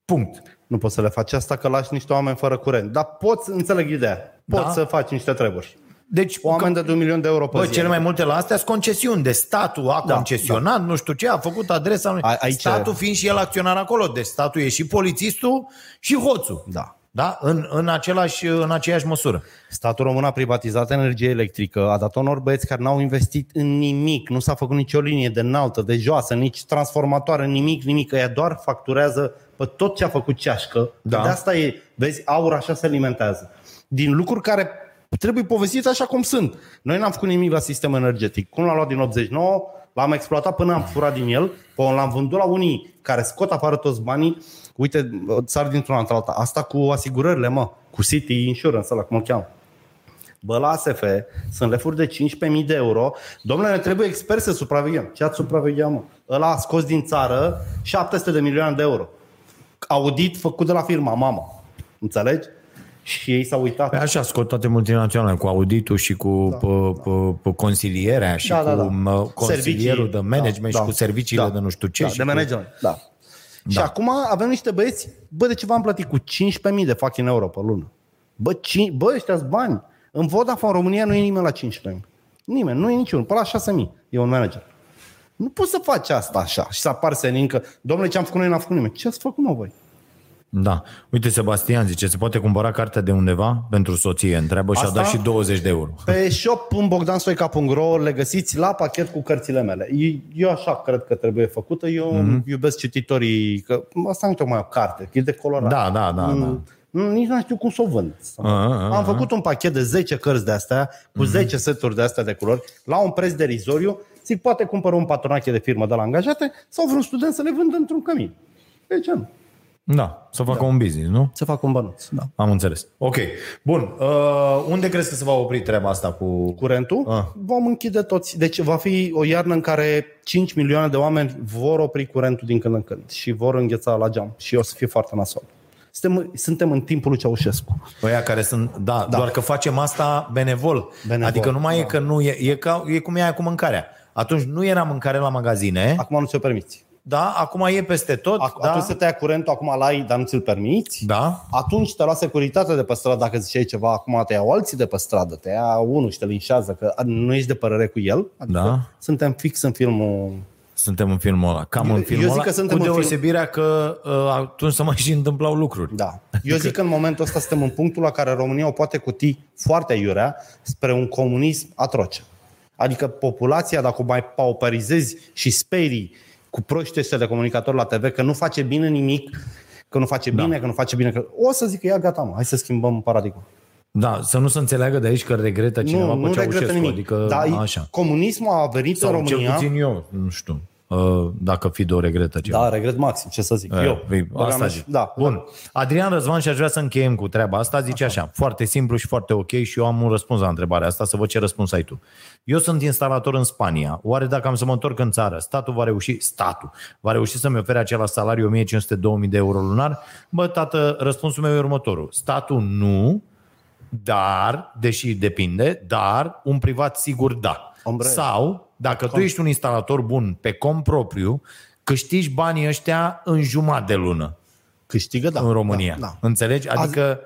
[SPEAKER 2] Punct.
[SPEAKER 3] Nu poți să le faci asta că lași niște oameni fără curent. Dar poți, înțeleg ideea, poți
[SPEAKER 2] Da.
[SPEAKER 3] să faci niște treburi.
[SPEAKER 2] Deci,
[SPEAKER 3] O amendă
[SPEAKER 2] că-
[SPEAKER 3] de un milion de euro pe
[SPEAKER 2] Bă,
[SPEAKER 3] zi.
[SPEAKER 2] cele mai multe la astea sunt concesiuni de statul a
[SPEAKER 3] Da,
[SPEAKER 2] concesionat, nu știu ce, a făcut adresa.
[SPEAKER 3] A- aici-
[SPEAKER 2] Statul fiind și el acționar acolo, deci statul e și polițistul și hoțul.
[SPEAKER 3] Da.
[SPEAKER 2] Da? În, în, același, în aceeași măsură.
[SPEAKER 3] Statul român a privatizat energie electrică, a dat unor băieți care n-au investit în nimic, nu s-a făcut nicio linie de înaltă, de joasă, nici transformatoare, nimic, nimic, ea doar facturează pe tot ce a făcut ceașcă.
[SPEAKER 2] Da.
[SPEAKER 3] De asta e, vezi, aur așa se alimentează. Din lucruri care trebuie povestit așa cum sunt. Noi n-am făcut nimic la sistemul energetic. Cum l-am luat din 89, l-am exploatat până am furat din el, pe un l-am vândut la unii care scot afară toți banii. Uite, sar dintr-una într-alta. Asta cu asigurările, mă, cu City Insurance, ăla cum o cheamă. Bă, la ASF sunt lefuri de 15.000 de euro. Domnule, ne trebuie experți să supraveghem. Ce ați supravegheat, mă? Ăla a scos din țară 700 de milioane de euro. Audit făcut de la firma mama. Înțelegi? Și ei s-au uitat.
[SPEAKER 2] Pe Păi așa scot toate multinaționale, cu auditul și cu da, pe, pe, pe consilierea și da,
[SPEAKER 3] Da,
[SPEAKER 2] cu da,
[SPEAKER 3] da,
[SPEAKER 2] da.
[SPEAKER 3] da.
[SPEAKER 2] consilierul
[SPEAKER 3] Servicii.
[SPEAKER 2] de management
[SPEAKER 3] Da,
[SPEAKER 2] da, și
[SPEAKER 3] da.
[SPEAKER 2] cu serviciile da,
[SPEAKER 3] Da.
[SPEAKER 2] de nu știu ce.
[SPEAKER 3] da,
[SPEAKER 2] și
[SPEAKER 3] de
[SPEAKER 2] cu-
[SPEAKER 3] management. Da. Și acum avem niște băieți, bă, de ce v-am plătit cu 15.000 de fucking euro pe lună? Bă, cin- bă ăștia bani. În Vodafone România nu e nimeni la 15.000. Nimeni, nu e niciun. Pe la 6.000 e un manager. Nu poți să faci asta așa și să apar senin că, domnule, ce am făcut noi, n-am făcut nimeni. Ce ați făcut, mă, voi?
[SPEAKER 2] Da. Uite, Sebastian zice, se poate cumpăra cartea de undeva pentru soție, întreabă și a
[SPEAKER 3] Asta-
[SPEAKER 2] dat și 20 de euro.
[SPEAKER 3] Pe shop.bogdanstoica.ro le găsiți la pachet cu cărțile mele. Eu- Eu așa cred că trebuie făcută. Eu mm-hmm. iubesc cititorii, că asta nu e tocmai o carte, e de colorat.
[SPEAKER 2] Da, da, da, da.
[SPEAKER 3] Mm, nici nu știu cum să o vând. Am făcut un pachet de 10 cărți de astea, cu 10 seturi de astea de culori, la un preț derizoriu. Zic, poate cumpăr un patronache de firmă de la angajate sau vreun student să le vândă într-un cămin. De ce nu?
[SPEAKER 2] Da, să facă un business, nu?
[SPEAKER 3] Să fac un bănuț. Da.
[SPEAKER 2] Am înțeles. Ok. Bun. Uh, unde crezi că se va opri treaba asta cu...
[SPEAKER 3] Curentul,
[SPEAKER 2] Ah.
[SPEAKER 3] vom închide toți. Deci va fi o iarnă în care 5 milioane de oameni vor opri curentul din când în când și vor îngheța la geam și o să fie foarte nasol. Suntem, suntem în timpul lui Ceaușescu.
[SPEAKER 2] Ăia care sunt, da, da, doar că facem asta benevol.
[SPEAKER 3] Benevol,
[SPEAKER 2] adică nu mai da. e că nu e, e, ca, e cum e aia cu mâncarea. Atunci nu era mâncare la magazine, Ac-
[SPEAKER 3] Acum nu ți-o permiți.
[SPEAKER 2] da, acum e peste tot,
[SPEAKER 3] Ac- da.
[SPEAKER 2] da,
[SPEAKER 3] Atunci se tăia curentul, acum îl ai, dar nu ți-l permiți.
[SPEAKER 2] da,
[SPEAKER 3] Atunci te lua securitatea de pe stradă dacă ziceai ceva, acum te iau alții de pe stradă, te ia unul și te linșează, că nu ești de părere cu el. Adică
[SPEAKER 2] Da.
[SPEAKER 3] Suntem fix în filmul
[SPEAKER 2] suntem în filmul ăla, cam
[SPEAKER 3] Eu-
[SPEAKER 2] în
[SPEAKER 3] eu
[SPEAKER 2] filmul
[SPEAKER 3] zic
[SPEAKER 2] ăla,
[SPEAKER 3] că suntem
[SPEAKER 2] cu
[SPEAKER 3] în film-
[SPEAKER 2] deosebirea că uh, atunci se mai și întâmplau lucruri.
[SPEAKER 3] Da. Eu zic că în momentul ăsta suntem în punctul la care România o poate cuti foarte iurea spre un comunism atroce. Adică populația, dacă o mai pauperizezi și sperii cu proști ăștia de comunicatori la TV că nu face bine nimic, că nu face bine, da. că nu face bine, că o să zic că ia gata, mă, hai să schimbăm paradigma.
[SPEAKER 2] Da, să nu se înțeleagă de aici că regretă cineva
[SPEAKER 3] nu,
[SPEAKER 2] pe
[SPEAKER 3] nu regretă
[SPEAKER 2] Ceaușescu,
[SPEAKER 3] nimic.
[SPEAKER 2] adică
[SPEAKER 3] Dar e-
[SPEAKER 2] așa.
[SPEAKER 3] comunismul a venit
[SPEAKER 2] Sau
[SPEAKER 3] în România.
[SPEAKER 2] cel puțin eu, nu știu, uh, dacă Fido regretă ceva.
[SPEAKER 3] Da, regret maxim, ce să zic.
[SPEAKER 2] Eh,
[SPEAKER 3] Eu.
[SPEAKER 2] vei-
[SPEAKER 3] Băgam
[SPEAKER 2] Asta
[SPEAKER 3] și-
[SPEAKER 2] zic.
[SPEAKER 3] Da.
[SPEAKER 2] Bun. Adrian Răzvan și aș vrea să încheiem cu treaba asta. Zice așa. așa, foarte simplu și foarte ok și eu am un răspuns la întrebarea asta, să văd ce răspuns ai tu. Eu sunt instalator în Spania. Oare dacă am să mă întorc în țară, statul va reuși, statul, va reuși să-mi ofere același salariu 1500-2000 de euro lunar? Bă, tată, răspunsul meu e următorul. Statul nu, dar, deși depinde, dar un privat sigur da.
[SPEAKER 3] Ombre.
[SPEAKER 2] Sau, dacă tu ești un instalator bun pe cont propriu, câștigi banii ăștia în jumătate de lună
[SPEAKER 3] Câștigă, da.
[SPEAKER 2] în România.
[SPEAKER 3] Da, da.
[SPEAKER 2] Înțelegi? Adică,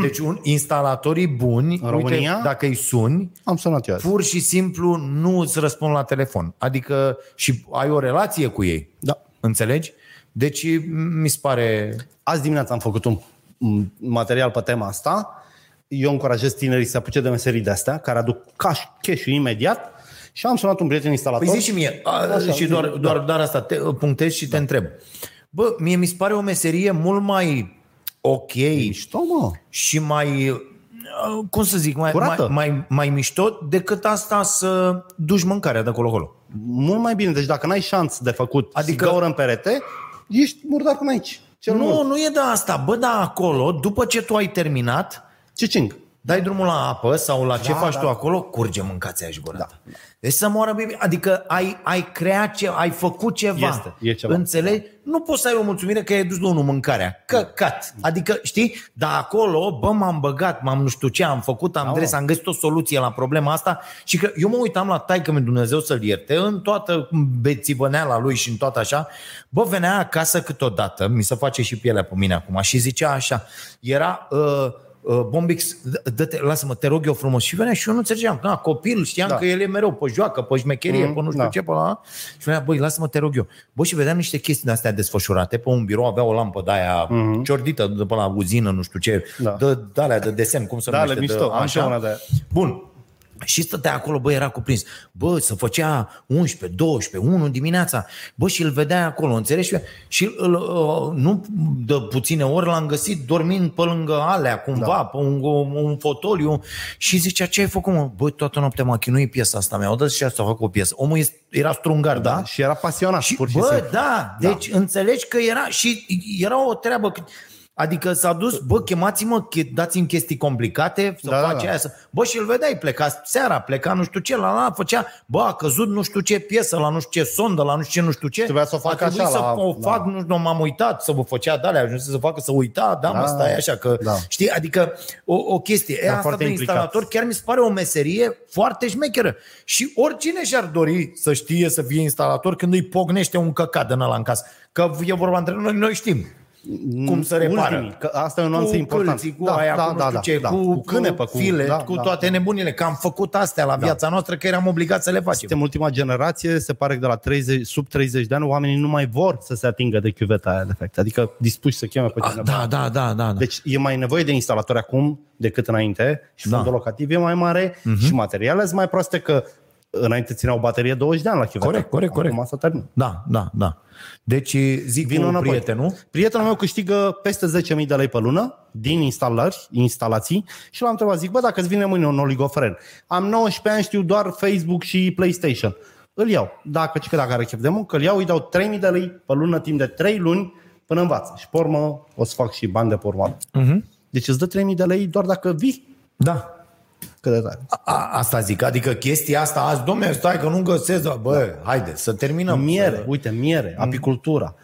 [SPEAKER 2] deci
[SPEAKER 3] [clears throat]
[SPEAKER 2] un, instalatorii buni, uite,
[SPEAKER 3] România?
[SPEAKER 2] dacă îi suni,
[SPEAKER 3] Am sunat eu azi.
[SPEAKER 2] pur și simplu nu îți răspund la telefon. Adică și ai o relație cu ei.
[SPEAKER 3] Da.
[SPEAKER 2] Înțelegi? Deci m- mi se pare...
[SPEAKER 3] Azi dimineața am făcut un un material pe tema asta. Eu încurajez tinerii să se apuce de meserii de-astea, care aduc cash, cash imediat. Și am sunat un prieten instalator.
[SPEAKER 2] Păi zi și mie, a,
[SPEAKER 3] Așa,
[SPEAKER 2] și
[SPEAKER 3] zi,
[SPEAKER 2] doar,
[SPEAKER 3] da.
[SPEAKER 2] doar, doar asta, te punctez și te întreb. Bă, mie mi se pare o meserie mult mai ok
[SPEAKER 3] Mișto, mă.
[SPEAKER 2] și mai, uh, cum să zic, mai, mai,
[SPEAKER 3] Curată.
[SPEAKER 2] mai, mai mișto decât asta să duci mâncarea de acolo-acolo.
[SPEAKER 3] Mult mai bine. Deci dacă n-ai șans de făcut
[SPEAKER 2] Adică-
[SPEAKER 3] adică o oră în perete, ești murdar cum aici. Cel
[SPEAKER 2] Nu,
[SPEAKER 3] mult.
[SPEAKER 2] nu e de asta. Bă, da, acolo, după ce tu ai terminat,
[SPEAKER 3] Ce cing?
[SPEAKER 2] dai drumul la apă sau la ce
[SPEAKER 3] Da,
[SPEAKER 2] faci
[SPEAKER 3] da.
[SPEAKER 2] tu acolo, curge mâncația și gurată. Da. Deci să moară bine. Adică ai, ai creat ce, ai făcut ceva.
[SPEAKER 3] Este, e ceva.
[SPEAKER 2] Înțelegi? Nu poți să ai o mulțumire că ai dus la unul mâncarea. Căcat. Adică, știi? Dar acolo, bă, m-am băgat, m-am nu știu ce, am făcut, am da,
[SPEAKER 3] mă.
[SPEAKER 2] dres, am găsit o soluție la problema asta și că eu mă uitam la taică mi Dumnezeu să-l ierte în toată bețibăneala lui și în toată așa. Bă, venea acasă câteodată, mi se face și pielea pe mine acum și zicea așa, era... Uh, uh, Bombix, dă- dă-te, lasă-mă, te rog eu frumos. Și venea și eu nu înțelegeam. Na, copil, știam da.
[SPEAKER 3] Da.
[SPEAKER 2] că el e mereu pe joacă, pe șmecherie, mm,
[SPEAKER 3] Mm,
[SPEAKER 2] pe nu știu da.
[SPEAKER 3] da.
[SPEAKER 2] ce, pe la... Și venea, băi, lasă-mă, te rog eu. Bă, și vedeam niște chestii de astea desfășurate. Pe un birou avea o lampă de aia mm-hmm. ciordită de pe la uzină, nu știu ce. Da.
[SPEAKER 3] Da.
[SPEAKER 2] De, de alea, de desen, cum se
[SPEAKER 3] Da,
[SPEAKER 2] numește.
[SPEAKER 3] le mișto.
[SPEAKER 2] de,
[SPEAKER 3] Am și eu una de aia.
[SPEAKER 2] Bun. Și stătea acolo, bă, era cuprins. Bă, se făcea 11, 12, 1 dimineața. Bă, și îl vedea acolo, înțelegi? Și îl, uh, nu de puține ori l-am găsit dormind pe lângă alea, cumva, da. pe un, un fotoliu. Și zicea, ce ai făcut, mă? Bă, toată noaptea m-a chinuit piesa asta mea. O dă și asta, fac o piesă. Omul e- era strungar, da? da?
[SPEAKER 3] Și era pasionat,
[SPEAKER 2] Și,
[SPEAKER 3] pur și
[SPEAKER 2] bă,
[SPEAKER 3] simplu.
[SPEAKER 2] da, deci da. înțelegi că era și era o treabă, cât- adică s-a dus, bă, chemați-mă, che- dați-mi chestii complicate, să da,
[SPEAKER 3] Da, da,
[SPEAKER 2] faci da,
[SPEAKER 3] da.
[SPEAKER 2] aia, să... bă, și îl vedeai, pleca seara, pleca nu știu ce, la la, făcea, bă, a căzut nu știu ce piesă, la nu știu ce sondă, la nu știu ce, nu știu ce,
[SPEAKER 3] Trebuia să o facă
[SPEAKER 2] a trebuit
[SPEAKER 3] așa,
[SPEAKER 2] să
[SPEAKER 3] la-
[SPEAKER 2] o
[SPEAKER 3] da.
[SPEAKER 2] fac, nu știu, m-am uitat, să vă făcea de alea, ajunse să facă, să uita, da, da mă,
[SPEAKER 3] Da.
[SPEAKER 2] stai așa, că, da.
[SPEAKER 3] Da.
[SPEAKER 2] știi, adică o, o chestie, e,
[SPEAKER 3] Dar
[SPEAKER 2] asta
[SPEAKER 3] foarte
[SPEAKER 2] de
[SPEAKER 3] implicat.
[SPEAKER 2] instalator chiar mi se pare o meserie foarte șmecheră. Și oricine și-ar dori să știe să fie instalator când îi pognește un căcat în ăla în casă. Că e vorba între noi, noi știm cum să repară.
[SPEAKER 3] Ultimii, că asta e o nuanță
[SPEAKER 2] cu
[SPEAKER 3] importantă.
[SPEAKER 2] Călții, cu
[SPEAKER 3] Da,
[SPEAKER 2] aia,
[SPEAKER 3] da,
[SPEAKER 2] cu, nu
[SPEAKER 3] da,
[SPEAKER 2] știu
[SPEAKER 3] da,
[SPEAKER 2] ce,
[SPEAKER 3] da.
[SPEAKER 2] cu,
[SPEAKER 3] Cu cânepă,
[SPEAKER 2] cu
[SPEAKER 3] cu-
[SPEAKER 2] filet,
[SPEAKER 3] da,
[SPEAKER 2] cu
[SPEAKER 3] da,
[SPEAKER 2] toate nebunile, că am făcut astea la viața noastră, că eram obligați să le facem.
[SPEAKER 3] Suntem ultima generație, se pare că de la 30, sub 30 de ani oamenii nu mai vor să se atingă de chiuveta aia de fapt. Adică dispuși să cheme pe
[SPEAKER 2] Ah,
[SPEAKER 3] cineva.
[SPEAKER 2] Da, da, da, da. da.
[SPEAKER 3] Deci e mai nevoie de instalatori acum decât înainte și
[SPEAKER 2] Da. Mhm.
[SPEAKER 3] fondul locativ e mai mare și materialele sunt mai proaste că Înainte țineau baterie 20 de ani la chivetă.
[SPEAKER 2] Corect, corect, corect.
[SPEAKER 3] Acum s-a terminat.
[SPEAKER 2] Da, da, da. Deci zic
[SPEAKER 3] Vino
[SPEAKER 2] Vino cu
[SPEAKER 3] înapoi.
[SPEAKER 2] prietenul.
[SPEAKER 3] Prietenul meu câștigă peste 10.000 de lei pe lună din instalări, instalații și l-am întrebat, zic, bă, dacă îți vine mâine un oligofren, am 19 ani, știu doar Facebook și PlayStation. Îl iau. Dacă, și că dacă are chef de muncă, îl iau, îi dau 3.000 de lei pe lună timp de 3 luni până învață. Și pe urmă o să fac și bani de pe urmă. Uh-huh.
[SPEAKER 2] Mhm.
[SPEAKER 3] Deci îți dă 3.000 de lei doar dacă vii.
[SPEAKER 2] Da.
[SPEAKER 3] Cât de tare.
[SPEAKER 2] A, asta zic, adică chestia asta azi, domne, stai că nu găsesc, da, bă, da. haide, să terminăm.
[SPEAKER 3] Miere, uite, miere, apicultura.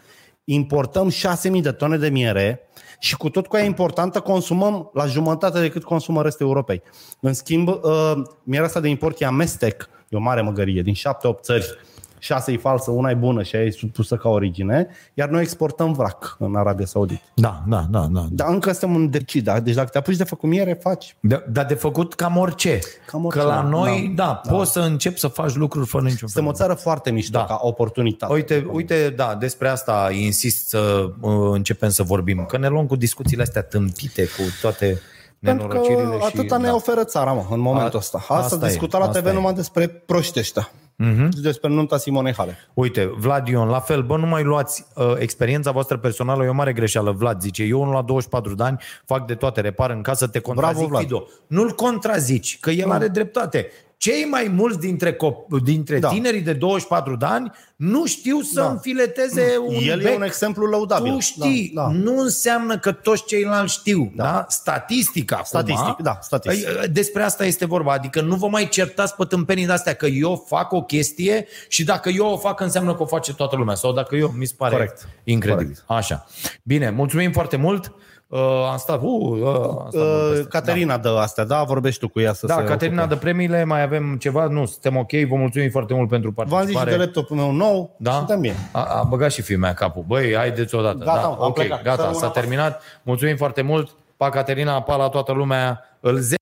[SPEAKER 3] Importăm 6.000 de tone de miere și cu tot cu ea importantă consumăm la jumătate decât consumă restul Europei. În schimb, uh, mierea asta de import e amestec, e o mare măgărie, din 7-8 țări. 6 e falsă, una e bună și aia e supusă ca origine, iar noi exportăm vrac în Arabia Saudită.
[SPEAKER 2] Da, da, da, da. da.
[SPEAKER 3] Dar încă suntem în decid, da? deci dacă te apuci de făcut miere, faci.
[SPEAKER 2] Da, dar de făcut cam orice.
[SPEAKER 3] Cam orice,
[SPEAKER 2] Că la
[SPEAKER 3] da,
[SPEAKER 2] noi,
[SPEAKER 3] da,
[SPEAKER 2] da, da, poți să începi să faci lucruri fără niciun fel.
[SPEAKER 3] Suntem o țară foarte mișto da.
[SPEAKER 2] Da.
[SPEAKER 3] ca oportunitate.
[SPEAKER 2] Uite, uite, da, despre asta insist să uh, începem să vorbim, că ne luăm cu discuțiile astea tâmpite, cu toate
[SPEAKER 3] Pentru că
[SPEAKER 2] nenorocirile și...
[SPEAKER 3] atâta ne
[SPEAKER 2] da.
[SPEAKER 3] oferă țara, mă, în momentul
[SPEAKER 2] A-
[SPEAKER 3] ăsta. Asta, asta
[SPEAKER 2] asta e,
[SPEAKER 3] discuta la
[SPEAKER 2] asta
[SPEAKER 3] TV
[SPEAKER 2] e.
[SPEAKER 3] numai despre proști ăștia. Mm-hmm. Despre nunta Simonei Halep.
[SPEAKER 2] Uite, Vlad Ion, la fel, bă, nu mai luați uh, experiența voastră personală, e o mare greșeală. Vlad zice, eu unul la 24 de ani fac de toate, repar în casă, te contrazic,
[SPEAKER 3] Bravo, Vlad.
[SPEAKER 2] Fido. Nu-l contrazici, că el are dreptate. Cei mai mulți dintre, cop- dintre
[SPEAKER 3] Da.
[SPEAKER 2] da. tinerii de 24 de ani nu știu să
[SPEAKER 3] Da.
[SPEAKER 2] da. înfileteze un
[SPEAKER 3] El
[SPEAKER 2] bec.
[SPEAKER 3] e un exemplu lăudabil.
[SPEAKER 2] Tu știi,
[SPEAKER 3] Da, da.
[SPEAKER 2] nu înseamnă că toți ceilalți știu. Da. Da? Statistica acum.
[SPEAKER 3] Statistic, da, statistic.
[SPEAKER 2] Ei, Despre asta este vorba. Adică nu vă mai certați pe tâmpenii de astea că eu fac o chestie și dacă eu o fac înseamnă că o face toată lumea. Sau dacă eu, mi se pare
[SPEAKER 3] Corect.
[SPEAKER 2] incredibil.
[SPEAKER 3] Corect.
[SPEAKER 2] Așa. Bine, mulțumim foarte mult. Uh, am stat... Uh, uh, am stat mult
[SPEAKER 3] Uh,
[SPEAKER 2] peste.
[SPEAKER 3] Caterina da. dă astea, da? Vorbești tu cu ea să
[SPEAKER 2] Da,
[SPEAKER 3] se
[SPEAKER 2] Caterina,
[SPEAKER 3] ocupe.
[SPEAKER 2] de premiile, mai avem ceva? Nu, suntem ok, vă mulțumim foarte mult pentru
[SPEAKER 3] V-am
[SPEAKER 2] participare.
[SPEAKER 3] zis și de laptopul meu nou.
[SPEAKER 2] Da?
[SPEAKER 3] Suntem bine.
[SPEAKER 2] A, a băgat și fiul mea capul. Băi, haideți odată.
[SPEAKER 3] Gata,
[SPEAKER 2] da,
[SPEAKER 3] am
[SPEAKER 2] ok,
[SPEAKER 3] plecat.
[SPEAKER 2] gata,
[SPEAKER 3] Să
[SPEAKER 2] s-a
[SPEAKER 3] rămână.
[SPEAKER 2] terminat. Mulțumim foarte mult. Pa, Caterina, pa la toată lumea. Îl ze-